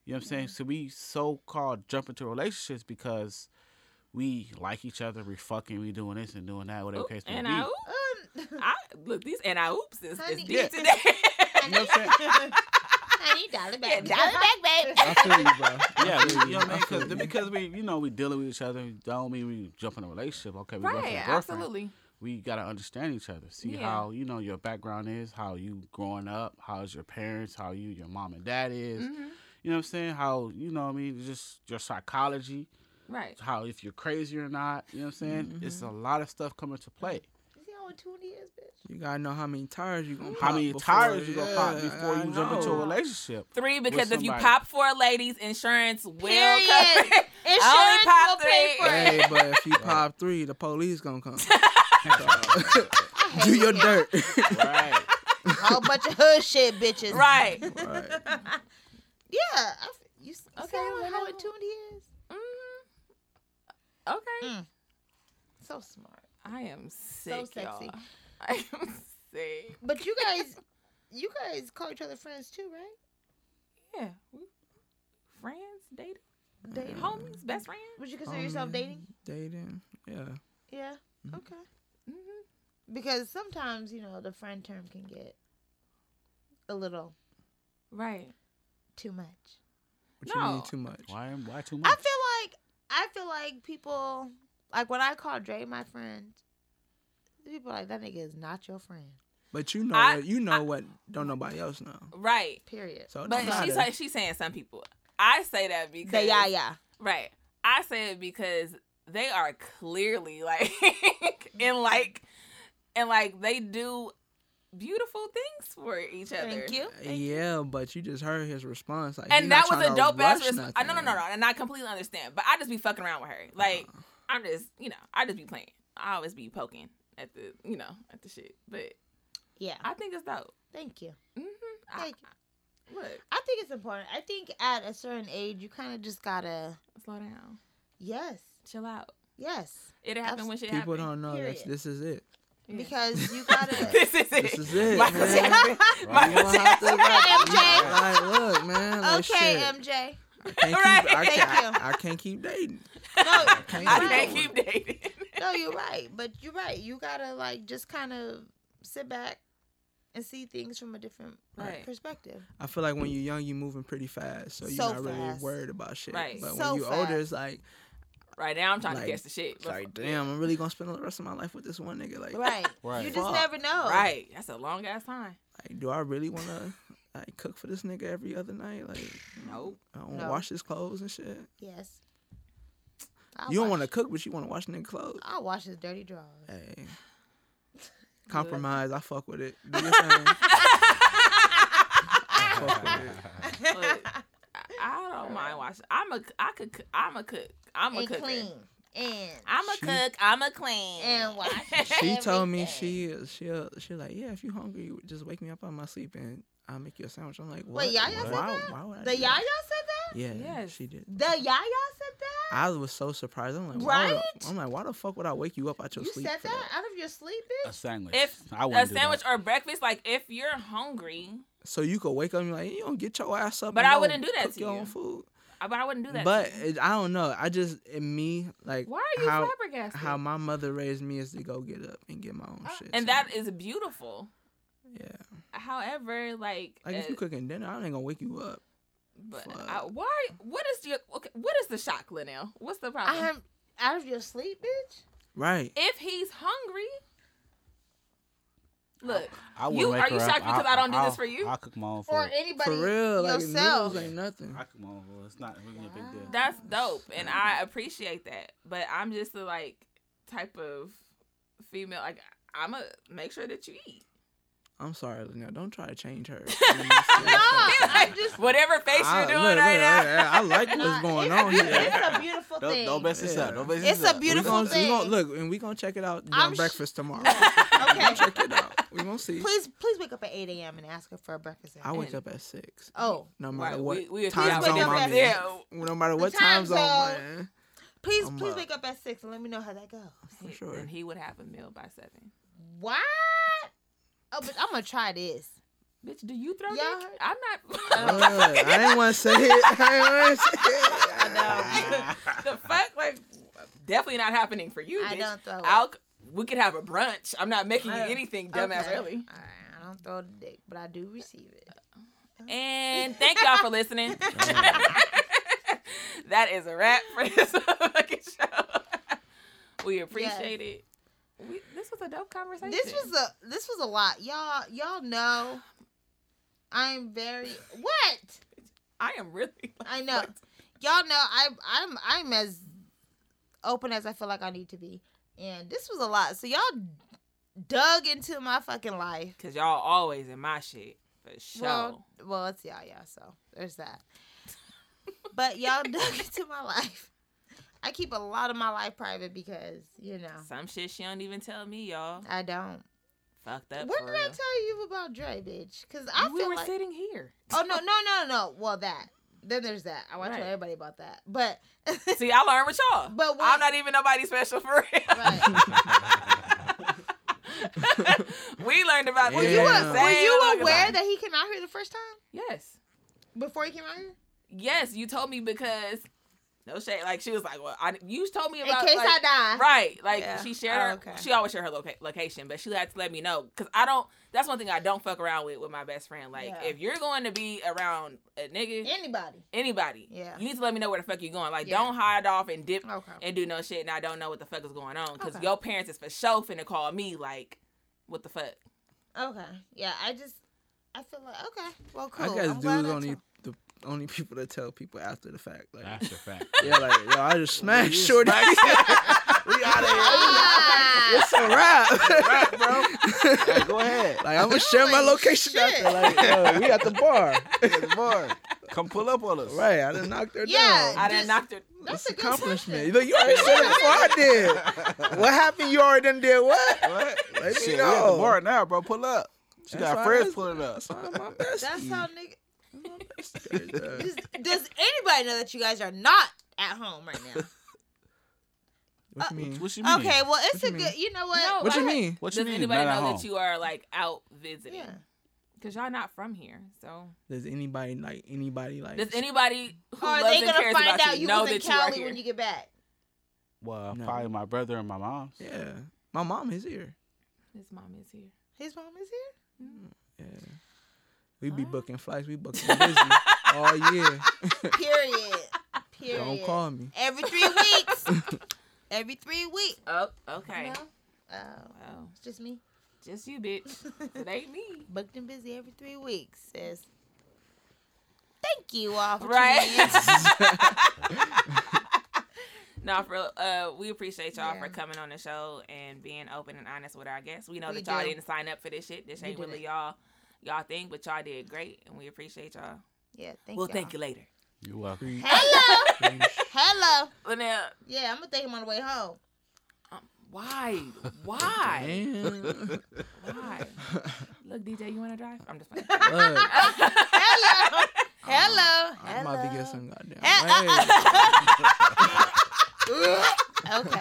You know what I'm Mm-hmm. saying? So we so called jump into relationships because we like each other, we fucking, we doing this and doing that, whatever Oop, case may Oh, and be. I, oop, Um, I look these and I oops is, is Honey. deep (laughs) Yeah. today. (laughs) You know what I'm saying? (laughs) honey, dollar back. Yeah, dollar back, I feel you, bro. yeah, we, you know what I I mean? feel (laughs) Cause, you. because we, you know, we dealing with each other. Don't mean we jump in a relationship. Okay, we boyfriend, right. girlfriend. Absolutely. We gotta understand each other. See Yeah. how you know your background is, how you growing up, how's your parents, how you your mom and dad is. Mhm. You know what I'm saying? How you know what I mean? Just your psychology. Right. how if you're crazy or not. You know what I'm saying? It's a lot of stuff coming to play. You see how attuned he is, bitch? You gotta know how many tires you gonna How pop many Mm-hmm. before- tires you gonna pop yeah, before I you jump into a know. relationship? Three because With if you somebody. pop four ladies, insurance will (laughs) Period. cover. it. Insurance I will only pop pay three. for it. Hey, but if you pop three, the police (laughs) gonna come. I hate (laughs) Do your you. dirt. right. A whole bunch of hood shit, bitches. Right. Right. Yeah. I f- you s- you see Okay, how, well, how how- attuned he is? Mm. Okay. Mm. So smart. I am sick. sexy. y'all. I am sick. But (laughs) you guys, you guys call each other friends too, right? Yeah. we- Friends, dating, Dating. homies, best friends. Mm-hmm. Would you consider yourself Um, mm-hmm. dating? Dating. Yeah. Yeah. Okay. hmm Because sometimes you know the friend term can get a little Right. too much. What you No. mean too much? Why? am- Why too I Mm. much? feel like I feel like people like when I call Dre my friend, people are like that nigga is not your friend. But you know, I- what, you know what? Don't nobody else know. Right. Period. So it But don't matter. she's like, she's saying some people. I say that because They yeah yeah. Right. I say it because they are clearly like (laughs) and like and like they do beautiful things for each other. Thank you. Thank you. yeah, but you just heard his response. Like, he And not that was tryna a dope ass rush response. No, no, no, nothing. Uh-huh. no. And I completely understand. But I just be fucking around with her. Like I'm just, you know, I just be playing. I always be poking at the, you know, at the shit. But Yeah. I think it's dope. Thank you. hmm I, Mm-hmm. Thank you. look, I think it's important. I think at a certain age, you kind of just gotta slow down, yes, chill out. yes, It'll happen when shit People happen. don't know Period. that's this (laughs) is it. Yeah. because you (laughs) gotta. this is it. This is it, Michael man. Jackson. You gonna have (laughs) to- MJ. Like, look, man. Like, okay, shit, um, MJ. I can't Right. keep, I, Thank can't, you. I can't keep dating. No, can't you're I do right. can't keep dating. (laughs) no, you're right. But you're right. You gotta like just kind of sit back and see things from a different like, Right. perspective. I feel like when you're young, you're moving pretty fast, so you're So not really fast. worried about shit. Right. But So when you're older, it's like, Right now, I'm trying Like- to catch the shit. it's like, damn, I'm really gonna spend the rest of my life with this one nigga. Like, Right. (laughs) Right. You just Fuck. never know. Right. That's a long ass time. like, do I really wanna like cook for this nigga every other night? Like, Nope. I don't wanna No. wash his clothes and shit. Yes. you don't want to cook, but you want to wash nigga clothes. I'll wash his dirty drawers. (laughs) (sighs) Hey. Compromise, I fuck with it. Do your thing. (laughs) I fuck with it. But I, I don't mind watching. I'm a. I could. c- I'm a cook. I'm a and cook. clean and I'm a She- cook. I'm a clean. and (laughs) (laughs) wash. She told me everything. she is she she like yeah if you hungry you just wake me up out of my sleep and I'll make you a sandwich. I'm like what? Yaya said why, that? why would I The do Yaya that? said Yeah, Yes. she did. that. The Yaya said that. I was so surprised. I'm like why the- Right? I'm like why the fuck would I wake you up out your You sleep? said for that out of your sleep, A bitch. sandwich. If I a wouldn't do sandwich that. or breakfast, like if you're hungry, So you could wake up and be like you don't get your ass up. But and I go wouldn't do that cook to your you. own food. I- uh, but I wouldn't do that. to But you. it, I don't know. I just in me like why are you how flabbergasted? how my mother raised me is to go get up and get my own shit. Uh, and so, that is beautiful. yeah. However, like, Like if uh, you cooking dinner, I ain't gonna wake you up. but fuck. I, why? What is your? Okay, what is the shock, Linnell? What's the problem? I am out of your sleep, bitch. Right. if he's hungry, look, I wouldn't you wake are you her shocked up. because I, don't do I'll- this for you? I'll cook my own food. Or anybody For real, like yourself. noodles ain't nothing. I cook my own food. It's not really a big deal. That's oh, dope, and I appreciate that. But I'm just the like type of female. Like I'm a make sure that you (laughs) eat. I'm sorry, Linnell. Don't try to (laughs) change her. no, I'm just Whatever face I, you're doing look, right look, now. look, I like what's Nah, going it's, on it's, here. It's a beautiful Don't, thing. don't (laughs) mess this up. Yeah. Don't mess this It's a up. we beautiful (laughs) gonna, we thing. gonna look, and we gonna check it out I'm on sh- (laughs) breakfast tomorrow. okay. check it out. We gonna see. Please, please wake up at 8 a.m. and ask her for a breakfast. I wake And- up at six. Oh, no matter Right, what we- we- time Please wake zone up I'm at- in. Yeah. No matter what The time time zone zone. I'm in. please, I'm please up. wake up at 6 and let me know how that goes. (laughs) For sure. And he would have a meal by seven. What? Oh, but I'm going to try this. Bitch, do you throw Y'all dick? heard- I'm Look, not. (laughs) I didn't want to say it. (laughs) I didn't want to say it. I know. the fuck, like, definitely not happening for you. I bitch. don't throw it. I'll, we could have a brunch. I'm not making you Uh, anything dumbass Okay. early. All right, I don't throw the dick, but I do receive it. And thank y'all for listening. (laughs) that is a wrap for this (laughs) fucking show. We appreciate it. We, this was a dope conversation. This was a this was a lot, y'all. Y'all know, I'm very what I am really. (laughs) I know. Y'all know I I'm I'm as open as I feel like I need to be, and this was a lot. So y'all dug into my fucking life. Cause y'all always in my shit for sure. Well, well, it's y'all, y'all. So there's that. but (laughs) y'all dug into my life. I keep a lot of my life private because you know Some shit she don't even tell me, y'all. I don't. Fucked up. What for did real. I tell you about Dre, bitch? Because I we feel were like sitting here. Oh no, no, no, no. Well, that. Then there's that. I want to Right. tell everybody about that. But See, I learned with y'all. But wait. I'm not even nobody special for real. (laughs) right. (laughs) we learned about Were this you the a- same were you fucking aware time. that he came out here the first time Yes. before he came out here? Yes, you told me because No shade. Like she was like, well, I you told me In about case like, I die. Right. Like Yeah. she shared Oh, her okay. she always share her loca- location, but she had to let me know cuz I don't that's one thing I don't fuck around with with my best friend. Like Yeah. if you're going to be around a nigga, Anybody. anybody, Yeah. you need to let me know where the fuck you going. Like Yeah. don't hide off and dip Okay. and do no shit and I don't know what the fuck is going on cuz Okay. your parents is for sure finna call me like what the fuck. Okay. Yeah, I just I feel like okay. Well, I cool. guess I'm dudes glad I (laughs) only told- the only people that tell people after the fact. Like, Ah. (laughs) That's a fact. yeah, like yo, I just smashed just shorty. (laughs) we out Ah, (laughs) It's a wrap. bro. go ahead. (laughs) like I'm gonna share my Holy location shit. after. Like, yo, we at the bar. (laughs) Come pull up on us. Right, I done knocked her Yeah. down. I done Just- knocked her that's a good accomplishment. You question. know, you already said it before I (laughs) did. What happened? You already done did what? What? Let me Shit, we at know. the bar now, bro. Pull up. She That's got why friends that's- pulling up. That's why I'm my best. That's how nigga. Yeah. Does, does anybody know that you guys are not at home right now? What you mean? (laughs) What you mean? Okay, well it's What you a good. You know what? No, What you like, mean? What you Does mean? anybody Not at know home? that you are like out visiting? Yeah. Cause y'all not from here, so Does anybody like anybody like? does anybody who Or are loves they and gonna cares find about out you you know was in that you are Cali here? when you get back? Well, No. probably my brother and my mom. Yeah, my mom is here. His mom is here. His mom is here. Yeah, we be Wow. booking flights. We booking busy all year. (laughs) Period. Period. Don't call me. Every three (laughs) weeks. Every three weeks. Oh, okay. No. Oh, Wow. it's just me. (laughs) Just you, bitch. it ain't me. Booked and busy every three weeks. Says. Thank you all for Right. tuning in. (laughs) (laughs) (laughs) No, for real, uh, we appreciate y'all Yeah. for coming on the show and being open and honest with our guests. We know We that y'all do. didn't sign up for this shit. This We ain't didn't. really y'all y'all thing, but y'all did great, and we appreciate y'all. Yeah, thank we'll you. thank you later. You're welcome. Hello. Hello. Linnell, Yeah, I'm gonna thank him on the way home. um, why? Why? Damn. why? (laughs) Look, DJ, you want to drive? I'm just playing. Look. Hello. Uh-huh. Hello. I'm Hello. about to get some goddamn. Eh, Hey, (laughs) Okay.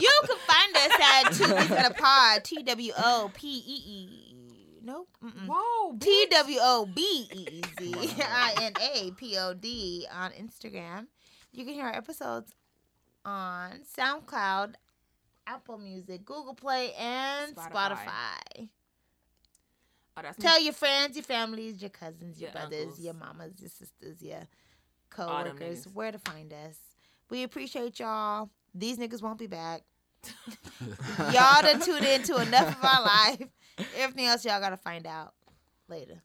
You can find us at Two Weeks in a Pod. T W O P E E. Nope. Mm-mm. Whoa, T W O B E E Z (laughs) I N A P O D on Instagram. You can hear our episodes on SoundCloud, Apple Music, Google Play, and Spotify. Spotify. Oh, that's me. Tell your friends, your families, your cousins, your, Your brothers, uncles. your mamas, your sisters, your All them coworkers, niggas. where to find us. We appreciate y'all. These niggas won't be back. (laughs) y'all (laughs) done tuned into enough of our life. Everything else y'all gotta find out later.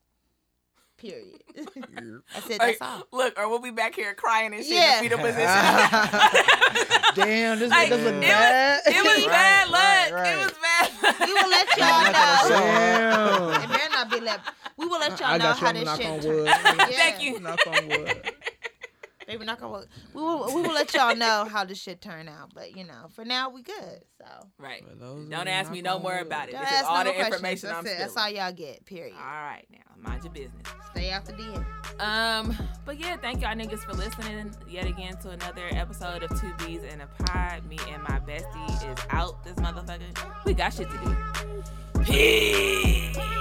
Period. (laughs) I said Like, that's all. Look, or we'll be back here crying and shit Yeah. (laughs) in the fetal Hey. position. Damn, this Like, nigga it look was- bad. (laughs) it was bad right, luck. It right. was bad luck. We will let y'all know. Damn. (laughs) It better not be left. We will let y'all I know got you. how I'm this knock shit on turned. (laughs) wood. (laughs) Thank you. Knock on wood. Baby, knock on wood. We will, we will let y'all know how this shit turn out. But you know, for now we good. So. (laughs) Right. For those Don't who ask me knock no on more wood. about it. Don't This is ask no all the more questions. information That's I'm Ah. it. That's all stealing. y'all get. Period. All right, now mind your business. Stay out the DM. Um, but yeah, thank y'all niggas for listening yet again to another episode of Two Bees in a Pod. Me and my bestie is out this motherfucker. We got shit to do. Peace. (laughs)